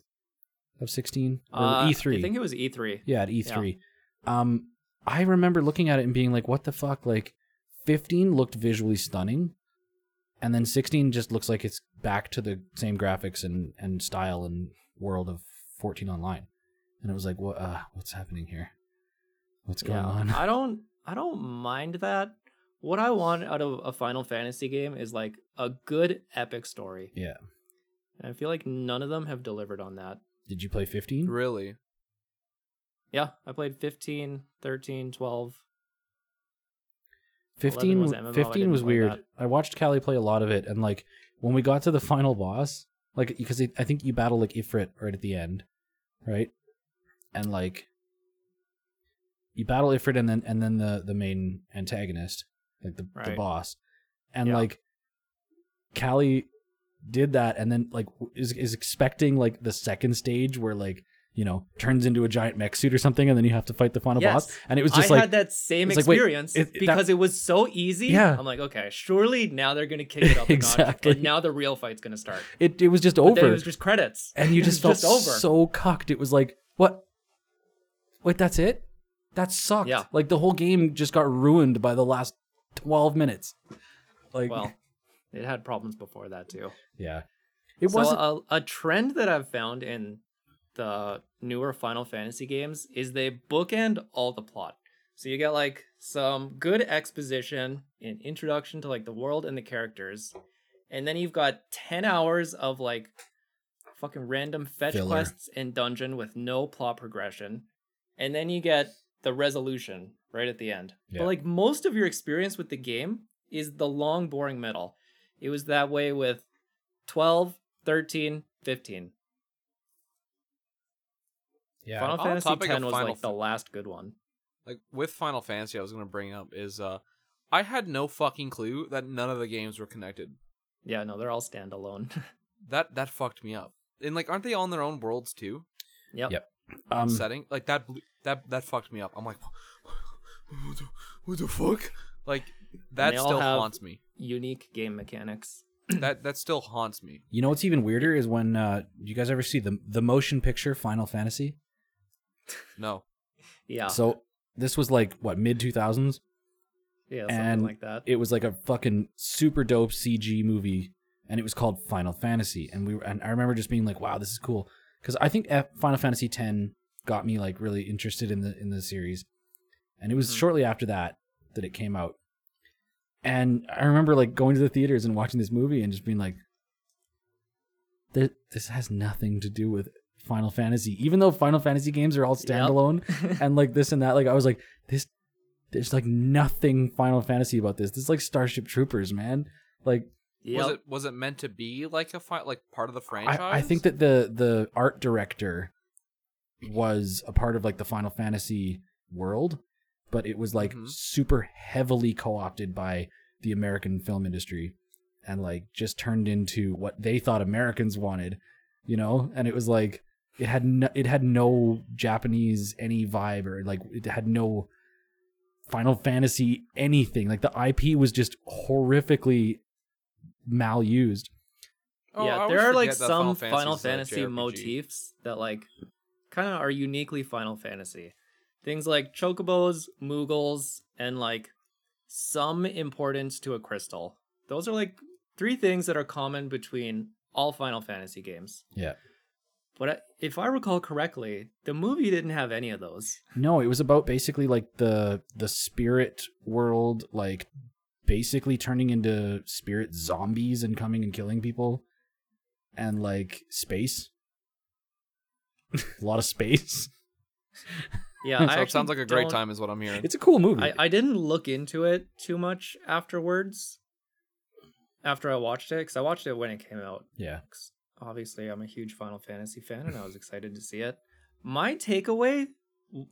[SPEAKER 3] of 16 or E
[SPEAKER 2] Uh,
[SPEAKER 3] E3?
[SPEAKER 2] I think it was E3.
[SPEAKER 3] yeah, at E3. Um I remember looking at it and being like what the fuck like 15 looked visually stunning and then 16 just looks like it's back to the same graphics and and style and world of 14 online. And it was like what uh what's happening here? What's going on?
[SPEAKER 2] I don't I don't mind that. What I want out of a Final Fantasy game is like a good epic story.
[SPEAKER 3] Yeah.
[SPEAKER 2] And I feel like none of them have delivered on that.
[SPEAKER 3] Did you play 15?
[SPEAKER 1] Really?
[SPEAKER 2] Yeah, I played 15, 13, 12.
[SPEAKER 3] 15
[SPEAKER 2] was
[SPEAKER 3] was,
[SPEAKER 2] MMO, I
[SPEAKER 3] 15
[SPEAKER 2] didn't
[SPEAKER 3] was
[SPEAKER 2] play
[SPEAKER 3] weird.
[SPEAKER 2] that.
[SPEAKER 3] I watched Callie play a lot of it, and like when we got to the final boss, like because it, I think you battle like Ifrit right at the end, right? And like you battle Ifrit and then and then the the main antagonist, like the the
[SPEAKER 2] Right.
[SPEAKER 3] boss, and
[SPEAKER 2] Yeah.
[SPEAKER 3] like Callie did that, and then like w- is is expecting like the second stage where like you know turns into a giant mech suit or something, and then you have to fight the final
[SPEAKER 2] Yes.
[SPEAKER 3] boss, and it was just
[SPEAKER 2] I
[SPEAKER 3] like
[SPEAKER 2] had that same
[SPEAKER 3] it's like, wait,
[SPEAKER 2] experience
[SPEAKER 3] it- that-
[SPEAKER 2] because it was so easy.
[SPEAKER 3] Yeah.
[SPEAKER 2] I'm like, okay, surely now they're gonna kick it up a
[SPEAKER 3] Exactly.
[SPEAKER 2] notch, and now the real fight's gonna start.
[SPEAKER 3] it it was just
[SPEAKER 2] But
[SPEAKER 3] over.
[SPEAKER 2] then it was just credits,
[SPEAKER 3] and you
[SPEAKER 2] It
[SPEAKER 3] just
[SPEAKER 2] was
[SPEAKER 3] felt so cucked. It was like, what? Wait, that's it? That sucked.
[SPEAKER 2] Yeah.
[SPEAKER 3] Like the whole game just got ruined by the last twelve minutes. Like,
[SPEAKER 2] Well, it had problems before that too.
[SPEAKER 3] yeah, it
[SPEAKER 2] so uh,
[SPEAKER 3] wasn't.
[SPEAKER 2] a, a trend that I've found in the newer Final Fantasy games is they bookend all the plot. So you get like some good exposition, an introduction to like the world and the characters, and then you've got ten hours of like fucking random fetch
[SPEAKER 3] Hmm. Filler.
[SPEAKER 2] quests and dungeon with no plot progression, and then you get the resolution right at the end.
[SPEAKER 3] Yeah.
[SPEAKER 2] But like most of your experience with the game is the long boring middle. It was that way with 12, 13, 15.
[SPEAKER 3] yeah,
[SPEAKER 2] Final
[SPEAKER 1] On the
[SPEAKER 2] Fantasy
[SPEAKER 1] topic of
[SPEAKER 2] X was
[SPEAKER 1] Final
[SPEAKER 2] like the
[SPEAKER 1] Fa-
[SPEAKER 2] last good one.
[SPEAKER 1] Like with Final Fantasy, I was gonna bring up is uh, I had no fucking clue that none of the games were connected.
[SPEAKER 2] Yeah, no, they're all standalone.
[SPEAKER 1] That that fucked me up. And like, aren't they all in their own worlds too?
[SPEAKER 2] yep.
[SPEAKER 3] Yep. um,
[SPEAKER 1] setting like that. Blew, That that fucked me up. I'm like, what the, what the fuck? Like that
[SPEAKER 2] they all
[SPEAKER 1] still
[SPEAKER 2] have-
[SPEAKER 1] haunts me.
[SPEAKER 2] Unique game mechanics.
[SPEAKER 1] That that still haunts me.
[SPEAKER 3] You know what's even weirder is when uh, you guys ever see the the motion picture Final Fantasy.
[SPEAKER 1] No.
[SPEAKER 2] Yeah.
[SPEAKER 3] So this was like what mid two thousands.
[SPEAKER 2] yeah, something
[SPEAKER 3] and
[SPEAKER 2] like that.
[SPEAKER 3] It was like a fucking super dope CG movie, and it was called Final Fantasy. And we were, and I remember just being like, "Wow, this is cool," because I think F- Final Fantasy X got me like really interested in the in the series, and it was
[SPEAKER 1] Mhm.
[SPEAKER 3] shortly after that that it came out. And I remember like going to the theaters and watching this movie and just being like, "Th- "This has nothing to do with Final Fantasy." Even though Final Fantasy games are all
[SPEAKER 2] Yep.
[SPEAKER 3] standalone, and like this and that. Like I was like, this, there's like nothing Final Fantasy about this. This is like Starship Troopers, man. Like
[SPEAKER 2] Yep.
[SPEAKER 1] Was it was it meant to be like a fi- like part of the franchise?
[SPEAKER 3] I, I think that the the art director was a part of like the Final Fantasy world, but it was like
[SPEAKER 1] Mhm.
[SPEAKER 3] super heavily co-opted by the American film industry, and like just turned into what they thought Americans wanted, you know. And it was like it had no, it had no Japanese any vibe or like it had no Final Fantasy anything. Like the IP was just horrifically malused.
[SPEAKER 1] Oh, I
[SPEAKER 2] yeah,
[SPEAKER 1] always
[SPEAKER 2] there are like
[SPEAKER 1] forget that
[SPEAKER 2] some
[SPEAKER 1] Fantasy's
[SPEAKER 2] Final
[SPEAKER 1] a
[SPEAKER 2] Fantasy
[SPEAKER 1] JRPG.
[SPEAKER 2] motifs that like kind of are uniquely Final Fantasy. Things like chocobos, moogles, and like some importance to a crystal. Those are like three things that are common between all Final Fantasy games.
[SPEAKER 3] Yeah.
[SPEAKER 2] But I- if I recall correctly, the movie didn't have any of those.
[SPEAKER 3] No, it was about basically like the the spirit world, like basically turning into spirit zombies and coming and killing people, and like space. a lot of space.
[SPEAKER 2] Yeah,
[SPEAKER 1] So
[SPEAKER 2] I
[SPEAKER 1] it sounds like
[SPEAKER 2] actually
[SPEAKER 1] a great
[SPEAKER 2] don't-
[SPEAKER 1] time, is what I'm hearing.
[SPEAKER 3] It's a cool movie.
[SPEAKER 2] I, I didn't look into it too much afterwards. After I watched it, because I watched it when it came out.
[SPEAKER 3] yeah,
[SPEAKER 2] 'cause obviously I'm a huge Final Fantasy fan and I was excited to see it. My takeaway,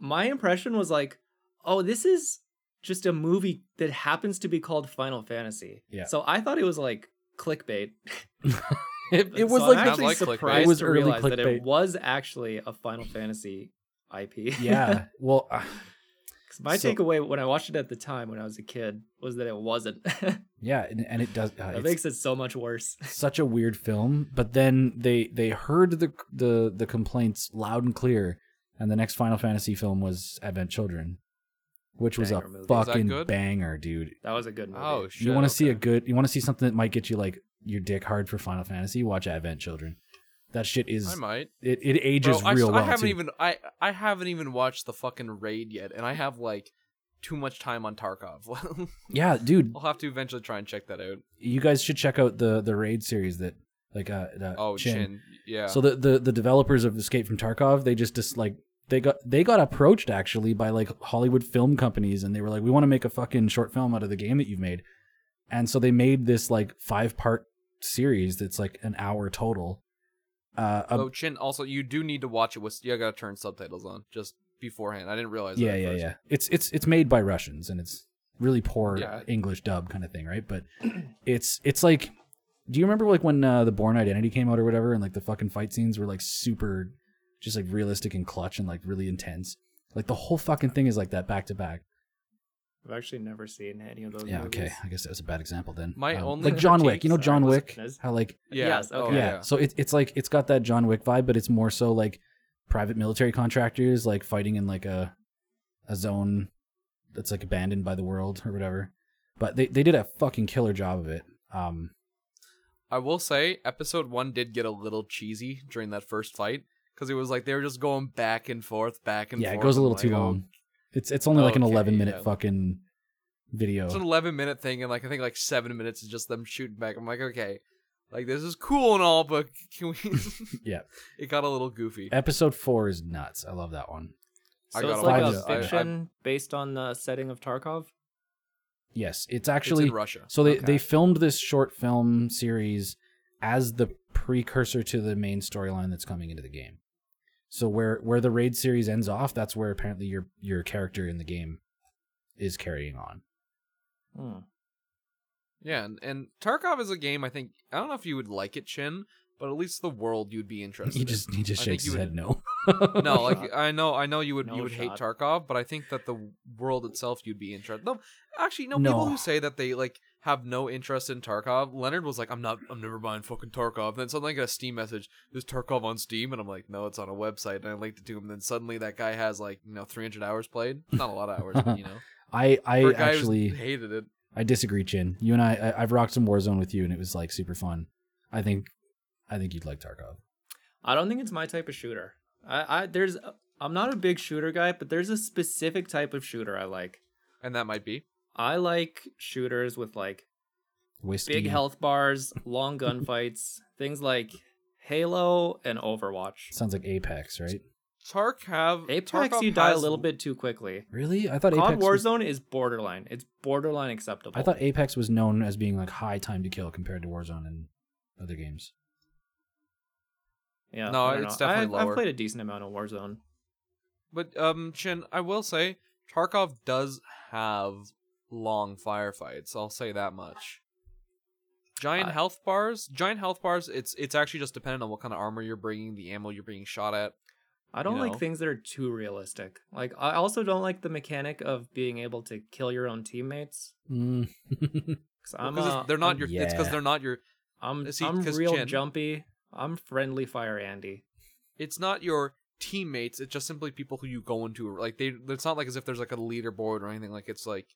[SPEAKER 2] my impression was like, oh, this is just a movie that happens to be called Final Fantasy.
[SPEAKER 3] Yeah.
[SPEAKER 2] So I thought it was like clickbait.
[SPEAKER 3] it, it was
[SPEAKER 2] So
[SPEAKER 3] like
[SPEAKER 2] I'm
[SPEAKER 1] Sounds
[SPEAKER 2] actually
[SPEAKER 1] like clickbait.
[SPEAKER 2] surprised
[SPEAKER 1] It
[SPEAKER 3] was
[SPEAKER 2] to
[SPEAKER 3] early
[SPEAKER 2] realize that
[SPEAKER 3] clickbait.
[SPEAKER 2] it was actually a Final Fantasy IP.
[SPEAKER 3] yeah. Well, uh,
[SPEAKER 2] 'Cause my
[SPEAKER 3] So-
[SPEAKER 2] takeaway when I watched it at the time when I was a kid was that it wasn't. that
[SPEAKER 3] yeah, and, and it does. Uh, it's
[SPEAKER 2] makes it so much worse.
[SPEAKER 3] such a weird film, but then they they heard the the the complaints loud and clear, and the next Final Fantasy film was Advent Children, which was
[SPEAKER 2] Banger movie.
[SPEAKER 3] a
[SPEAKER 2] Was
[SPEAKER 1] that
[SPEAKER 3] fucking
[SPEAKER 1] good?
[SPEAKER 3] banger, dude.
[SPEAKER 2] That was a good movie.
[SPEAKER 1] oh shit.
[SPEAKER 3] you want to see a
[SPEAKER 1] okay.
[SPEAKER 3] good you want to see something that might get you like your dick hard for final fantasy watch advent children that shit
[SPEAKER 1] I
[SPEAKER 3] is
[SPEAKER 1] might.
[SPEAKER 3] it, it ages
[SPEAKER 1] Bro, I,
[SPEAKER 3] real
[SPEAKER 1] st-
[SPEAKER 3] well
[SPEAKER 1] I haven't
[SPEAKER 3] too.
[SPEAKER 1] even I I haven't even watched the fucking raid yet, and I have like too much time on Tarkov.
[SPEAKER 3] yeah dude
[SPEAKER 1] I'll have to eventually try and check that out.
[SPEAKER 3] you guys should check out the the raid series that like uh, uh
[SPEAKER 1] Oh, Chin. Yeah.
[SPEAKER 3] so the, the the developers of escape from tarkov they just just like they got they got approached actually by like hollywood film companies and they were like we want to make a fucking short film out of the game that you've made and so they made this like five part series that's like an hour total uh
[SPEAKER 1] oh, Chin. Also, you do need to watch it with. You gotta turn subtitles on just beforehand. I didn't realize.
[SPEAKER 3] yeah
[SPEAKER 1] that at
[SPEAKER 3] yeah
[SPEAKER 1] first.
[SPEAKER 3] yeah it's it's it's made by russians and it's really poor
[SPEAKER 1] Yeah.
[SPEAKER 3] english dub kind of thing right but it's it's like do you remember like when uh, the born identity came out or whatever and like the fucking fight scenes were like super just like realistic and clutch and like really intense like the whole fucking thing is like that back to back
[SPEAKER 2] I've actually never seen any of those.
[SPEAKER 3] yeah
[SPEAKER 2] movies.
[SPEAKER 3] okay i guess that was a bad example then Um,
[SPEAKER 1] My only
[SPEAKER 3] like john
[SPEAKER 1] critique-
[SPEAKER 3] wick you know
[SPEAKER 2] sorry,
[SPEAKER 3] john
[SPEAKER 2] was-
[SPEAKER 3] wick
[SPEAKER 2] is-
[SPEAKER 3] how like
[SPEAKER 1] Yeah.
[SPEAKER 2] Yes,
[SPEAKER 1] oh,
[SPEAKER 2] okay.
[SPEAKER 3] yeah. So it, it's like it's got that John Wick vibe, but it's more so like private military contractors like fighting in like a a zone that's like abandoned by the world or whatever. But they, they did a fucking killer job of it. Um
[SPEAKER 1] I will say, episode one did get a little cheesy during that first fight because it was like they were just going back and forth, back and
[SPEAKER 3] yeah,
[SPEAKER 1] forth.
[SPEAKER 3] it goes a
[SPEAKER 1] and
[SPEAKER 3] little too
[SPEAKER 1] like, oh,
[SPEAKER 3] long. It's it's only like an
[SPEAKER 1] Okay,
[SPEAKER 3] eleven minute
[SPEAKER 1] yeah.
[SPEAKER 3] fucking video.
[SPEAKER 1] It's an 11 minute thing, and like I think like seven minutes is just them shooting back. I'm like, okay, like this is cool and all, but can we?
[SPEAKER 3] Yeah.
[SPEAKER 1] It got a little goofy.
[SPEAKER 3] Episode four is nuts. I love that one.
[SPEAKER 2] So
[SPEAKER 1] I
[SPEAKER 2] it's
[SPEAKER 1] gotta
[SPEAKER 2] like
[SPEAKER 3] watch
[SPEAKER 2] a
[SPEAKER 3] it. I- I-
[SPEAKER 2] fiction based on the setting of Tarkov.
[SPEAKER 3] Yes, it's
[SPEAKER 1] it's
[SPEAKER 3] actually
[SPEAKER 1] in Russia.
[SPEAKER 3] So they,
[SPEAKER 2] Okay.
[SPEAKER 3] they filmed this short film series as the precursor to the main storyline that's coming into the game. So where where the raid series ends off, that's where apparently your your character in the game is carrying on.
[SPEAKER 2] Hmm.
[SPEAKER 1] Yeah, and, and Tarkov is a game I think I don't know if you would like it, Chin, but at least the world you'd be interested
[SPEAKER 3] He just he just
[SPEAKER 1] I think
[SPEAKER 3] shakes
[SPEAKER 1] you
[SPEAKER 3] his
[SPEAKER 1] would-
[SPEAKER 3] head no.
[SPEAKER 1] no,
[SPEAKER 2] No
[SPEAKER 1] like
[SPEAKER 2] shot.
[SPEAKER 1] I know, I know you would you
[SPEAKER 2] No
[SPEAKER 1] would hate
[SPEAKER 2] shot.
[SPEAKER 1] Tarkov, but I think that the world itself you'd be interested. No, actually, no, People
[SPEAKER 3] No.
[SPEAKER 1] who say that they like have no interest in Tarkov. Leonard was like, "I'm not, I'm never buying fucking Tarkov." Then suddenly I get a Steam message, "There's Tarkov on Steam," and I'm like, "No, it's on a website." And I linked it to him. Then suddenly that guy has like you know 300 hours played. Not a lot of hours, but you know,
[SPEAKER 3] I I
[SPEAKER 1] for a guy who's
[SPEAKER 3] actually
[SPEAKER 1] hated it.
[SPEAKER 3] I disagree, Chin. You and I, I I've rocked some Warzone with you, and it was like super fun. I think I think you'd like Tarkov.
[SPEAKER 2] I don't think it's my type of shooter. I, I there's I'm not a big shooter guy, but there's a specific type of shooter I like.
[SPEAKER 1] And that might be.
[SPEAKER 2] I like shooters with like
[SPEAKER 3] Whiskey.
[SPEAKER 2] big health bars, long gunfights, things like Halo and Overwatch.
[SPEAKER 3] Sounds like Apex, right?
[SPEAKER 1] Tarkov.
[SPEAKER 2] Apex,
[SPEAKER 1] Tarkov
[SPEAKER 2] you die a
[SPEAKER 1] has-
[SPEAKER 2] little bit too quickly.
[SPEAKER 3] Really? I thought
[SPEAKER 2] COD
[SPEAKER 3] Apex. Was,
[SPEAKER 2] Warzone is borderline. It's borderline acceptable.
[SPEAKER 3] I thought Apex was known as being like high time to kill compared to Warzone and other games.
[SPEAKER 2] Yeah,
[SPEAKER 1] No,
[SPEAKER 2] I don't
[SPEAKER 1] it's
[SPEAKER 2] know.
[SPEAKER 1] definitely
[SPEAKER 2] I,
[SPEAKER 1] lower.
[SPEAKER 2] I've played a decent amount of Warzone.
[SPEAKER 1] But um, Chin, I will say Tarkov does have long firefights. I'll say that much. Giant
[SPEAKER 2] I-
[SPEAKER 1] health bars, giant health bars. It's it's actually just dependent on what kind of armor you're bringing, the ammo you're being shot at.
[SPEAKER 2] I don't
[SPEAKER 1] You
[SPEAKER 2] like
[SPEAKER 1] know?
[SPEAKER 2] things that are too realistic. Like I also don't like the mechanic of being able to kill your own teammates.
[SPEAKER 3] Mm.
[SPEAKER 2] Cause I'm,
[SPEAKER 1] Because
[SPEAKER 2] uh,
[SPEAKER 1] they're not
[SPEAKER 2] I'm-
[SPEAKER 1] your. It's because
[SPEAKER 3] yeah.
[SPEAKER 1] they're not your.
[SPEAKER 2] I'm
[SPEAKER 1] See,
[SPEAKER 2] I'm
[SPEAKER 1] 'cause
[SPEAKER 2] real
[SPEAKER 1] Jen-
[SPEAKER 2] jumpy. I'm friendly fire Andy.
[SPEAKER 1] It's not your teammates. It's just simply people who you go into. Like they. It's not like as if there's like a leaderboard or anything. Like it's like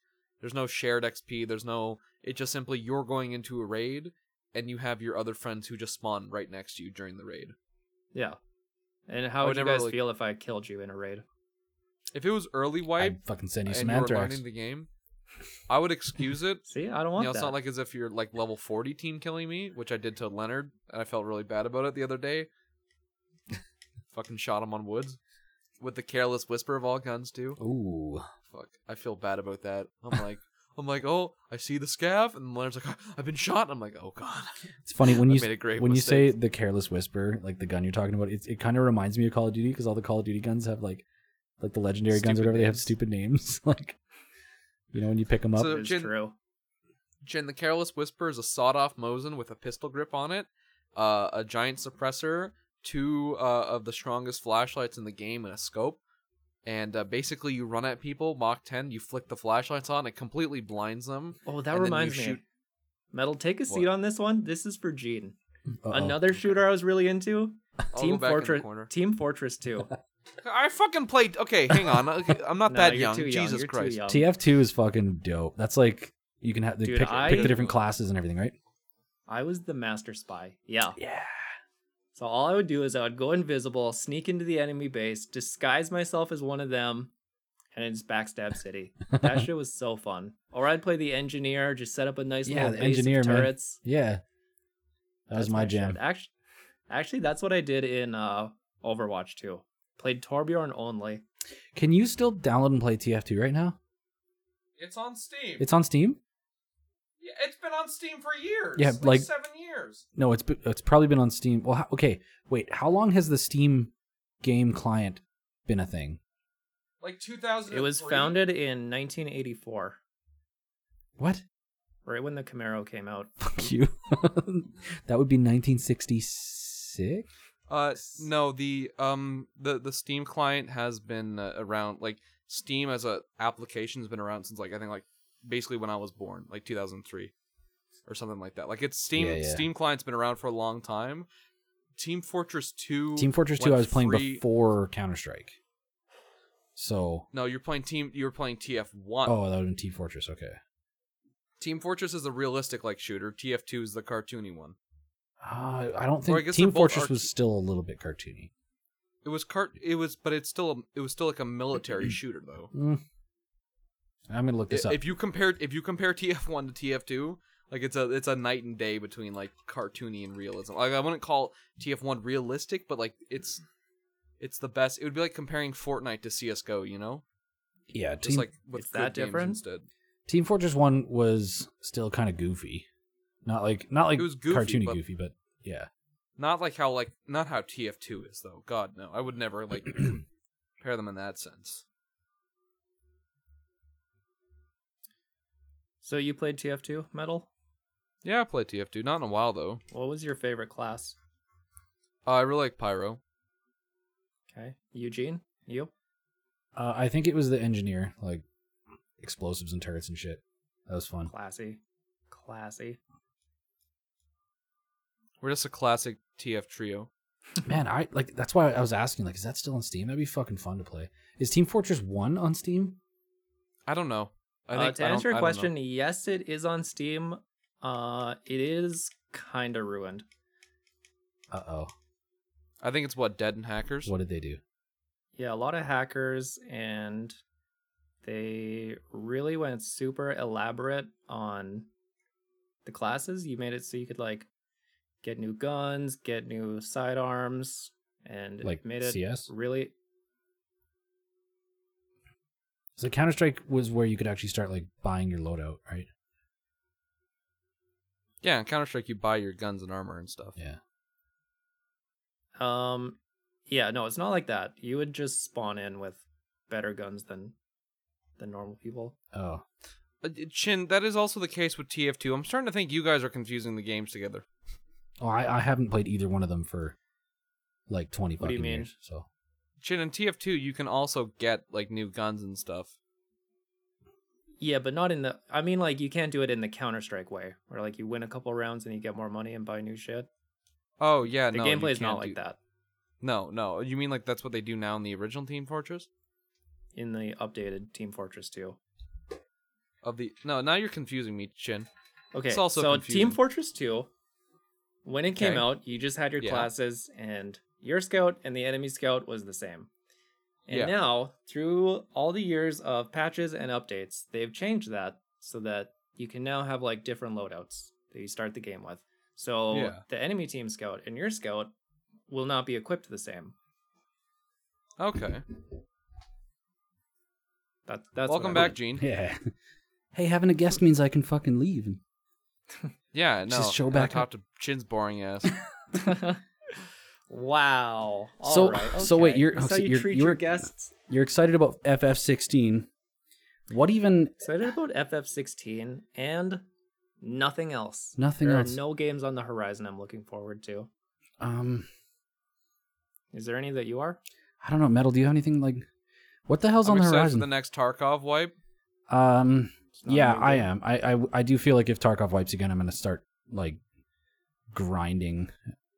[SPEAKER 1] there's no shared XP. There's no. It's just simply you're going into a raid, and you have your other friends who just spawn right next to you during the raid.
[SPEAKER 2] Yeah. And how
[SPEAKER 1] I
[SPEAKER 2] would
[SPEAKER 1] would
[SPEAKER 2] you
[SPEAKER 1] never
[SPEAKER 2] guys
[SPEAKER 1] really-
[SPEAKER 2] feel if I killed you in a raid?
[SPEAKER 1] If it was early wipe,
[SPEAKER 3] I'd fucking send you
[SPEAKER 1] and
[SPEAKER 3] some
[SPEAKER 1] you were
[SPEAKER 3] anthrax.
[SPEAKER 1] learning the game, I would excuse it.
[SPEAKER 2] See, I don't
[SPEAKER 1] you
[SPEAKER 2] want
[SPEAKER 1] know,
[SPEAKER 2] that.
[SPEAKER 1] it's not like as if you're like level 40 team killing me, which I did to Leonard, and I felt really bad about it the other day. Fucking shot him on woods with the careless whisper of all guns too.
[SPEAKER 3] Ooh.
[SPEAKER 1] Fuck, I feel bad about that. I'm like, I'm like, oh, I see the scav, and Leonard's like, I've been shot. and I'm like, oh god,
[SPEAKER 3] It's funny when
[SPEAKER 1] I
[SPEAKER 3] you
[SPEAKER 1] made a great
[SPEAKER 3] when you
[SPEAKER 1] mistake.
[SPEAKER 3] say the careless whisper, like the gun you're talking about, it, it kind of reminds me of Call of Duty because all the Call of Duty guns have like, like the legendary guns, or
[SPEAKER 1] Stupid
[SPEAKER 3] whatever. They have
[SPEAKER 1] names.
[SPEAKER 3] stupid names. like, you know, when you pick them up,
[SPEAKER 1] So-
[SPEAKER 2] It's
[SPEAKER 1] Jen-
[SPEAKER 2] true.
[SPEAKER 1] Jen, the Careless Whisper is a sawed-off Mosin with a pistol grip on it, uh, a giant suppressor, two uh, of the strongest flashlights in the game, and a scope. And uh, basically, you run at people, Mach 10. You flick the flashlights on, it completely blinds them.
[SPEAKER 2] Oh,
[SPEAKER 1] and then
[SPEAKER 2] that
[SPEAKER 1] you
[SPEAKER 2] reminds me.
[SPEAKER 1] shoot-
[SPEAKER 2] Metal, take a seat
[SPEAKER 1] What?
[SPEAKER 2] on this one. This is for Gene.
[SPEAKER 3] Uh-oh.
[SPEAKER 2] Another shooter I was really into.
[SPEAKER 1] I'll go
[SPEAKER 2] Team
[SPEAKER 1] back in the
[SPEAKER 2] Fortress.
[SPEAKER 1] corner.
[SPEAKER 2] Team Fortress Two.
[SPEAKER 1] I fucking played. Okay, hang on. Okay, I'm not
[SPEAKER 2] No,
[SPEAKER 1] that
[SPEAKER 2] you're
[SPEAKER 1] young.
[SPEAKER 2] too
[SPEAKER 1] Jesus
[SPEAKER 2] you're too
[SPEAKER 1] Christ.
[SPEAKER 2] young.
[SPEAKER 3] TF2 is fucking dope. That's like you can have they
[SPEAKER 2] Dude,
[SPEAKER 3] pick,
[SPEAKER 2] I-
[SPEAKER 3] pick the different classes and everything, right?
[SPEAKER 2] I was the master spy. Yeah.
[SPEAKER 3] Yeah.
[SPEAKER 2] So all I would do is I would go invisible, sneak into the enemy base, disguise myself as one of them, and then just backstab city. that shit was so fun. Or I'd play the engineer, just set up a nice
[SPEAKER 3] Yeah,
[SPEAKER 2] little
[SPEAKER 3] the
[SPEAKER 2] base of
[SPEAKER 3] engineer, man.
[SPEAKER 2] turrets.
[SPEAKER 3] Yeah. That was
[SPEAKER 2] That's
[SPEAKER 3] my
[SPEAKER 2] shit.
[SPEAKER 3] jam.
[SPEAKER 2] Actually, actually, that's what I did in uh, Overwatch 2. Played Torbjorn only.
[SPEAKER 3] Can you still download and play TF2 right now?
[SPEAKER 1] It's on Steam.
[SPEAKER 3] It's on Steam?
[SPEAKER 1] Yeah, it's been on Steam for years.
[SPEAKER 3] Yeah, like-
[SPEAKER 1] seven years.
[SPEAKER 3] No, it's be- it's probably been on Steam. Well, how, okay, wait. How long has the Steam game client been a thing?
[SPEAKER 1] Like 2000.
[SPEAKER 2] It was founded in 1984,
[SPEAKER 3] What?
[SPEAKER 2] right when the Camaro came out.
[SPEAKER 3] Fuck you. that would be 1966.
[SPEAKER 1] Uh, no the um the the Steam client has been uh, around like Steam as a application has been around since like I think like basically when I was born, like 2003 or something like that. Like it's Steam
[SPEAKER 3] Yeah, yeah.
[SPEAKER 1] Steam client's been around for a long time. Team Fortress 2
[SPEAKER 3] Team Fortress 2
[SPEAKER 1] went
[SPEAKER 3] I was playing
[SPEAKER 1] free-
[SPEAKER 3] before Counter-Strike. So,
[SPEAKER 1] No, you're playing Team you were playing TF1.
[SPEAKER 3] oh, that would have been Team Fortress, okay.
[SPEAKER 1] Team Fortress is the realistic like shooter, TF2 is the cartoony one.
[SPEAKER 3] Uh, I don't
[SPEAKER 1] Or I
[SPEAKER 3] think
[SPEAKER 1] guess
[SPEAKER 3] Team
[SPEAKER 1] they're both
[SPEAKER 3] Fortress
[SPEAKER 1] arch-
[SPEAKER 3] was still a little bit cartoony.
[SPEAKER 1] It was cart it was but it's still a, it was still like a military shooter though.
[SPEAKER 3] Mm. I'm gonna look this
[SPEAKER 1] I-
[SPEAKER 3] up.
[SPEAKER 1] If you compare if you compare TF1 to TF2, like it's a it's a night and day between like cartoony and realism. Like I wouldn't call TF1 realistic, but like it's it's the best. It would be like comparing Fortnite to CS:GO, you know?
[SPEAKER 3] yeah,
[SPEAKER 1] Just
[SPEAKER 3] Team,
[SPEAKER 1] like with
[SPEAKER 2] It's
[SPEAKER 1] good
[SPEAKER 2] that
[SPEAKER 1] games
[SPEAKER 2] different?
[SPEAKER 1] instead.
[SPEAKER 3] Team Fortress One was still kind of goofy, not like not like
[SPEAKER 1] It was goofy,
[SPEAKER 3] cartoony
[SPEAKER 1] but-
[SPEAKER 3] goofy, but yeah.
[SPEAKER 1] Not like how like not how TF2 is though. God no. I would never like compare them in that sense.
[SPEAKER 2] So you played TF2 Metal?
[SPEAKER 1] Yeah, I played TF2 not in a while though.
[SPEAKER 2] What was your favorite class?
[SPEAKER 1] Uh, I really like Pyro.
[SPEAKER 2] Okay. Eugene, you?
[SPEAKER 3] Uh, I think it was the engineer, like explosives and turrets and shit. That was fun.
[SPEAKER 2] Classy. Classy.
[SPEAKER 1] We're just a classic TF trio.
[SPEAKER 3] Man, I like that's why I was asking, like, is that still on Steam? That'd be fucking fun to play. Is Team Fortress One on Steam?
[SPEAKER 1] I don't know. I
[SPEAKER 2] Uh,
[SPEAKER 1] think
[SPEAKER 2] to
[SPEAKER 1] I don't-
[SPEAKER 2] answer
[SPEAKER 1] I
[SPEAKER 2] your
[SPEAKER 1] don't know.
[SPEAKER 2] question, yes, it is on Steam. Uh, it is kind of ruined.
[SPEAKER 3] Uh oh.
[SPEAKER 1] I think it's what Dead and Hackers.
[SPEAKER 3] What did they do?
[SPEAKER 2] Yeah, a lot of hackers, and they really went super elaborate on the classes. You made it so you could like get new guns, get new sidearms, and
[SPEAKER 3] Like
[SPEAKER 2] it made it
[SPEAKER 3] CS?
[SPEAKER 2] really
[SPEAKER 3] So Counter Strike was where you could actually start like buying your loadout, right?
[SPEAKER 1] Yeah, in Counter Strike, you buy your guns and armor and stuff.
[SPEAKER 3] Yeah.
[SPEAKER 2] Um, yeah, no, it's not like that. You would just spawn in with better guns than than normal people.
[SPEAKER 3] Oh.
[SPEAKER 1] Uh, Chin, that is also the case with TF2. I'm starting to think you guys are confusing the games together.
[SPEAKER 3] Oh, I, I haven't played either one of them for like twenty
[SPEAKER 2] What do you
[SPEAKER 3] fucking
[SPEAKER 2] mean?
[SPEAKER 3] years. So
[SPEAKER 1] Chin, in TF2, you can also get like new guns and stuff.
[SPEAKER 2] Yeah, but not in the. I mean, like you can't do it in the Counter Strike way, where like you win a couple rounds and you get more money and buy new shit.
[SPEAKER 1] Oh yeah,
[SPEAKER 2] The
[SPEAKER 1] no, you
[SPEAKER 2] gameplay is not
[SPEAKER 1] can't
[SPEAKER 2] like
[SPEAKER 1] do-
[SPEAKER 2] that
[SPEAKER 1] No, no. You mean like that's what they do now in the original Team Fortress?
[SPEAKER 2] in the updated Team Fortress 2.
[SPEAKER 1] Of the no, now you're confusing me, Chin.
[SPEAKER 2] Okay,
[SPEAKER 1] It's also
[SPEAKER 2] so
[SPEAKER 1] confusing.
[SPEAKER 2] Team Fortress 2, when it came
[SPEAKER 1] Okay.
[SPEAKER 2] out, you just had your
[SPEAKER 1] Yeah.
[SPEAKER 2] classes, and your scout and the enemy scout was the same. And
[SPEAKER 1] Yeah.
[SPEAKER 2] now, through all the years of patches and updates, they've changed that so that you can now have like different loadouts that you start the game with. So
[SPEAKER 1] Yeah.
[SPEAKER 2] the enemy team scout and your scout will not be equipped the same.
[SPEAKER 1] Okay.
[SPEAKER 2] That, that's what
[SPEAKER 1] Welcome
[SPEAKER 2] I
[SPEAKER 1] back, Gene.
[SPEAKER 2] mean.
[SPEAKER 3] yeah. hey, having a guest means I can fucking leave.
[SPEAKER 1] Yeah, no.
[SPEAKER 3] Just show
[SPEAKER 1] I
[SPEAKER 3] back
[SPEAKER 1] talked to Chin's boring ass.
[SPEAKER 2] wow.
[SPEAKER 3] So-
[SPEAKER 2] Alright,
[SPEAKER 3] so wait,
[SPEAKER 2] okay.
[SPEAKER 3] you're-
[SPEAKER 2] That's
[SPEAKER 3] so
[SPEAKER 2] how you
[SPEAKER 3] you're-
[SPEAKER 2] treat
[SPEAKER 3] you're-
[SPEAKER 2] your guests.
[SPEAKER 3] You're excited about FF sixteen. What even?
[SPEAKER 2] excited about FF16 and nothing else.
[SPEAKER 3] Nothing
[SPEAKER 2] there
[SPEAKER 3] else.
[SPEAKER 2] are no games on the horizon I'm looking forward to.
[SPEAKER 3] Um,
[SPEAKER 2] Is there any that you are?
[SPEAKER 3] I don't know. Metal, do you have anything like? What the hell's
[SPEAKER 1] I'm
[SPEAKER 3] on the
[SPEAKER 1] excited
[SPEAKER 3] horizon?
[SPEAKER 1] for the next Tarkov wipe.
[SPEAKER 3] um,
[SPEAKER 2] It's not a
[SPEAKER 3] yeah,
[SPEAKER 2] new
[SPEAKER 3] I
[SPEAKER 2] game.
[SPEAKER 3] am. I, I I do feel like if Tarkov wipes again, I'm gonna start like grinding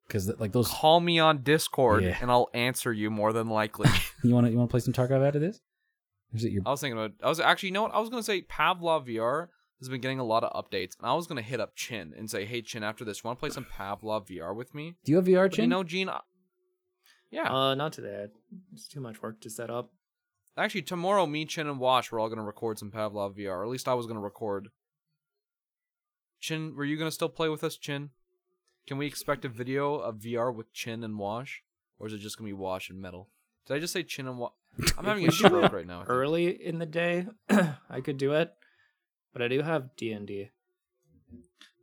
[SPEAKER 3] because like those.
[SPEAKER 1] Call me on Discord
[SPEAKER 3] Yeah.
[SPEAKER 1] and I'll answer you more than likely.
[SPEAKER 3] You want to you want to play some Tarkov out of this? Or Is it your?
[SPEAKER 1] I was thinking about I was actually you know what? I was gonna say Pavlov VR has been getting a lot of updates, and I was gonna hit up Chin and say, Hey Chin, after this, you wanna play some Pavlov VR with me?
[SPEAKER 3] Do you have VR?
[SPEAKER 1] But you
[SPEAKER 3] Chin?
[SPEAKER 1] know, Gene I- Yeah.
[SPEAKER 2] Uh, not today. It's too much work to set up.
[SPEAKER 1] Actually, tomorrow, me, Chin, and Wash, we're all going to record some Pavlov VR. Or at least I was going to record. Chin, were you going to still play with us, Chin? Can we expect a video of VR with Chin and Wash? Or is it just going to be Wash and Metal? Did I just say Chin and Wash? I'm having a stroke right now. I think.
[SPEAKER 2] Early in the day, I could do it, but I do have D and D.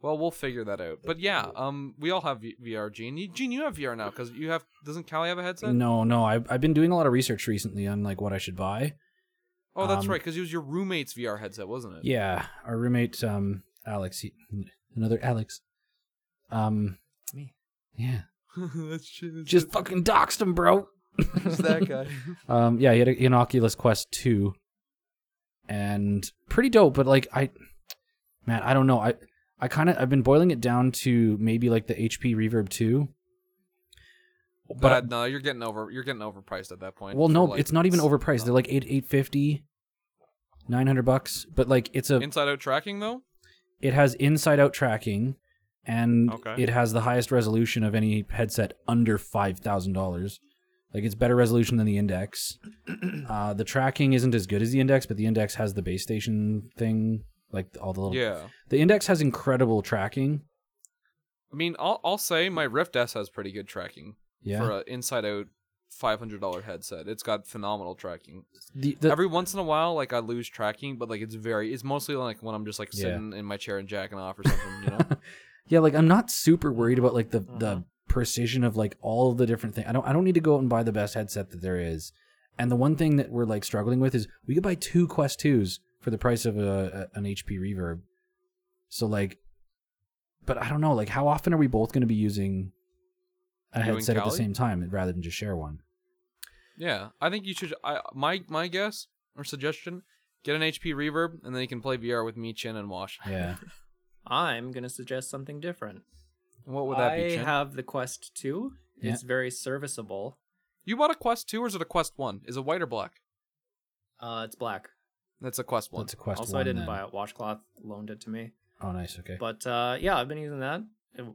[SPEAKER 1] Well, we'll figure that out. But yeah, um, we all have v- VR, Gene. You- Gene, you have VR now because you have. Doesn't Callie have a headset?
[SPEAKER 3] No, no. I I've been doing a lot of research recently on like what I should buy.
[SPEAKER 1] Oh, that's
[SPEAKER 3] Um,
[SPEAKER 1] right, because it was your roommate's VR headset, wasn't it?
[SPEAKER 3] Yeah, our roommate um Alex, he, another Alex. Um
[SPEAKER 2] Me.
[SPEAKER 3] yeah.
[SPEAKER 1] that's Chin. That's
[SPEAKER 3] Just fucking doxed him, bro.
[SPEAKER 1] just that guy.
[SPEAKER 3] Um yeah, he had a, an Oculus Quest 2 and pretty dope, but like I man, I don't know. I I kind of I've been boiling it down to maybe like the HP Reverb 2.
[SPEAKER 1] But
[SPEAKER 3] But
[SPEAKER 1] no, you're getting over. You're getting overpriced at that point.
[SPEAKER 3] well
[SPEAKER 1] for,
[SPEAKER 3] no,
[SPEAKER 1] like,
[SPEAKER 3] it's not even
[SPEAKER 1] s-
[SPEAKER 3] overpriced. They're like 8 850 900 bucks, but like it's a
[SPEAKER 1] Inside out tracking though.
[SPEAKER 3] It has inside out tracking and
[SPEAKER 1] Okay.
[SPEAKER 3] it has the highest resolution of any headset under $5,000. Like it's better resolution than the Index. uh, the tracking isn't as good as the Index, but the Index has the base station thing, like all the little
[SPEAKER 1] Yeah.
[SPEAKER 3] The Index has incredible tracking.
[SPEAKER 1] I mean, I'll I'll say my Rift S has pretty good tracking
[SPEAKER 3] Yeah.
[SPEAKER 1] for an inside out five hundred dollar headset. It's got phenomenal tracking.
[SPEAKER 3] the, the,
[SPEAKER 1] Every once in a while, like I lose tracking, but like it's very. It's mostly like when I'm just like
[SPEAKER 3] Yeah.
[SPEAKER 1] sitting in my chair and jacking off or something. You know.
[SPEAKER 3] yeah, like I'm not super worried about like the
[SPEAKER 2] Uh-huh.
[SPEAKER 3] the precision of like all of the different things. I don't I don't need to go out and buy the best headset that there is. And the one thing that we're like struggling with is we could buy two Quest 2s for the price of a, a an HP Reverb. So like but I don't know, like how often are we both going to be using a
[SPEAKER 1] You and
[SPEAKER 3] headset at the
[SPEAKER 1] Callie?
[SPEAKER 3] same time rather than just share one?
[SPEAKER 1] Yeah, I think you should. I my my guess or suggestion: get an HP reverb, and then you can play VR with me, Chin, and Wash.
[SPEAKER 3] Yeah.
[SPEAKER 2] I'm gonna suggest something different.
[SPEAKER 1] What would that
[SPEAKER 2] I
[SPEAKER 1] be? Chin?
[SPEAKER 2] have the Quest 2.
[SPEAKER 3] Yeah.
[SPEAKER 2] It's very serviceable.
[SPEAKER 1] you bought a Quest Two, or is it a Quest One? Is it white or black?
[SPEAKER 2] Uh, it's black.
[SPEAKER 1] That's a Quest One.
[SPEAKER 3] That's a quest.
[SPEAKER 2] also, I
[SPEAKER 3] one,
[SPEAKER 2] didn't
[SPEAKER 3] then.
[SPEAKER 2] buy it. Washcloth loaned it to me.
[SPEAKER 3] Oh, nice. Okay.
[SPEAKER 2] But uh, yeah, I've been using that. It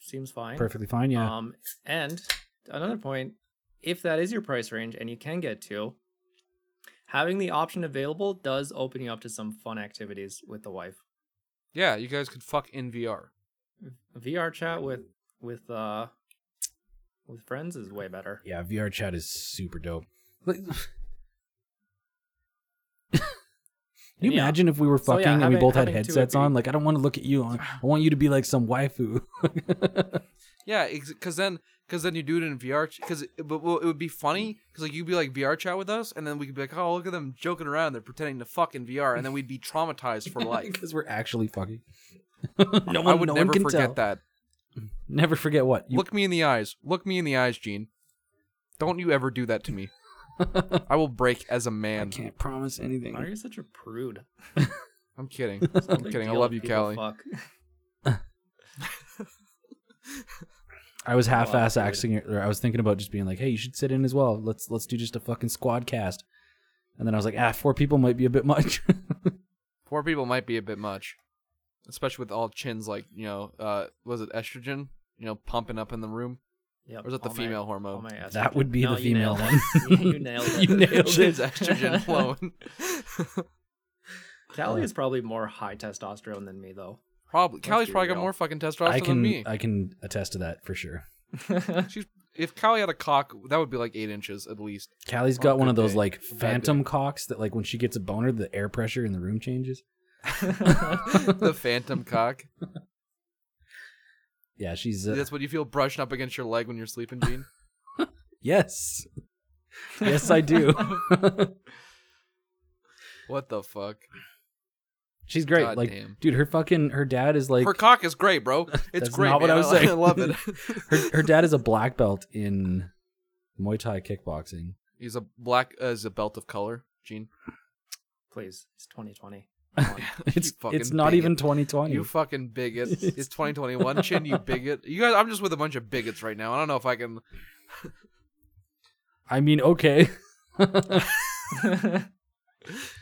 [SPEAKER 2] seems fine.
[SPEAKER 3] Perfectly fine. Yeah.
[SPEAKER 2] Um, and another point, if that is your price range and you can get two, having the option available does open you up to some fun activities with the wife.
[SPEAKER 1] yeah, you guys could fuck in VR.
[SPEAKER 2] VR chat with with uh with friends is way better.
[SPEAKER 3] yeah. VR chat is super dope. Like- Can you
[SPEAKER 2] Yeah.
[SPEAKER 3] imagine if we were
[SPEAKER 2] So, yeah,
[SPEAKER 3] fucking and we
[SPEAKER 2] having-
[SPEAKER 3] both had
[SPEAKER 2] having two would
[SPEAKER 3] headsets
[SPEAKER 2] be-
[SPEAKER 3] on? Like, I don't want to look at you. On. I want you to be like some waifu.
[SPEAKER 1] Yeah, because then because then you do it in VR. Because it, but well, it would be funny because like you'd be like VR chat with us, and then we could be like, oh look at them joking around, they're pretending to fuck in VR, and then we'd be traumatized for life.
[SPEAKER 3] because we're actually fucking. no
[SPEAKER 1] I would
[SPEAKER 3] no
[SPEAKER 1] never
[SPEAKER 3] can
[SPEAKER 1] forget
[SPEAKER 3] tell.
[SPEAKER 1] that.
[SPEAKER 3] Never forget what you.
[SPEAKER 1] Look me in the eyes. Look me in the eyes, Gene. Don't you ever do that to me. I will break as a
[SPEAKER 3] I
[SPEAKER 1] man.
[SPEAKER 3] can't promise anything.
[SPEAKER 2] Why are you such a prude?
[SPEAKER 1] I'm kidding. I'm kidding. I love you, Callie.
[SPEAKER 2] Fuck.
[SPEAKER 3] I was half ass
[SPEAKER 2] Wow, dude.
[SPEAKER 3] axing it, or I was thinking about just being like, "Hey, you should sit in as well. Let's let's do just a fucking squad cast." And then I was like, "Ah, four people might be a bit much."
[SPEAKER 1] Four people might be a bit much, especially with all chins like you know, uh, was it estrogen? You know, pumping up in the room,
[SPEAKER 2] Yep,
[SPEAKER 1] or is that the
[SPEAKER 2] all my-
[SPEAKER 1] female
[SPEAKER 2] all
[SPEAKER 1] hormone?
[SPEAKER 2] my estrogen.
[SPEAKER 3] That would be
[SPEAKER 2] No,
[SPEAKER 3] the
[SPEAKER 2] you
[SPEAKER 3] female
[SPEAKER 2] nailed
[SPEAKER 3] one.
[SPEAKER 2] it. you nailed it.
[SPEAKER 3] You nailed it.
[SPEAKER 1] Chin's estrogen flowing.
[SPEAKER 2] Callie is probably more high testosterone than me, though.
[SPEAKER 1] probably.
[SPEAKER 2] Let's
[SPEAKER 1] Callie's
[SPEAKER 2] be
[SPEAKER 1] probably got
[SPEAKER 2] real.
[SPEAKER 1] more fucking testosterone
[SPEAKER 3] I
[SPEAKER 1] than
[SPEAKER 3] can
[SPEAKER 1] me.
[SPEAKER 3] I can attest to that for sure.
[SPEAKER 1] She's if Callie had a cock, that would be like eight inches at least.
[SPEAKER 3] Callie's
[SPEAKER 1] On
[SPEAKER 3] got
[SPEAKER 1] a
[SPEAKER 3] one
[SPEAKER 1] good
[SPEAKER 3] of those
[SPEAKER 1] day.
[SPEAKER 3] like
[SPEAKER 1] bad
[SPEAKER 3] phantom cocks that like when she gets a boner, the air pressure in the room changes.
[SPEAKER 1] the phantom cock.
[SPEAKER 3] Yeah, she's uh,
[SPEAKER 1] That's what you feel brushing up against your leg when you're sleeping, Gene.
[SPEAKER 3] yes, yes I do.
[SPEAKER 1] What the fuck?
[SPEAKER 3] she's great.
[SPEAKER 1] God
[SPEAKER 3] like,
[SPEAKER 1] damn.
[SPEAKER 3] dude, her fucking her dad is like
[SPEAKER 1] Her cock is great, bro. It's
[SPEAKER 3] That's
[SPEAKER 1] great.
[SPEAKER 3] not what
[SPEAKER 1] man.
[SPEAKER 3] I was saying.
[SPEAKER 1] I love it.
[SPEAKER 3] her, her dad is a black belt in Muay Thai kickboxing.
[SPEAKER 1] He's a black as a belt of color, Gene.
[SPEAKER 2] Please, it's 2020. Come on.
[SPEAKER 3] It's
[SPEAKER 1] fucking
[SPEAKER 3] it's not even
[SPEAKER 1] bigot.
[SPEAKER 3] 2020.
[SPEAKER 1] You fucking bigot. It's 2021, Chin. You bigot. You guys, I'm just with a bunch of bigots right now. I don't know if I can.
[SPEAKER 3] I mean, okay.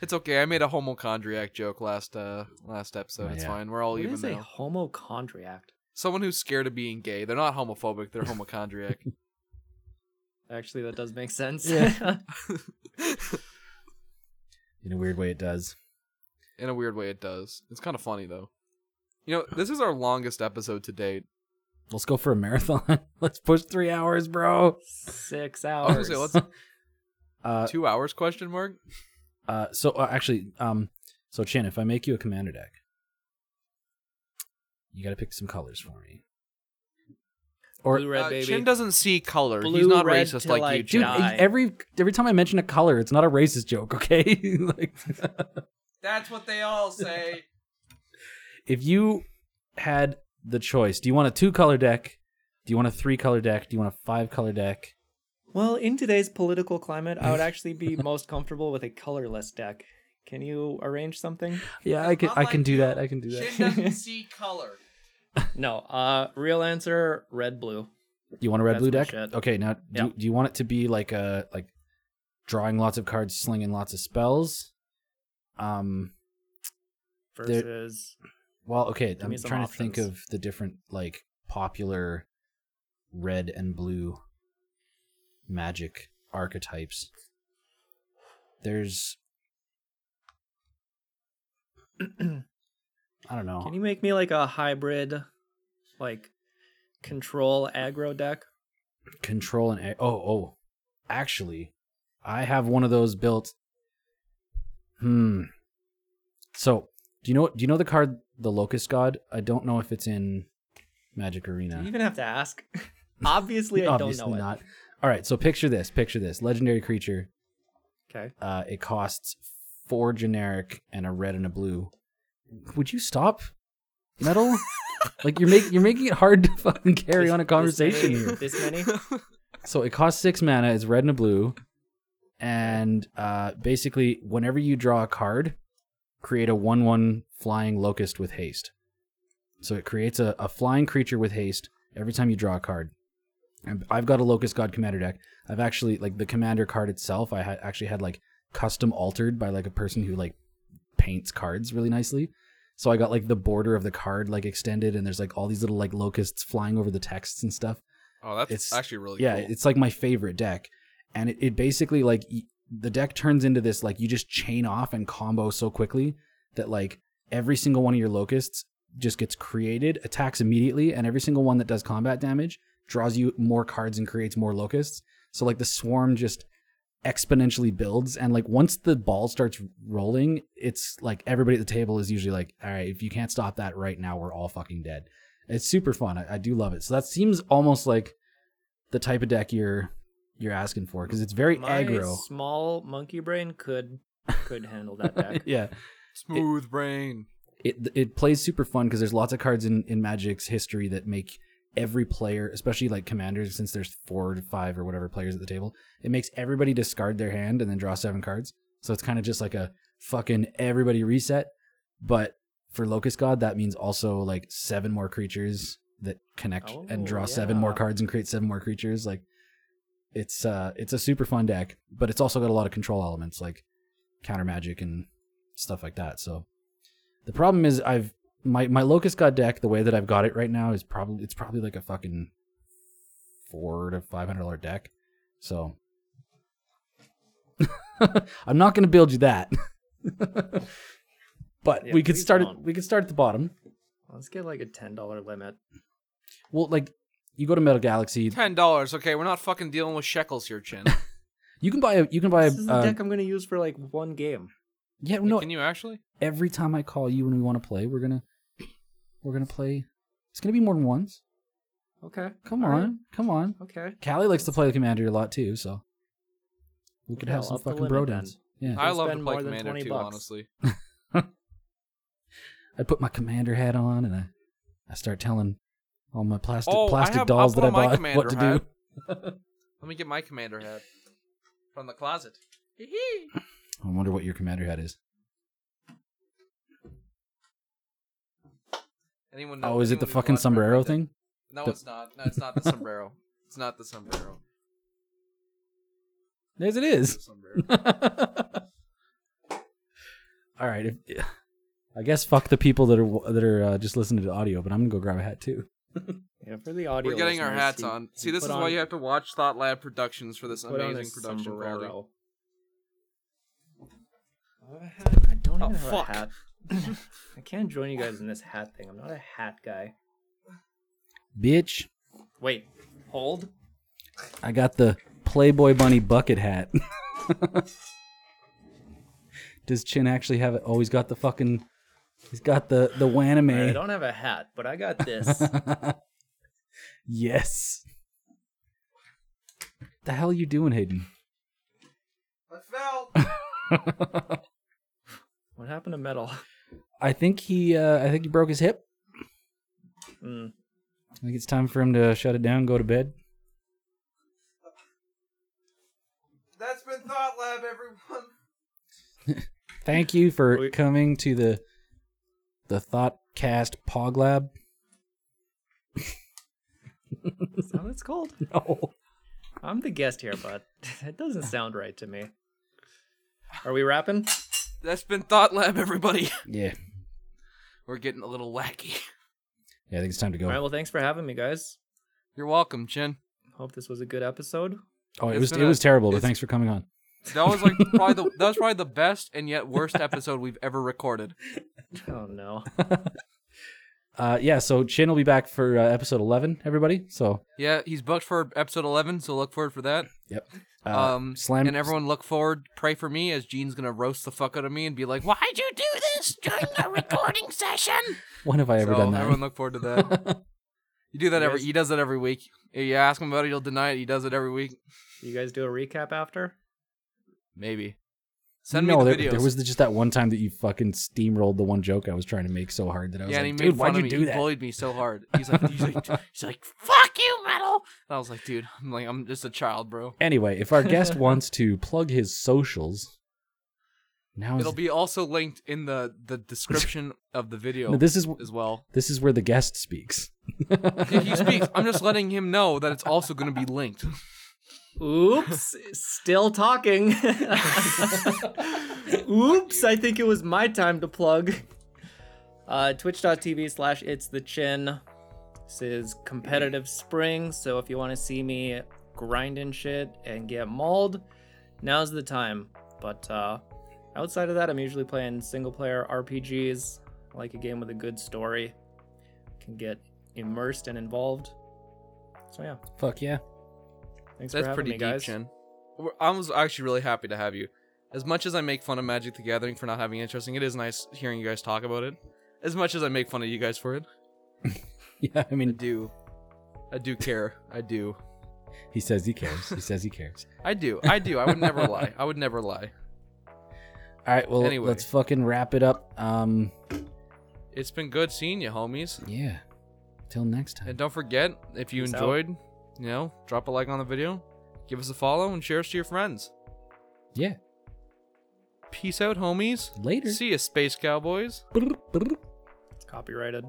[SPEAKER 1] It's okay. I made a homochondriac joke last uh last episode.
[SPEAKER 3] Oh,
[SPEAKER 1] it's
[SPEAKER 3] yeah.
[SPEAKER 1] fine. We're all
[SPEAKER 2] What
[SPEAKER 1] even
[SPEAKER 2] is a
[SPEAKER 1] now.
[SPEAKER 2] homochondriac?
[SPEAKER 1] Someone who's scared of being gay. They're not homophobic. They're homochondriac.
[SPEAKER 2] Actually, that does make sense.
[SPEAKER 3] Yeah. In a weird way, it does.
[SPEAKER 1] In a weird way, it does. It's kind of funny though. You know, this is our longest episode to date.
[SPEAKER 3] Let's go for a marathon. let's push three hours, bro.
[SPEAKER 2] Six
[SPEAKER 1] I was
[SPEAKER 2] hours.
[SPEAKER 1] gonna say,
[SPEAKER 3] Uh,
[SPEAKER 1] let's two hours? Question mark.
[SPEAKER 3] uh, so uh, actually, um, so Chin, if I make you a commander deck, you got to pick some colors for me. Or
[SPEAKER 2] Blue red
[SPEAKER 1] Uh,
[SPEAKER 2] baby.
[SPEAKER 1] Chin doesn't see color. He's
[SPEAKER 2] Blue,
[SPEAKER 1] not
[SPEAKER 2] red
[SPEAKER 1] racist
[SPEAKER 2] till
[SPEAKER 1] like
[SPEAKER 2] I
[SPEAKER 1] you,
[SPEAKER 3] dude, e,
[SPEAKER 1] Chin.
[SPEAKER 2] die. Guy.
[SPEAKER 3] every every time I mention a color, it's not a racist joke, okay? like,
[SPEAKER 1] That's what they all say.
[SPEAKER 3] if you had the choice, do you want a two color deck? Do you want a three color deck? Do you want a five color deck?
[SPEAKER 2] well, in today's political climate, I would actually be most comfortable with a colorless deck. Can you arrange something?
[SPEAKER 3] Yeah, I can I can do that. I can do that.
[SPEAKER 1] doesn't see color.
[SPEAKER 2] No. Uh, real answer: red, blue.
[SPEAKER 3] You want a red
[SPEAKER 2] That's
[SPEAKER 3] blue
[SPEAKER 2] my
[SPEAKER 3] deck?
[SPEAKER 2] shit.
[SPEAKER 3] Okay, now do,
[SPEAKER 2] Yeah.
[SPEAKER 3] do you want it to be like a like drawing lots of cards, slinging lots of spells? Um, There-
[SPEAKER 2] Versus
[SPEAKER 3] well, okay,
[SPEAKER 2] Give
[SPEAKER 3] I'm
[SPEAKER 2] me some
[SPEAKER 3] trying to think
[SPEAKER 2] options.
[SPEAKER 3] of the different like popular red and blue magic archetypes. There's I don't know.
[SPEAKER 2] Can you make me like a hybrid, like control aggro deck?
[SPEAKER 3] control and a- oh oh actually i have one of those built hmm so do you know do you know the card the locust god i don't know if it's in magic
[SPEAKER 2] Do
[SPEAKER 3] arena
[SPEAKER 2] you even have to ask? Obviously, I
[SPEAKER 3] obviously
[SPEAKER 2] don't know
[SPEAKER 3] not all right so picture this picture this legendary creature
[SPEAKER 2] it. Okay.
[SPEAKER 3] uh it costs four generic and a red and a blue would you stop metal like you're making you're making it hard to fucking carry
[SPEAKER 2] This-
[SPEAKER 3] on a conversation
[SPEAKER 2] This
[SPEAKER 3] here
[SPEAKER 2] many? This many?
[SPEAKER 3] so it costs six mana. It's red and a blue. and uh, basically, whenever you draw a card, create a one-one flying locust with haste. So it creates a, a flying creature with haste every time you draw a card. And I've got a locust god commander deck. I've actually like the commander card itself. I had actually had like custom altered by like a person who like paints cards really nicely. So I got like the border of the card like extended, and there's like all these little like locusts flying over the texts and stuff
[SPEAKER 1] Oh, that's
[SPEAKER 3] It's-
[SPEAKER 1] actually really
[SPEAKER 3] yeah
[SPEAKER 1] cool.
[SPEAKER 3] it's like my favorite deck and it, it basically like y- the deck turns into this like you just chain off and combo so quickly that like every single one of your locusts just gets created attacks immediately and every single one that does combat damage draws you more cards and creates more locusts so like the swarm just exponentially builds and like once the ball starts rolling it's like everybody at the table is usually like all right if you can't stop that right now we're all fucking dead it's super fun i, I do love it so that seems almost like the type of deck you're you're asking for because it's very
[SPEAKER 2] My
[SPEAKER 3] aggro
[SPEAKER 2] small monkey brain could could handle that deck.
[SPEAKER 3] yeah
[SPEAKER 1] Smooth brain.
[SPEAKER 3] it it plays super fun because there's lots of cards in in Magic's history that make every player, especially like commanders, since there's four to five or whatever players at the table, it makes everybody discard their hand and then draw seven cards. So it's kind of just like a fucking everybody reset. But for Locust God, that means also like seven more creatures that connect and
[SPEAKER 2] Oh,
[SPEAKER 3] draw seven more
[SPEAKER 2] yeah.
[SPEAKER 3] cards and create seven more creatures. Like it's uh it's a super fun deck, but it's also got a lot of control elements like counter magic and stuff like that. So the problem is I've my my locust god deck the way that I've got it right now is probably it's probably like a fucking four to five hundred dollar deck. So I'm not gonna build you that. but
[SPEAKER 2] Yeah,
[SPEAKER 3] we could
[SPEAKER 2] please
[SPEAKER 3] start at,
[SPEAKER 2] don't.
[SPEAKER 3] we could start at the bottom.
[SPEAKER 2] Let's get like a ten dollar limit.
[SPEAKER 3] Well, like you go to Metal Galaxy,
[SPEAKER 1] Ten dollars. Okay, we're not fucking dealing with shekels here, Chin.
[SPEAKER 3] you can buy a you can buy a
[SPEAKER 2] This is the
[SPEAKER 3] uh,
[SPEAKER 2] deck I'm gonna use for like one game.
[SPEAKER 3] yeah
[SPEAKER 1] Wait,
[SPEAKER 3] no
[SPEAKER 1] Can you actually?
[SPEAKER 3] every time I call you and we want to play, we're gonna we're gonna play. It's gonna be more than once.
[SPEAKER 2] Okay.
[SPEAKER 3] Come
[SPEAKER 2] all
[SPEAKER 3] on,
[SPEAKER 2] right,
[SPEAKER 3] come on.
[SPEAKER 2] Okay.
[SPEAKER 3] Callie likes to play the commander a lot too, so we could
[SPEAKER 2] Okay,
[SPEAKER 3] have
[SPEAKER 2] I'll
[SPEAKER 3] some
[SPEAKER 2] up the
[SPEAKER 3] fucking bro
[SPEAKER 2] limit then.
[SPEAKER 3] downs. Yeah,
[SPEAKER 1] I
[SPEAKER 2] Don't
[SPEAKER 1] love to
[SPEAKER 2] spend
[SPEAKER 1] play
[SPEAKER 2] more than
[SPEAKER 1] Commander
[SPEAKER 2] 20
[SPEAKER 1] too,
[SPEAKER 2] bucks.
[SPEAKER 1] honestly.
[SPEAKER 3] I put my commander hat on and I I start telling all my plastic
[SPEAKER 1] Oh, I
[SPEAKER 3] plastic
[SPEAKER 1] have
[SPEAKER 3] dolls
[SPEAKER 1] up
[SPEAKER 3] that I
[SPEAKER 1] on my
[SPEAKER 3] bought
[SPEAKER 1] commander
[SPEAKER 3] what to do.
[SPEAKER 1] hat. Let me get my commander hat from the closet.
[SPEAKER 3] I wonder what your commander hat is.
[SPEAKER 1] Anyone? Know,
[SPEAKER 3] Oh, is it
[SPEAKER 1] anyone
[SPEAKER 3] the
[SPEAKER 1] who's
[SPEAKER 3] fucking
[SPEAKER 1] watched Red
[SPEAKER 3] sombrero
[SPEAKER 1] Dead-
[SPEAKER 3] thing?
[SPEAKER 1] No,
[SPEAKER 3] The-
[SPEAKER 1] it's not. No, it's not the sombrero. It's not the sombrero.
[SPEAKER 3] Yes, it
[SPEAKER 1] It's
[SPEAKER 3] is.
[SPEAKER 1] the sombrero.
[SPEAKER 3] All right. If, I guess fuck the people that are that are uh, just listening to audio, but I'm gonna go grab a hat too.
[SPEAKER 2] Yeah, for the audio.
[SPEAKER 1] We're getting our
[SPEAKER 2] listeners,
[SPEAKER 1] hats
[SPEAKER 2] he-
[SPEAKER 1] on.
[SPEAKER 2] he
[SPEAKER 1] See, this
[SPEAKER 2] put
[SPEAKER 1] is why
[SPEAKER 2] on-
[SPEAKER 1] you have to watch Thought Lab Productions for this
[SPEAKER 2] put on
[SPEAKER 1] amazing
[SPEAKER 2] a
[SPEAKER 1] production quality.
[SPEAKER 2] sombrero. I don't
[SPEAKER 1] Oh,
[SPEAKER 2] even have
[SPEAKER 1] fuck.
[SPEAKER 2] a hat. I can't join you guys in this hat thing. I'm not a hat guy.
[SPEAKER 3] Bitch,
[SPEAKER 2] Wait, hold.
[SPEAKER 3] I got the Playboy Bunny bucket hat. Does Chin actually have it? Oh, he's got the fucking. He's got the the
[SPEAKER 2] I
[SPEAKER 3] waname.
[SPEAKER 2] don't have a hat, but I got this.
[SPEAKER 3] yes. The hell you doing, Hayden?
[SPEAKER 1] I fell.
[SPEAKER 2] what happened to metal?
[SPEAKER 3] I think he. Uh, I think he broke his hip.
[SPEAKER 2] Mm,
[SPEAKER 3] I think it's time for him to shut it down, go to bed.
[SPEAKER 1] That's been Thought Lab, everyone.
[SPEAKER 3] Thank you for
[SPEAKER 2] We-
[SPEAKER 3] coming to the the Thoughtcast Pog Lab.
[SPEAKER 2] is that what it's called?
[SPEAKER 3] No.
[SPEAKER 2] I'm the guest here, but it doesn't sound right to me. Are we rapping?
[SPEAKER 1] That's been Thought Lab, everybody.
[SPEAKER 3] Yeah.
[SPEAKER 1] We're getting a little wacky.
[SPEAKER 3] Yeah, I think it's time to go.
[SPEAKER 2] All right. Well, thanks for having me, guys.
[SPEAKER 1] You're welcome, Chin.
[SPEAKER 2] Hope this was a good episode.
[SPEAKER 3] oh, it
[SPEAKER 1] it's
[SPEAKER 3] was
[SPEAKER 1] been
[SPEAKER 3] it
[SPEAKER 1] a-
[SPEAKER 3] was terrible, but
[SPEAKER 1] it's-
[SPEAKER 3] thanks for coming on.
[SPEAKER 1] That was like probably the that was probably the best and yet worst episode we've ever recorded.
[SPEAKER 2] Oh no.
[SPEAKER 3] Uh, yeah, so Chin will be back for uh, episode 11, everybody. So,
[SPEAKER 1] Yeah, he's booked for episode eleven, so look forward for that.
[SPEAKER 3] yep. Uh,
[SPEAKER 1] Um,
[SPEAKER 3] slam
[SPEAKER 1] and everyone look forward. Pray for me as Gene's gonna roast the fuck out of me and be like, "Why'd you do this during the recording session?"
[SPEAKER 3] When have I ever
[SPEAKER 1] so
[SPEAKER 3] done
[SPEAKER 1] everyone
[SPEAKER 3] that?
[SPEAKER 1] look forward to that. you do that
[SPEAKER 2] You
[SPEAKER 1] every.
[SPEAKER 2] guys-
[SPEAKER 1] He does it every week. If you ask him about it, he'll deny it. He does it every week.
[SPEAKER 2] You guys do a recap after?
[SPEAKER 1] Maybe. Send me
[SPEAKER 3] no,
[SPEAKER 1] the
[SPEAKER 3] there,
[SPEAKER 1] videos.
[SPEAKER 3] there was the, just that one time that you fucking steamrolled the one joke I was trying to make so hard that I was
[SPEAKER 1] yeah, and he
[SPEAKER 3] like,
[SPEAKER 1] made fun
[SPEAKER 3] dude, why'd
[SPEAKER 1] of
[SPEAKER 3] you
[SPEAKER 1] me.
[SPEAKER 3] do
[SPEAKER 1] he
[SPEAKER 3] that?
[SPEAKER 1] bullied me so hard. He's like, he's like, he's like, fuck you, metal. And I was like, dude, I'm like, I'm just a child, bro.
[SPEAKER 3] Anyway, if our guest wants to plug his socials, now is,
[SPEAKER 1] It'll be also linked in the the description of the video
[SPEAKER 3] no, this is
[SPEAKER 1] as well.
[SPEAKER 3] this is where the guest speaks.
[SPEAKER 1] Yeah, he speaks. I'm just letting him know that it's also going to be linked.
[SPEAKER 2] Oops, still talking. Oops, I think it was my time to plug. Uh, Twitch.tv slash it's the chin. This is competitive spring, so if you want to see me grinding shit and get mauled, now's the time. But uh, outside of that, I'm usually playing single player RPGs. I like a game with a good story, can get immersed and involved. So yeah,
[SPEAKER 3] Fuck yeah.
[SPEAKER 2] thanks for
[SPEAKER 1] That's
[SPEAKER 2] having
[SPEAKER 1] pretty
[SPEAKER 2] me,
[SPEAKER 1] deep,
[SPEAKER 2] guys.
[SPEAKER 1] Chin. We're- I was actually really happy to have you. As much as I make fun of Magic the Gathering for not having interesting, it is nice hearing you guys talk about it. As much as I make fun of you guys for it,
[SPEAKER 3] Yeah, I
[SPEAKER 1] I
[SPEAKER 3] mean,
[SPEAKER 1] do. I do care. I do.
[SPEAKER 3] he says he cares. He says he cares.
[SPEAKER 1] I do. I do. I would never lie. I would never lie.
[SPEAKER 3] All right, well,
[SPEAKER 1] Anyway.
[SPEAKER 3] let's fucking wrap it up. Um,
[SPEAKER 1] It's been good seeing you, homies.
[SPEAKER 3] yeah. Till next time.
[SPEAKER 1] And don't forget, if you
[SPEAKER 2] Peace out.
[SPEAKER 1] enjoyed, you know, drop a like on the video, give us a follow, and share us to your friends.
[SPEAKER 3] Yeah.
[SPEAKER 1] Peace out, homies.
[SPEAKER 3] Later.
[SPEAKER 1] See ya, space cowboys.
[SPEAKER 3] Brr, brr.
[SPEAKER 2] It's copyrighted.